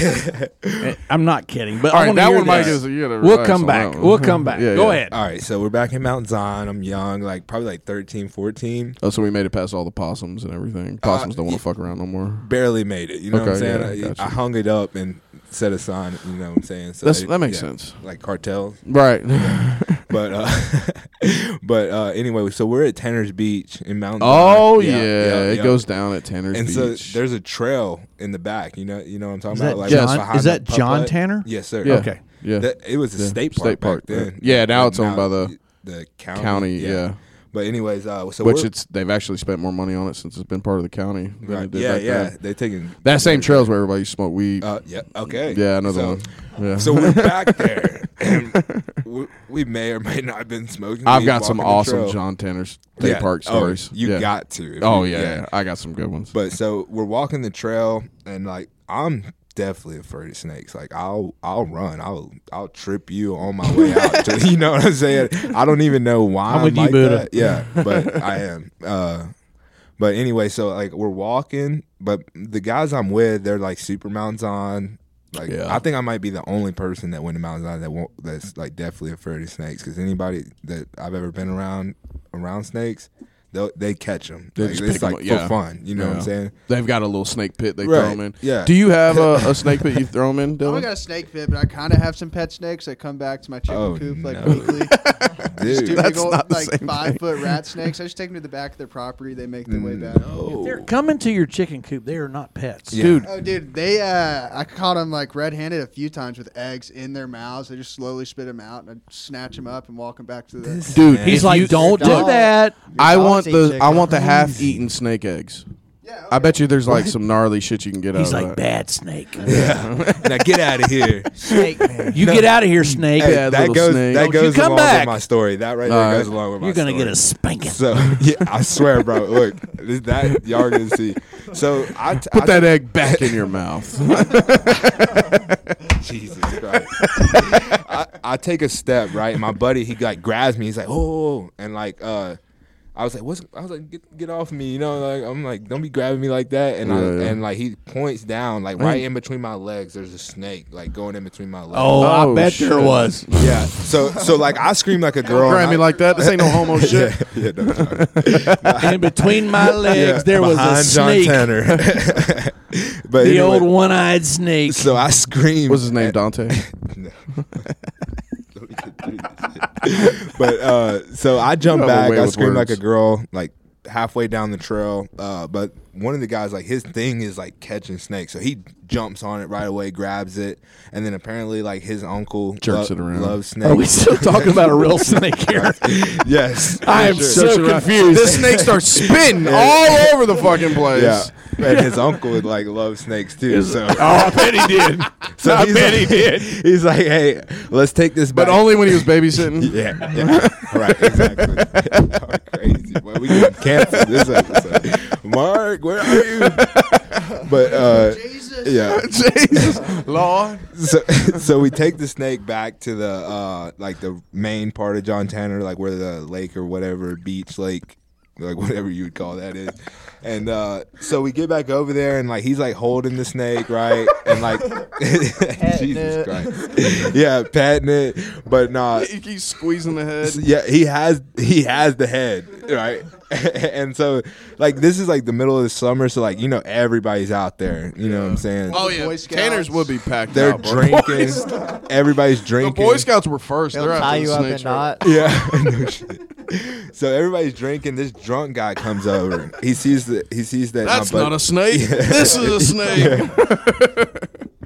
S3: Eh, I'm not kidding. But
S2: All
S3: I
S2: right,
S3: wanna
S2: that
S3: hear
S2: one might
S3: this.
S2: get us- you gotta
S3: We'll
S2: relax
S3: come
S2: on
S3: back.
S2: that one.
S3: We'll come back.
S2: Yeah,
S3: Go
S2: yeah.
S3: ahead.
S5: All right, so we're back in Mount Zion. I'm young, like probably like 13, 14.
S2: Oh, so we made it past all the possums and
S5: Uh,
S2: everything. Possums don't want to fuck around no more.
S5: Barely made it. You know what I'm
S2: Okay,
S5: saying?
S2: yeah,
S5: I,
S2: gotcha.
S5: I hung it up and set a sign. You know what I'm saying? So
S2: That's-
S5: it-
S2: that makes sense.
S5: Like cartels.
S2: Right.
S5: But uh, but uh, anyway, so we're at Tanner's Beach in Mount.
S2: oh yeah,
S5: Zion.
S2: it
S5: yeah.
S2: goes down at Tanner's
S5: And
S2: Beach.
S5: so there's a trail in the back. You know, you know what I'm talking
S3: Is
S5: about.
S3: that
S5: right
S3: John-
S5: behind
S3: is that
S5: the
S3: John
S5: putt-putt.
S3: Tanner?
S5: Yes, sir.
S2: yeah.
S3: Okay.
S2: Yeah.
S5: That- it was a
S2: Yeah,
S5: state park.
S2: state
S5: back
S2: park,
S5: then.
S2: right. Yeah, now
S5: But
S2: it's owned by the-
S5: the county.
S2: county, yeah.
S5: But anyways, uh, so
S2: Which
S5: we're-
S2: it's they've actually spent more money on it since it's been part of the county. than
S5: right,
S2: they did
S5: yeah,
S2: back
S5: yeah.
S2: then.
S5: They taking
S2: That same trail's where everybody used to smoke weed.
S5: Uh, yeah. Okay.
S2: yeah, another
S5: so,
S2: one. Yeah.
S5: So we're back there. and we, we may or may not have been smoking.
S2: I've
S5: weed
S2: got some
S5: walking the
S2: awesome
S5: trail.
S2: John Tanner's state
S5: Yeah.
S2: park
S5: Oh,
S2: stories.
S5: you
S2: Yeah.
S5: got to. if
S2: Oh
S5: you-
S2: yeah, yeah, I got some good ones.
S5: But so we're walking the trail, and like I'm definitely afraid of snakes. Like I'll I'll run. I'll I'll trip you on my way out. To, you know what I'm saying? I don't even know why
S3: I'm
S5: I'm,
S3: with you,
S5: like
S3: Buddha.
S5: that. Yeah, but I am. Uh, but anyway, so like we're walking, but the guys I'm with, they're like super mounts on. Like
S2: Yeah.
S5: I think I might be the only person that went to Mount Zion that won't, that's like definitely afraid of snakes. Because anybody that I've ever been around around snakes, they they catch them.
S2: They
S5: Like,
S2: just pick
S5: it's
S2: 'em
S5: like
S2: up,
S5: for
S2: yeah.
S5: fun. You know what
S2: Yeah.
S5: I'm saying?
S2: They've got a little snake pit they throw
S5: Right,
S2: them in.
S5: yeah.
S2: Do you have a, a snake pit you throw them in,
S8: I only
S2: Dylan?
S8: got a snake pit, but I kind of have some pet snakes that come back to my chicken
S5: Oh,
S8: coop like
S5: no.
S8: weekly. Just
S5: Dude,
S8: do big old,
S2: not the
S8: like
S2: same
S8: five
S2: thing.
S8: foot rat snakes. I just take them to the back of their property. They make their way
S5: Mm,
S8: back.
S3: They're coming to your chicken coop. They are not pets.
S5: Yeah.
S2: Dude,
S8: Oh, dude, they uh, I caught them like red-handed a few times with eggs in their mouths. They just slowly spit them out, and I snatch them up and walk them back to the.
S2: dude,
S3: He's
S2: if
S3: like,
S2: you-
S3: don't do
S7: dog-
S3: that.
S2: I
S7: Dogs
S2: want
S7: eat
S2: the
S7: chicken.
S2: I want the half eaten snake eggs.
S8: yeah,
S2: I bet you there's like some gnarly shit you can get
S3: He's
S2: out
S3: like,
S2: of that.
S3: bad snake.
S5: now get out of here.
S3: snake man. You get out of here, snake.
S5: Hey,
S2: Yeah,
S5: that
S2: little
S5: goes
S2: snake.
S5: that
S3: Don't you
S5: goes
S3: come
S5: along
S3: back.
S5: with my story. That right
S2: All
S5: there
S2: right.
S5: goes along with my
S3: You're gonna
S5: story.
S3: get a spanking.
S5: So yeah, I swear, bro. Look, this- that y'all are gonna see. So I t-
S2: Put
S5: I-
S2: that egg back in your mouth.
S5: Jesus Christ. I, I take a step right, and my buddy he like grabs me. He's like, oh, and like uh, I was like, what's? I was like, get, get off me, you know? Like I'm like, don't be grabbing me like that. And I,
S2: Yeah, yeah.
S5: and like he points down, like right in between my legs. There's a snake like going in between my legs.
S3: Oh,
S2: Oh,
S3: I bet there
S2: shit.
S3: was.
S5: yeah. So so like I scream like a girl.
S2: Grab me
S5: and I-
S2: like that. This ain't no homo shit.
S5: yeah, yeah, no, no.
S3: In between my legs,
S5: Yeah,
S3: there was a
S5: behind
S3: snake.
S5: John Tanner. but
S3: The
S5: anyway,
S3: old one-eyed snake.
S5: So I scream.
S2: What's his name? Dante.
S5: No. Don't even do this shit. but uh, so I jump
S2: You have a
S5: back.
S2: way
S5: I
S2: with
S5: scream like
S2: words.
S5: a girl, like halfway down the trail. Uh, but one of the guys, like his thing is like catching snakes, so he jumps on it right away, grabs it, and then apparently like his uncle
S2: Jerks it around. Oh,
S5: Loves
S3: Are we
S5: snakes.
S3: still talking about a real snake here?
S5: yes,
S3: I am
S5: for
S3: so confused.
S2: This snake starts spinning all over the fucking place.
S5: Yeah, and his uncle would like love snakes too. So,
S2: "Oh,
S3: I bet he did.
S5: so
S3: I
S5: he's
S3: bet he
S5: like-
S3: did.
S5: He's like, "Hey, let's take this back."
S2: But only when he was babysitting.
S5: Yeah, yeah. right, exactly. Y'all crazy, boy. We can cancel this episode. Mark, where are you? But uh,
S8: Jesus.
S5: yeah,
S2: Jesus, Lord.
S5: so, so we take the snake back to the uh, like the main part of John Tanner, like where the lake or whatever beach lake, like whatever you would call that is. And uh, so we get back over there, and like he's like holding the snake, right? And like Jesus
S7: it.
S5: Christ, yeah, patting it, but not.
S2: He keeps squeezing the head.
S5: Yeah, he has he has the head, right? and so like this is like the middle of the summer, so like you know everybody's out there. You know what I'm saying?
S2: Oh yeah,
S8: Boy Scouts.
S2: Tanner's would be packed.
S5: They're
S2: out, bro.
S5: drinking. Everybody's
S2: The
S5: drinking.
S2: Boy Scouts were 1st
S7: They'll
S2: They're
S7: tie
S2: after
S7: you
S2: the
S7: up
S2: snakes.
S7: in
S2: right?
S5: yeah.
S7: knot.
S5: no shit. So everybody's drinking. This drunk guy comes over. He sees the he sees that.
S2: That's
S5: my bud-
S2: not a snake. This is a snake.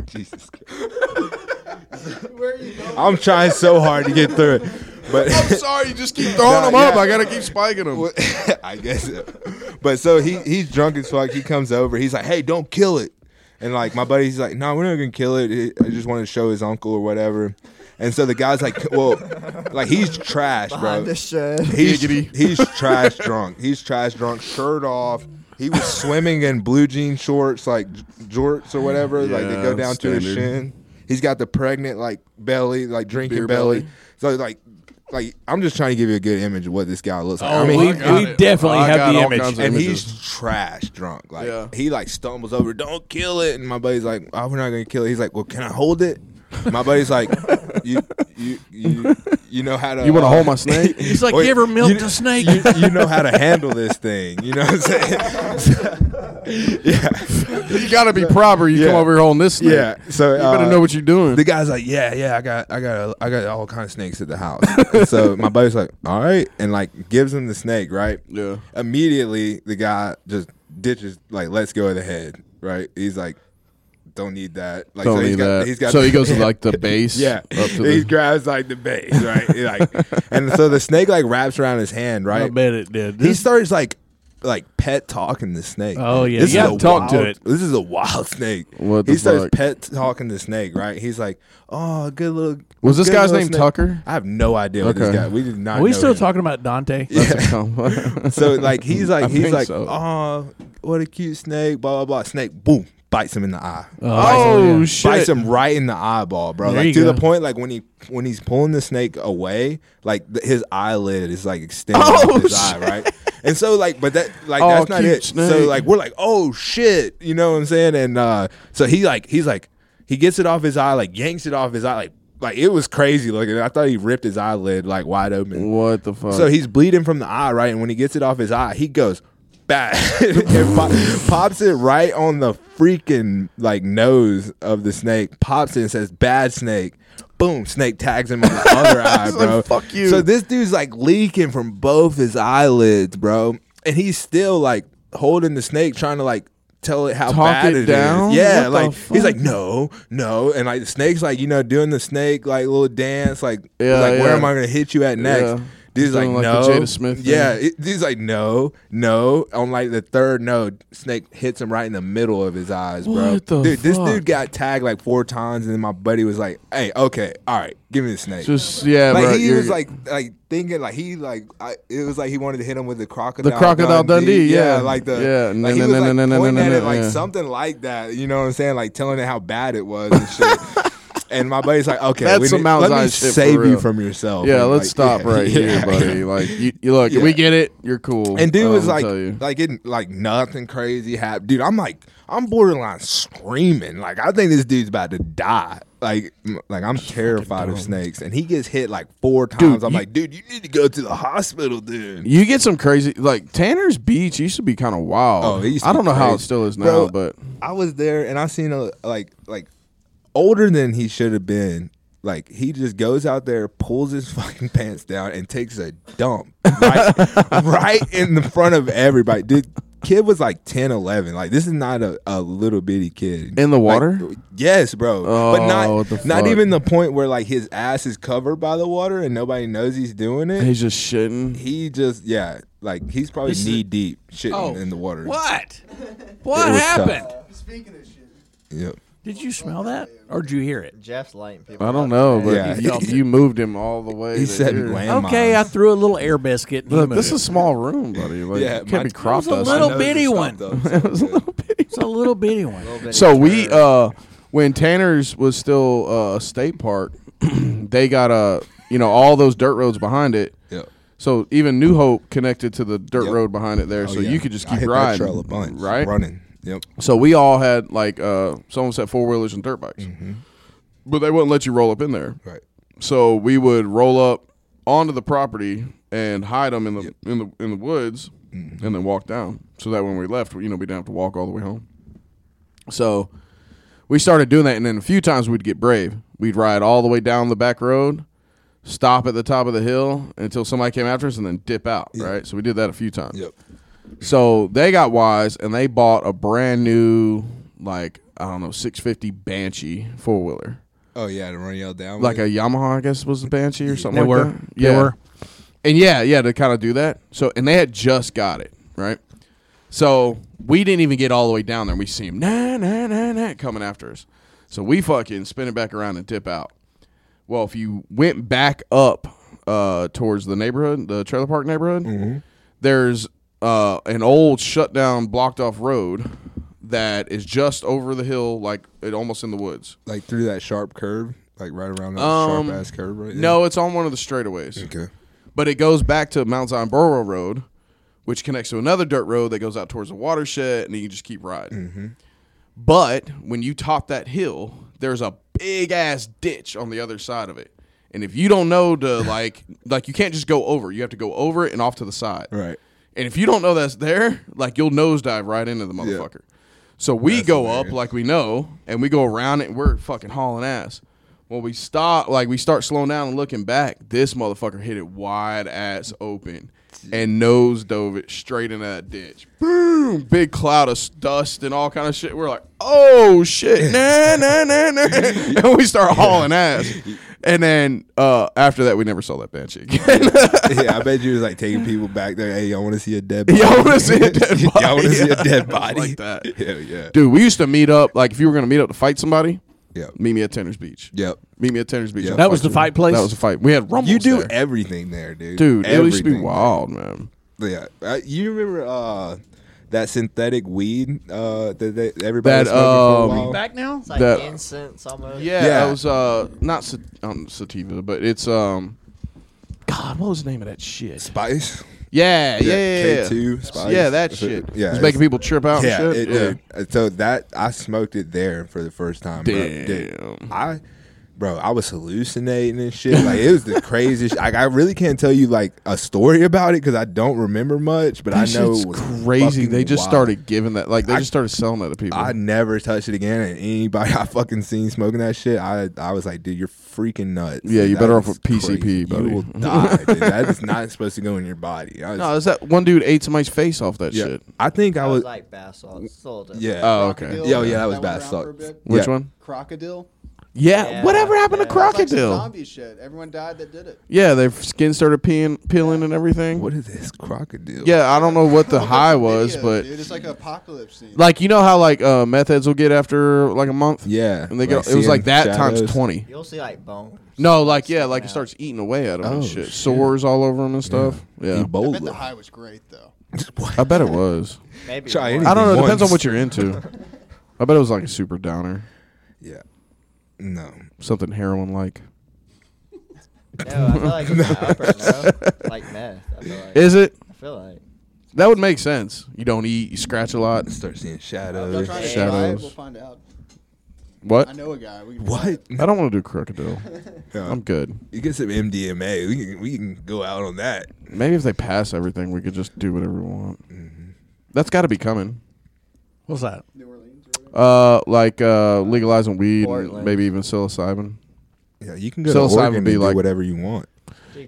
S5: Jesus. Christ.
S8: Where are you going?
S5: I'm trying so hard to get through it, but
S2: I'm sorry, you just keep throwing
S5: Nah,
S2: them up.
S5: yeah.
S2: I gotta keep spiking them.
S5: Well, I guess. But so he he's drunk as fuck. He comes over. He's like, "Hey, don't kill it." And like my buddy's like, no, we're not gonna kill it. It- I just wanted to show his uncle or whatever. And so the guy's like, well, like he's trash, bro.
S9: Behind the shed.
S5: He's, he's trash drunk. He's trash drunk, shirt off. He was swimming in blue jean shorts, like j- jorts or whatever, like they go
S2: Yeah,
S5: down to his
S2: standard.
S5: shin. He's got the pregnant like belly, like drinking
S2: Beer
S5: belly.
S2: belly.
S5: So like, like I'm just trying to give you a good image of what this guy looks like.
S3: Oh,
S5: I mean,
S3: we,
S2: I got
S3: we
S2: it.
S3: definitely
S2: I
S3: have
S2: got
S3: the
S2: all
S3: image.
S2: kinds of-
S5: and
S2: images.
S5: he's trash drunk. Like
S2: Yeah.
S5: he like stumbles over, don't kill it. And my buddy's like, oh, we're not gonna kill it. He's like, well, can I hold it? My buddy's like, you you you you know how to
S11: You want to
S5: uh,
S11: hold my snake?
S3: He's like,
S5: Wait,
S3: you ever milked
S5: you-
S3: a snake?
S5: you, you know how to handle this thing. You know what I'm saying? yeah.
S2: You gotta be proper. You come
S5: Yeah.
S2: over here holding this snake.
S5: Yeah. So
S2: You better
S5: uh,
S2: know what you're doing.
S5: the guy's like, yeah, yeah, I got, I got, I got all kind of snakes at the house. And so my buddy's like, all right, and like gives him the snake, right?
S2: Yeah.
S5: Immediately, the guy just ditches, like, let's go of the head, right? He's like, don't need that. Like,
S2: Don't
S5: he's
S2: need
S5: got,
S2: that.
S5: He's got
S2: so
S5: the-
S2: he goes to like the base.
S5: yeah,
S2: Up to
S5: he
S2: the,
S5: grabs like the base, right? He, like, and so the snake like wraps around his hand, right?
S3: I bet it did.
S5: he
S3: This-
S5: starts like like pet talking the snake.
S3: Oh, yeah.
S5: this
S3: You
S5: is
S3: gotta
S5: a
S3: talk to
S5: wild-
S3: it.
S5: This is a wild snake.
S2: What
S5: he
S2: the
S5: starts
S2: fuck?
S5: pet talking the snake. Right? He's like, oh, good little.
S2: Was this
S5: good
S2: guy's
S5: little
S2: name
S5: snake."
S2: Tucker?
S5: I have no idea what this
S2: Okay.
S5: guy. We did not.
S3: Are we
S5: know
S3: still
S5: him.
S3: talking about Dante?
S5: Yeah. so like he's like
S2: I
S5: he's
S2: think
S5: like
S2: so.
S5: oh what a cute snake blah blah blah snake boom bites him in the eye
S2: Oh,
S3: yeah.
S2: shit.
S5: bites him right in the eyeball, bro.
S3: There you
S5: like to
S3: go.
S5: the point, like when he when he's pulling the snake away, like th- his eyelid is like extended
S2: Oh,
S5: with his eye, right? And so like, but that like
S2: Oh,
S5: that's not
S2: cute
S5: it. So
S2: snake.
S5: like we're like, oh shit, you know what I'm saying? And uh, so he like he's like he gets it off his eye, like yanks it off his eye, like like it was crazy looking. I thought he ripped his eyelid like wide open.
S2: What the fuck?
S5: So he's bleeding from the eye, right? And when he gets it off his eye, he goes back and po- pops it right on the freaking like nose of the snake. Pops it and says, "Bad snake." Boom! Snake tags him on the other eye, bro.
S2: "Fuck you."
S5: So this dude's like leaking from both his eyelids, bro, and he's still like holding the snake, trying to like tell it how
S2: Talk
S5: bad
S2: it
S5: it is.
S2: down?
S5: Yeah,
S2: What the
S5: like he's
S2: fuck?
S5: like, no, no, and like the snake's like, you know, doing the snake like little dance, like,
S2: Yeah,
S5: like where
S2: yeah.
S5: am I gonna hit you at next?
S2: Yeah.
S5: Dude's like,
S2: Doing, like,
S5: no.
S2: the Jada Smith thing.
S5: Yeah, it, dude's like, no, no. On like the third no, Snake hits him right in the middle of his eyes, bro.
S2: What the
S5: dude, this
S2: fuck?
S5: dude got tagged like four times, and then my buddy was like, hey, okay, all right, give me the snake.
S2: just yeah,
S5: like
S2: bro.
S5: he
S2: you're-
S5: was like like thinking like he like I, it was like he wanted to hit him with the crocodile
S2: The Crocodile Dundee, yeah.
S5: like the
S2: Yeah,
S5: like
S2: no,
S5: he
S2: no,
S5: was
S2: no,
S5: like
S2: no, no, no,
S5: pointing
S2: no,
S5: at
S2: no,
S5: it like
S2: yeah.
S5: something like that you know what I'm saying like telling it how bad it was and shit and my buddy's like okay
S2: That's
S5: we
S2: some
S5: need-
S2: Mount
S5: let me
S2: Zion shit for
S5: save you
S2: real.
S5: from yourself
S2: yeah,
S5: And,
S2: let's
S5: like,
S2: stop
S5: yeah,
S2: right
S5: yeah.
S2: here, buddy. Like you, you look,
S5: Yeah.
S2: we get it. You're cool.
S5: And dude
S2: I'll
S5: was like,
S2: Um, tell you.
S5: like it, like nothing crazy happened. Dude, I'm like, I'm borderline screaming. Like I think this dude's about to die. Like, m- like I'm terrified of snakes, and he gets hit like four times. I'm
S2: you-
S5: like, dude, you need to go to the hospital, dude.
S2: You get some crazy like Tanner's Beach used to be kind of wild.
S5: Oh, it used to
S2: I
S5: be
S2: don't know how it
S5: crazy.
S2: still is
S5: Bro,
S2: now, but
S5: I was there, and I seen a like, like older than he should have been. Like he just goes out there, pulls his fucking pants down, and takes a dump right, right in the front of everybody. Dude, kid was like 10, 11. Like this is not a, a little bitty kid
S2: In the
S5: Like,
S2: water?
S5: yes, bro. but
S2: Oh,
S5: not
S2: what the
S5: not
S2: fuck?
S5: even the point where like his ass is covered by the water and nobody knows he's doing it.
S2: he's just shitting.
S5: he just yeah, like he's probably
S3: This is-
S5: knee deep shitting
S3: Oh,
S5: in the water.
S3: What? What
S5: It was
S3: happened?
S8: Speaking of shit,
S5: Yep.
S3: Did you smell that, or did you hear it?
S7: Jeff's lighting people.
S2: I don't
S7: up
S2: know,
S7: today.
S2: but
S5: Yeah.
S2: you, you moved him all the way.
S5: He
S2: to
S5: said
S2: here.
S5: landmines.
S3: Okay, I threw a little air biscuit. In
S2: Look,
S3: the
S2: this is
S3: middle.
S2: a small room, buddy. Like,
S5: Yeah,
S2: yeah,
S5: my-
S2: can't be crop
S3: It was
S2: dust.
S3: a little
S5: My nose is
S3: bitty
S5: stuffed
S3: one.
S5: up, so it's good.
S3: it's a little bitty one.
S7: Little bitty
S2: So we
S7: turd.
S2: uh when Tanner's was still uh, a state park, they got uh, you know all those dirt roads behind it.
S5: Yeah.
S2: So even New Hope connected to the dirt
S5: Yep.
S2: road behind it there,
S5: Oh,
S2: so
S5: yeah.
S2: you could just
S5: I
S2: keep
S5: hit that
S2: riding,
S5: trail a bunch,
S2: right?
S5: Running. Yep.
S2: So we all had like uh, someone said four wheelers and dirt bikes,
S5: Mm-hmm.
S2: but they wouldn't let you roll up in there.
S5: Right.
S2: So we would roll up onto the property and hide them in the in the in the woods, and then walk down. So that when we left, you know, we didn't have to walk all the way home. So we started doing that, and then a few times we'd get brave. We'd ride all the way down the back road, stop at the top of the hill until somebody came after us, and then dip out. Right. So we did that a few times.
S5: Yep.
S2: So they got wise and they bought a brand new, like, I don't know, 650 Banshee four wheeler.
S5: Oh yeah, to run y'all down.
S2: Like a Yamaha, I guess, was the Banshee or something
S3: They
S2: like
S3: were.
S2: that.
S3: They were.
S2: And yeah, yeah, to kind of do that. So, and they had just got it, right? So We didn't even get all the way down there. We see him nah nah nah nah coming after us. So we fucking spin it back around and dip out. Well, if you went back up uh, towards the neighborhood, the trailer park neighborhood,
S3: Mm-hmm.
S2: there's uh, an old shut down, blocked off road that is just over the hill, like it almost in the woods.
S5: like through that sharp curve, like right around that
S2: Um,
S5: sharp ass curve,
S3: Mm-hmm.
S5: right? there?
S2: No, it's on one of the straightaways.
S5: Okay.
S2: But it goes back to Mount Zion Borough Road, which connects to another dirt road that goes out towards the watershed, and you just keep riding. But when you top that hill, there's a big ass ditch on the other side of it. And if you don't know to like like you can't just go over. You have to go over it and off to the side.
S5: Right.
S2: And if you don't know that's there, like you'll nosedive right into the motherfucker. So we go up like we know, and we go around it. And we're fucking hauling ass. When we stop, like we start slowing down and looking back, this motherfucker hit it wide ass open and nose dove it straight into that ditch. Boom! Big cloud of s- dust and all kind of shit. We're like, oh shit, nah, nah, nah, nah, and we start hauling ass. And then uh, after that, we never saw that banshee again.
S5: yeah, I bet you was like taking people back there. Hey, y'all want to see a dead body?
S2: Y'all wanna see a dead
S5: y'all want
S2: body?
S5: to see a dead
S2: Like
S5: body?
S2: that.
S5: Hell yeah.
S2: Dude, we used to meet up. Like, if you were gonna meet up to fight somebody,
S5: Yeah.
S2: meet me at Tenner's Beach.
S5: Yep.
S2: Meet me at Tenner's Beach.
S5: Yeah.
S2: I'll
S3: That
S2: fight
S3: was the
S2: you.
S3: fight place?
S2: That was the fight. We had rumbles.
S5: You do
S2: there.
S5: everything there, dude.
S2: dude. It used to be
S5: Everything.
S2: wild, man.
S5: Yeah. Uh, you remember uh, that synthetic weed uh, that they, everybody
S2: That,
S5: was smoking for a
S2: um,
S5: while?
S3: Back now?
S7: It's like
S2: That-
S7: incense almost.
S2: Yeah,
S5: Yeah.
S2: that was uh not sa- um, sativa, but it's um. God, what was the name of that shit?
S5: Spice.
S2: Yeah, yeah, yeah, yeah.
S5: K2 Spice.
S2: Yeah, that shit.
S5: Yeah,
S2: it's
S5: it's-
S2: making people trip out.
S5: yeah,
S2: and
S5: it
S2: Oh, shit.
S5: did. Uh, So that I smoked it there for the first time. Bro. Dude,
S2: Damn.
S5: I, bro, I was hallucinating and shit. Like it was the craziest. Like I really can't tell you like a story about it because I don't remember much. But
S2: That
S5: I know
S2: shit's
S5: it was
S2: crazy. They
S5: fucking
S2: just
S5: wild.
S2: started giving that. Like they
S5: I-
S2: just started selling that to people.
S5: I never touched it again, and anybody I fucking seen smoking that shit, I I was like, dude, you're freaking nuts.
S2: Yeah, you're
S5: That
S2: better off
S5: is
S2: with PCP,
S5: crazy.
S2: buddy.
S5: You will die. dude. That is not supposed to go in your body. I was-
S2: no, is that one dude ate somebody's face off that
S5: yeah,
S2: shit?
S5: I think I
S7: That was
S5: was.
S7: like bath salt. Sold it.
S5: Yeah.
S2: Oh, okay.
S8: Crocodile,
S5: Yeah, oh, yeah, that was
S8: went
S5: bad
S8: around for a
S5: suck.
S8: bit.
S2: Which
S5: Yeah.
S2: one?
S8: Crocodile.
S2: Yeah.
S7: Yeah,
S2: Whatever happened to
S7: yeah. It's like
S8: It's like some
S2: crocodile?
S8: zombie shit. Everyone died that did it.
S2: yeah, their skin started peeing, peeling and everything.
S5: What is this crocodile?
S2: yeah, I don't know what the
S8: Look up
S2: high
S8: some
S2: was,
S8: videos,
S2: but
S8: dude, it's like an apocalypse scene.
S2: like you know how like uh, meth heads will get after like a month.
S5: yeah.
S2: and they go. It was like
S5: seeing
S2: that
S5: shadows.
S2: times twenty.
S7: You'll see like bones.
S2: No, like yeah,
S7: sticking
S2: like it
S7: out.
S2: starts eating away at them and
S5: Oh,
S2: shit.
S5: shit.
S2: Sores all over them and stuff. Yeah,
S8: I bet the
S5: Ebola.
S8: high was great though.
S2: I bet it was.
S7: Maybe
S5: Try
S7: one.
S5: anything.
S2: I don't know. It depends on
S5: Once.
S2: what you're into. I bet it was like a super downer,
S5: Yeah. No.
S2: something heroin like.
S7: No, I feel like it's an upper, no? Like meth. I feel like.
S2: Is it?
S7: I feel like.
S2: That would make sense. You don't eat. You scratch a lot.
S5: Start seeing
S8: I'm not
S5: Uh, shadows.
S8: trying to
S7: Shadows.
S8: try it. We'll find out.
S2: What?
S8: I know a guy. We can
S5: What?
S2: I don't want to do crocodile.
S5: Yeah.
S2: I'm good.
S5: You get some MDMA. We can, we can go out on that.
S2: Maybe if they pass everything, we could just do whatever we want. That's got to be coming.
S3: What's that?
S8: New Orleans. Or
S2: Uh,
S8: whatever.
S2: like uh, legalizing weed, and
S7: Portland.
S2: maybe even psilocybin.
S5: Yeah, you can go
S2: Psilocybin
S5: to Oregon
S2: be
S5: and
S2: like-
S5: do whatever you want.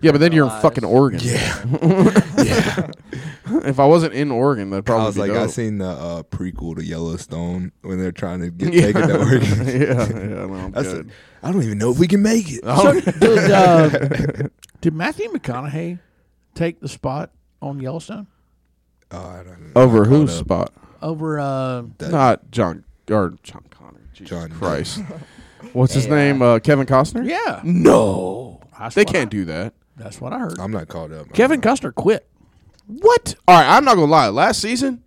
S2: Yeah, but then you're in
S7: Decriminalized.
S2: fucking Oregon. Yeah. if I wasn't in Oregon, that'd probably
S5: I was
S2: be
S5: like, I
S2: dope.
S5: seen the uh, prequel to Yellowstone when they're trying to get
S2: yeah.
S5: take it to Oregon.
S2: yeah, yeah, no, I'm
S5: That's
S2: good.
S5: I I don't even know if we can make it.
S3: So did, uh, did Matthew McConaughey take the spot on Yellowstone
S5: Oh, I don't know.
S2: Over whose spot?
S3: over uh,
S5: That-
S2: Not John or John Connor. Jesus
S5: John-
S2: Christ. What's his name? Uh, Kevin Costner.
S3: Yeah.
S2: No,
S3: That's
S2: they
S3: what
S2: can't
S3: I-
S2: do that.
S3: That's what I heard.
S5: I'm not caught up.
S3: Kevin Costner quit.
S2: What? All right, I'm not gonna lie. Last season,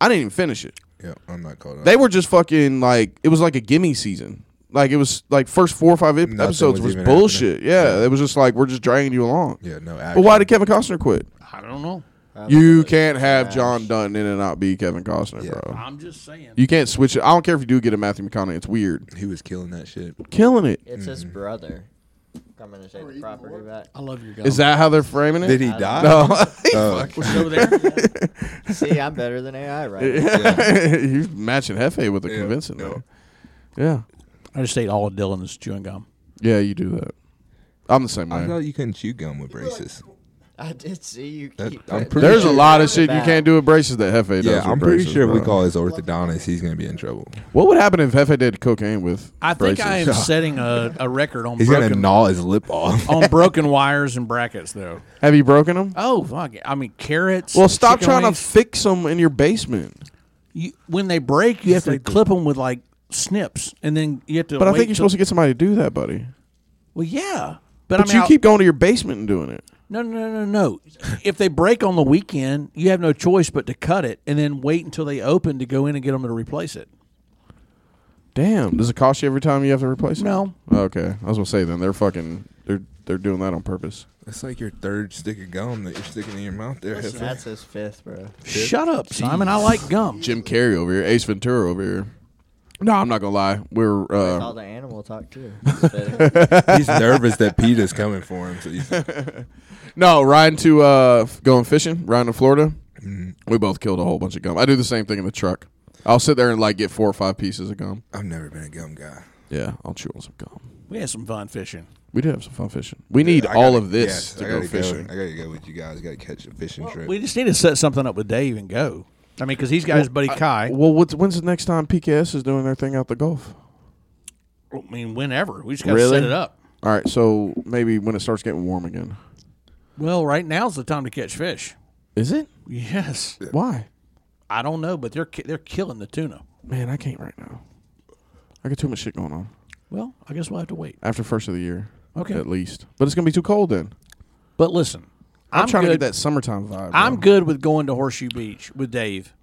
S2: I didn't even finish it.
S5: Yeah, I'm not caught up.
S2: They were just fucking like it was like a gimme season. Like it was like first four or five ep-
S5: Nothing
S2: episodes was,
S5: was even
S2: bullshit. Yeah, it was just like we're just dragging you along.
S5: yeah, no.
S2: But
S5: Action.
S2: why did Kevin Costner quit?
S3: I don't know.
S5: Uh,
S2: You can't have John Dunn in and out be Kevin Costner, bro.
S3: I'm just saying.
S2: You can't switch it. I don't care if you do get a Matthew McConaughey. It's weird.
S5: he was killing that shit?
S2: Killing it.
S7: It's his brother coming to take the property back.
S3: I love your guy.
S2: Is that how they're framing it?
S5: Did he die?
S2: No.
S5: Oh,
S3: over there?
S7: See, I'm better than AI right now.
S2: You're matching Hefe with a convincing though. Yeah.
S3: I just ate all of Dylan's chewing gum.
S2: Yeah, you do that. I'm the same
S5: I
S2: way.
S5: thought you couldn't chew gum with braces.
S7: I did see you
S5: That-
S7: keep
S5: I'm
S7: putting
S5: pretty
S2: There's a
S5: sure-
S2: lot of shit you
S7: Back.
S2: can't do with braces that Hefe does.
S5: Yeah,
S2: with
S5: I'm pretty
S2: braces,
S5: sure if we
S2: bro.
S5: call his orthodontist, he's gonna be in trouble.
S2: What would happen if Hefe did cocaine with?
S3: I think I am
S2: braces?
S3: setting a, a record on
S5: He's gonna
S3: broken,
S5: gnaw his lip off.
S3: on broken wires and brackets, though.
S2: Have
S3: Uh,
S2: you broken them?
S3: Oh, fuck. it. I mean, carrots.
S2: Well, stop
S3: chicken
S2: trying
S3: wings.
S2: to fix them in your basement.
S3: you, when they break, you have to clip them with like snips, and then you have to.
S2: But I
S3: wait
S2: think you're
S3: till-
S2: supposed to get somebody to do that, buddy.
S3: Well, yeah, but,
S2: But,
S3: I mean,
S2: you
S3: I'll-
S2: keep going to your basement and doing it.
S3: No, no, no, no, no. if they break on the weekend, you have no choice but to cut it and then wait until they open to go in and get them to replace it.
S2: Damn, does it cost you every time you have to replace it?
S3: No.
S2: Okay, I was gonna say then they're fucking they're they're doing that on purpose.
S5: It's like your third stick of gum that you're sticking in your mouth there.
S7: That's, that's his fifth, bro.
S3: Shut up, Simon. I like gum.
S2: Jim Carrey over here, Ace Ventura over here. No, I'm not gonna lie. We're
S7: It's all
S2: uh,
S7: the animal talk too. Spitting.
S5: He's nervous that Peter's coming for him. So he's,
S2: no riding to uh, f- going fishing, riding to Florida. We both killed a whole bunch of gum. I do the same thing in the truck. I'll sit there and like get four or five pieces of gum.
S5: I've never been a gum guy.
S2: Yeah, I'll chew on some gum.
S3: We had some fun fishing.
S2: We did have some fun fishing. We need all of this to
S5: I
S2: go
S5: gotta
S2: fishing.
S5: I gotta go with you guys. Gotta catch a fishing trip.
S3: We just need to set something up with Dave and go. I mean, because he's got his buddy Kai.
S2: Well, what's, when's the next time PKS is doing their thing out the Gulf?
S3: I mean, whenever we just got to
S2: Really?
S3: set it up.
S2: All right, so maybe when it starts getting warm again.
S3: Well, right now's the time to catch fish.
S2: Is it?
S3: Yes,
S2: Why?
S3: I don't know, but they're ki- they're killing the tuna.
S2: Man, I can't right now. I got too much shit going on
S3: Well, I guess we'll have to wait.
S2: after first of the year.
S3: Okay.
S2: at least. But it's gonna be too cold then.
S3: But listen,
S2: I'm,
S3: I'm,
S2: trying
S3: good.
S2: to get that summertime vibe.
S3: I'm
S2: bro.
S3: good with going to Horseshoe Beach with Dave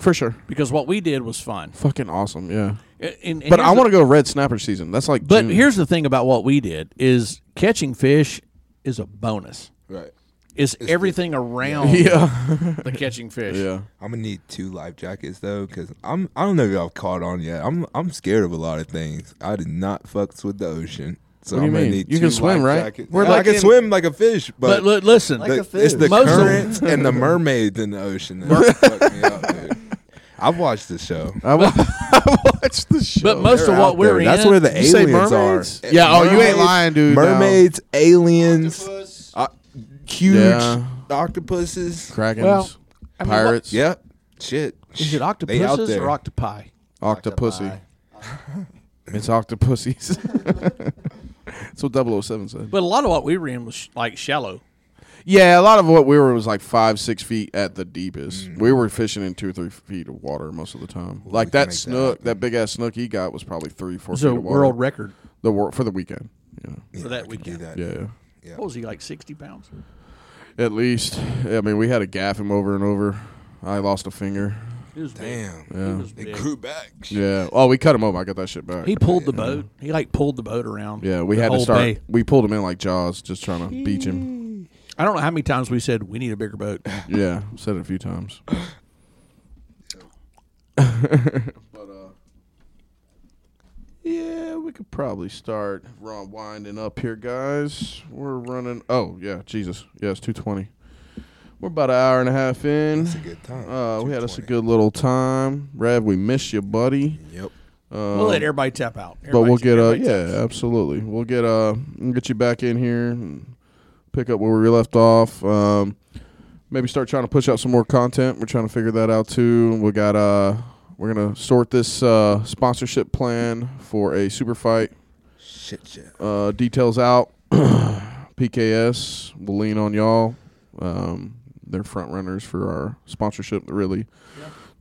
S2: for sure.
S3: because what we did was fun.
S2: Fucking awesome, yeah.
S3: And- and- and
S2: But I
S3: here's the-
S2: want to go red snapper season. That's like.
S3: But
S2: June.
S3: here's the thing about what we did is catching fish is a bonus.
S5: Right.
S3: Is everything around
S2: yeah,
S3: the catching fish?
S2: yeah.
S5: I'm gonna need two life jackets though, cause I'm I don't know if y'all caught on yet. I'm I'm scared of a lot of things. I did not fucks with the ocean, so
S2: What do you
S5: I'm gonna
S2: mean?
S5: need
S2: You
S5: two
S2: can swim,
S5: life
S2: right?
S5: Jackets.
S2: We're
S5: Yeah, I
S2: like
S5: can
S2: in-
S5: swim like a fish,
S3: But
S5: but,
S3: li- listen,
S5: the-
S7: Like a
S5: it's the
S7: fish. Most
S3: of-
S5: currents and the mermaids in the ocean that fuck me up, dude. I've watched the show.
S2: I, wa- I watched the show.
S3: but most
S5: They're
S3: of
S5: out
S3: what we're
S5: there.
S3: in,
S5: That's where the
S2: You say
S5: aliens are.
S2: mermaids? Yeah, oh, you ain't lying, dude, no.
S5: Mermaids, aliens, uh, huge
S2: Yeah.
S5: octopuses.
S2: Krakens,
S3: Well, I mean, what-
S2: pirates,
S5: Yep. Shit.
S3: is it
S5: They out
S3: octopuses
S5: there.
S3: or octopi?
S2: octopussy. it's octopussies. oh That's what 007 said.
S3: But a lot of what we were in was sh- like shallow.
S2: Yeah, a lot of what we were was like five, six feet at the deepest. We were fishing in two or three feet of water most of the time. like
S5: Mm. we can
S2: that
S5: make that
S2: snook, that, big ass snook he got was probably three, four
S3: It's
S2: feet
S3: a
S2: of water.
S3: world record
S2: the wor- for the weekend. Yeah,
S3: for that weekend.
S5: Do that.
S2: yeah, yeah.
S3: What was he like? Sixty pounds.
S2: At least, I mean, we had to gaff him over and over. I lost a finger.
S3: He was
S5: Damn.
S3: Big. He was
S5: It
S3: big.
S5: grew back.
S2: Yeah. Oh, we cut him over. I got that shit back.
S3: He pulled the boat. He like pulled the boat around.
S2: yeah, we
S3: the
S2: had to
S3: whole
S2: start.
S3: bay.
S2: We pulled him in like Jaws, just trying to beach him. Uh,
S3: I don't know how many times we said we need a bigger boat.
S2: Yeah, said it a few times. but uh, yeah, we could probably start raw winding up here, guys. We're running. Oh yeah, Jesus. Yeah, it's two twenty. We're about an hour and a half in.
S5: It's a good time.
S2: Uh, we had us a
S5: 220.
S2: good little time, Rev. We miss you, buddy.
S5: Yep.
S3: we'll let everybody tap out.
S2: But we'll
S3: Everybody's-
S2: get uh
S3: everybody
S2: yeah,
S3: taps.
S2: absolutely. We'll get uh we'll get you back in here and pick up where we left off. Um maybe start trying to push out some more content. We're trying to figure that out too. We got uh we're gonna sort this uh sponsorship plan for a super fight.
S5: Shit, shit.
S2: Uh details out. PKS, we'll lean on y'all. Um they're front runners for our sponsorship really.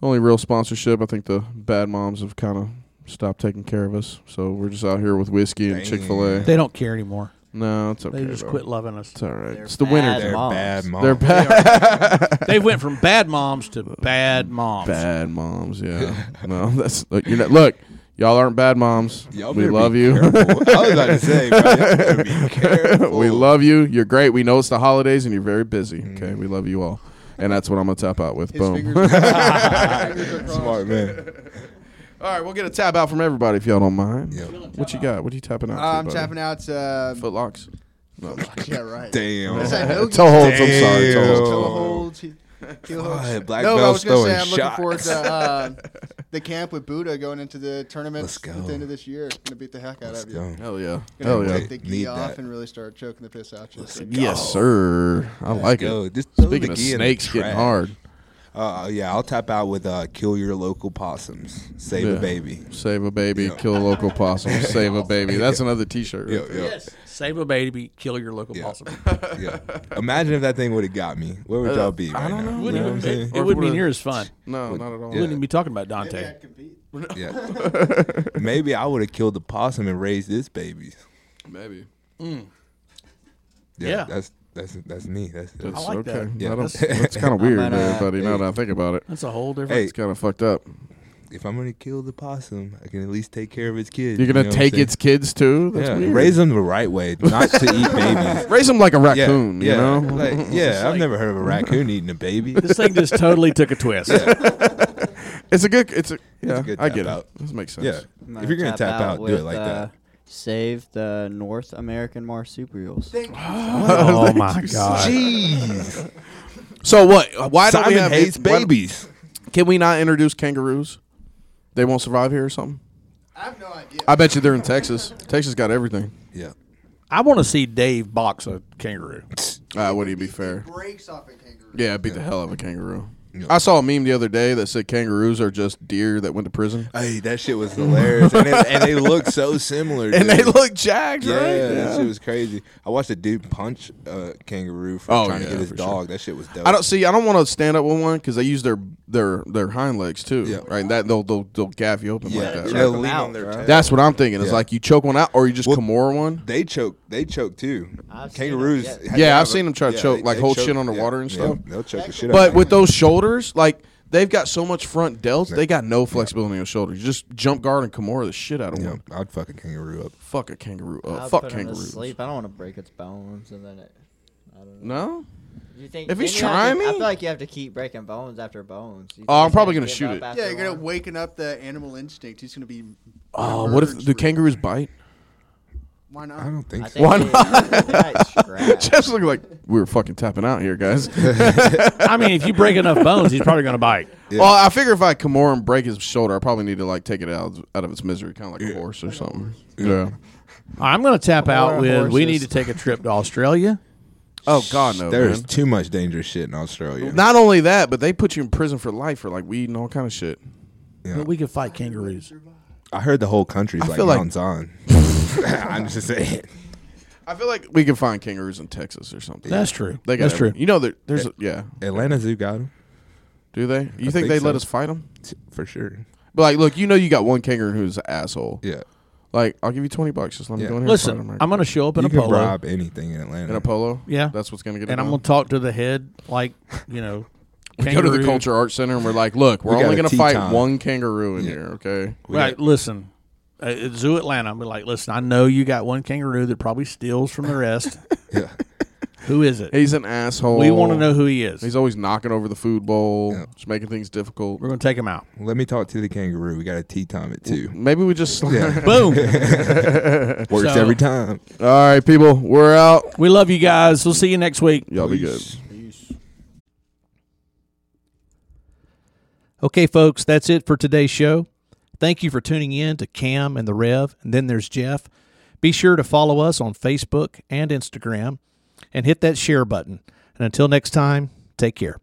S2: Only real sponsorship. I think the bad moms have kind of stopped taking care of us. So we're just out here with whiskey and
S5: Dang.
S2: Chick fil A.
S3: They don't care anymore.
S2: No, it's okay.
S3: They just
S2: bro.
S3: quit loving us.
S2: It's all right.
S7: They're
S2: It's the winter.
S7: bad
S5: They're
S7: moms.
S5: bad moms.
S2: They're bad,
S3: they went from bad moms to bad moms.
S2: bad moms. Yeah. no, that's look, you're not, look. Y'all aren't bad moms.
S5: Y'all
S2: we
S5: better be
S2: love you.
S5: careful. I was about to say, bro, y'all better be careful.
S2: we love you. You're great. We know it's the holidays and you're very busy.
S5: Mm.
S2: Okay, we love you all, and that's what I'm gonna tap out with.
S8: His
S2: Boom.
S8: fingers. his fingers are crossed.
S5: smart man.
S2: all right, we'll get a tap out from everybody if y'all don't mind.
S5: Yep.
S2: What you got? What you tapping out? to,
S8: I'm
S2: buddy?
S8: tapping out. Uh,
S2: Foot locks. No.
S8: yeah, right. Is
S5: Damn.
S8: that no
S2: Toe holds. I'm sorry.
S5: Damn.
S2: Toe holds.
S8: Toe holds, he- heel holds.
S5: Oh, Black
S8: no, but I
S5: Belt's
S8: was gonna say
S5: throwing
S8: I'm looking
S5: shots.
S8: forward to uh, the camp with Buddha going into the tournament
S5: Let's go.
S8: at the end of this year. Gonna beat the heck out
S5: Let's
S8: of you.
S5: go.
S2: Hell yeah.
S8: Gonna
S2: Hell yeah.
S8: take the
S5: Need
S8: gi off
S5: that.
S8: and really start choking the piss out you.
S2: Yes, sir. I like
S5: Go.
S2: it.
S5: Just throw
S2: Speaking
S5: the
S2: of
S5: gi in the
S2: snakes getting
S5: trash.
S2: hard.
S5: Uh, yeah, I'll tap out with uh, kill your local possums, save
S2: Yeah.
S5: a baby.
S2: Save a baby, kill a local possum. Save a baby. That's another T-shirt. right
S5: Yeah,
S2: there.
S5: yeah,
S3: Yes. Save a baby, kill your local possum.
S5: yeah. Imagine if that thing would have got me. Where would y'all be right
S2: Uh, I don't
S5: now?
S2: know.
S5: You know what I'm saying?
S3: It
S2: Or
S3: wouldn't be
S2: would've-
S3: near as fun.
S2: No, not at all.
S3: We wouldn't even be talking about Dante.
S5: Yeah. Maybe I would have killed the possum and raised this baby.
S2: Maybe.
S3: Yeah.
S5: That's that's that's me. That's, that's
S3: I like that.
S5: Yeah.
S2: I don't- that's kind of weird,
S7: might, uh,
S2: man, buddy. Now that I think about it,
S3: That's a whole different.
S5: Hey.
S2: it's kind of fucked up.
S5: if I'm gonna kill the possum, I can at least take care of its kids.
S2: You're gonna
S5: you know what I'm
S2: take
S5: saying?
S2: its kids too. That's
S5: yeah.
S2: weird.
S5: Raise them the right way, not to eat babies.
S2: Raise them like a
S5: Yeah,
S2: raccoon.
S5: yeah,
S2: You know.
S5: like, yeah. I've
S3: like-
S5: never heard of a raccoon eating a baby.
S3: This thing just totally took a twist.
S2: It's a good. It's a. Yeah,
S5: good
S2: I get
S5: tap out.
S2: it. This makes sense.
S5: Yeah,
S7: I'm
S5: if you're gonna tap out, do
S7: with,
S5: it like
S7: uh,
S5: that.
S7: Save the North American marsupials.
S3: Oh my god!
S5: Jeez,
S2: So what? uh, Why don't
S5: Simon
S2: we have
S5: hates
S2: why-
S5: babies.
S2: Can we not introduce kangaroos? They won't survive here or something.
S8: I have no idea.
S2: I bet you they're in Texas. Texas got everything.
S5: Yeah,
S3: I want to see Dave box a kangaroo.
S2: I Ah, wouldn't even be fair.
S8: Breaks off a kangaroo.
S2: Yeah, beat the hell out of a kangaroo.
S5: Yeah.
S2: I saw a meme the other day that said kangaroos are just deer that went to prison.
S5: hey, that shit was hilarious, and, it, and they look so similar.
S2: And they
S5: dude.
S2: look jacked,
S5: Yeah,
S2: right?
S5: that shit was crazy. I watched a dude punch a kangaroo for
S2: Oh,
S5: trying
S2: yeah,
S5: to get his
S2: for
S5: dog. That shit was dope.
S2: I don't see. I don't want to stand up with one because they use their their their hind legs too,
S5: Yeah.
S2: right? And that they'll they'll, they'll gaff you open
S5: Yeah,
S2: like that.
S5: they'll
S2: Right?
S5: lean
S7: out,
S5: on their
S7: bro.
S5: tail.
S2: That's what I'm thinking. It's
S5: Yeah.
S2: like you choke one out, or you just
S5: Well-
S2: Kimura one.
S5: they choke. They choke too.
S7: I've seen
S5: Kangaroos.
S7: it,
S5: have-
S2: Yeah, I've
S5: have
S2: seen
S5: a-
S2: them try to choke, like, hold shit underwater and stuff.
S5: They'll, they'll choke the shit. out
S2: But
S5: of
S2: with
S5: you.
S2: those shoulders, like they've got so much front delts, they got no flexibility on their shoulders. You just jump guard and Kimura the shit out of
S5: yeah,
S2: one.
S5: I'd fuck a kangaroo up.
S2: Fuck a kangaroo. Uh,
S7: I'll
S2: fuck
S7: put 'em to
S2: kangaroos.
S7: Sleep. I don't want to break its bones, and then it. I don't know.
S2: No.
S7: You think
S2: If he's
S7: then you have
S2: trying
S7: to- I
S2: me-
S7: feel like you have to keep breaking bones after bones. You
S2: Oh,
S7: think
S2: I'm
S7: he's
S2: probably
S7: gonna
S2: gonna
S7: give
S2: shoot
S7: up
S2: it.
S7: after
S8: Yeah, you're gonna
S7: one?
S8: waken up the animal instinct. He's gonna be.
S2: Oh, what if
S8: Birds
S2: do
S8: would-
S2: kangaroos bite?
S8: Why not?
S5: I don't think
S7: I
S5: so.
S7: think
S2: Why
S7: not?
S2: Jeff's looking like we were fucking tapping out here, guys.
S3: I mean, if you break enough bones, he's probably going to bite.
S2: Well, I figure if I Kimura and break his shoulder, I probably need to like take it out of- out of its misery, kind of like a horse or something. Yeah.
S3: I'm going to tap out
S7: Or
S3: with. We
S7: horses.
S3: need to take a trip to Australia.
S2: Oh God, no.
S5: There is
S2: man.
S5: too much dangerous shit in Australia.
S2: Not only that, but they put you in prison for life for like weed and all kind of shit.
S3: But we could fight kangaroos.
S5: I heard the whole country's
S2: I
S5: like
S2: feel like-
S5: Mount Zion. I'm just saying.
S2: I feel like we could find kangaroos in Texas or something.
S3: That's true.
S2: they got
S3: That's true.
S2: everything. You know, there, there's a, yeah.
S5: Atlanta Zoo got him
S2: Do they? You think,
S5: think
S2: they let
S5: so.
S2: us fight them?
S5: for sure.
S2: But like, look, you know, you got one kangaroo who's an asshole.
S5: Yeah,
S2: Like, I'll give you twenty bucks. Just let me
S5: Yeah.
S2: go in here. and
S3: Listen,
S2: fight 'em.
S3: I'm going to show up in
S5: you
S3: a
S5: can
S3: polo,
S5: rob anything in Atlanta.
S2: in a polo.
S3: Yeah.
S2: that's what's gonna get. it
S3: and I'm
S2: done.
S3: going to talk to the head like you know.
S2: We go to the
S3: kangaroo.
S2: Culture Arts Center and we're like, look, we're
S5: We got
S2: only
S5: a
S2: going to
S5: tea
S2: fight
S5: time.
S2: one kangaroo in here, okay?
S3: Right. Listen, uh, at Zoo Atlanta, I'm like, listen, I know you got one kangaroo that probably steals from the rest.
S5: yeah,
S3: who is it?
S2: He's an asshole.
S3: we want to know who he is.
S2: He's always knocking over the food bowl,
S5: Yeah.
S2: just making things difficult.
S3: We're going to take him out.
S5: let me talk to the kangaroo. We got a tea time at two.
S2: Maybe we just.
S3: Boom.
S5: Works
S3: So-
S5: every time.
S2: All right, people, we're out.
S3: we love you guys. We'll see you next week.
S2: Y'all be good.
S3: Okay, folks, that's it for today's show. Thank you for tuning in to Cam and the Rev, and then there's Jeff. Be sure to follow us on Facebook and Instagram and hit that share button. And until next time, take care.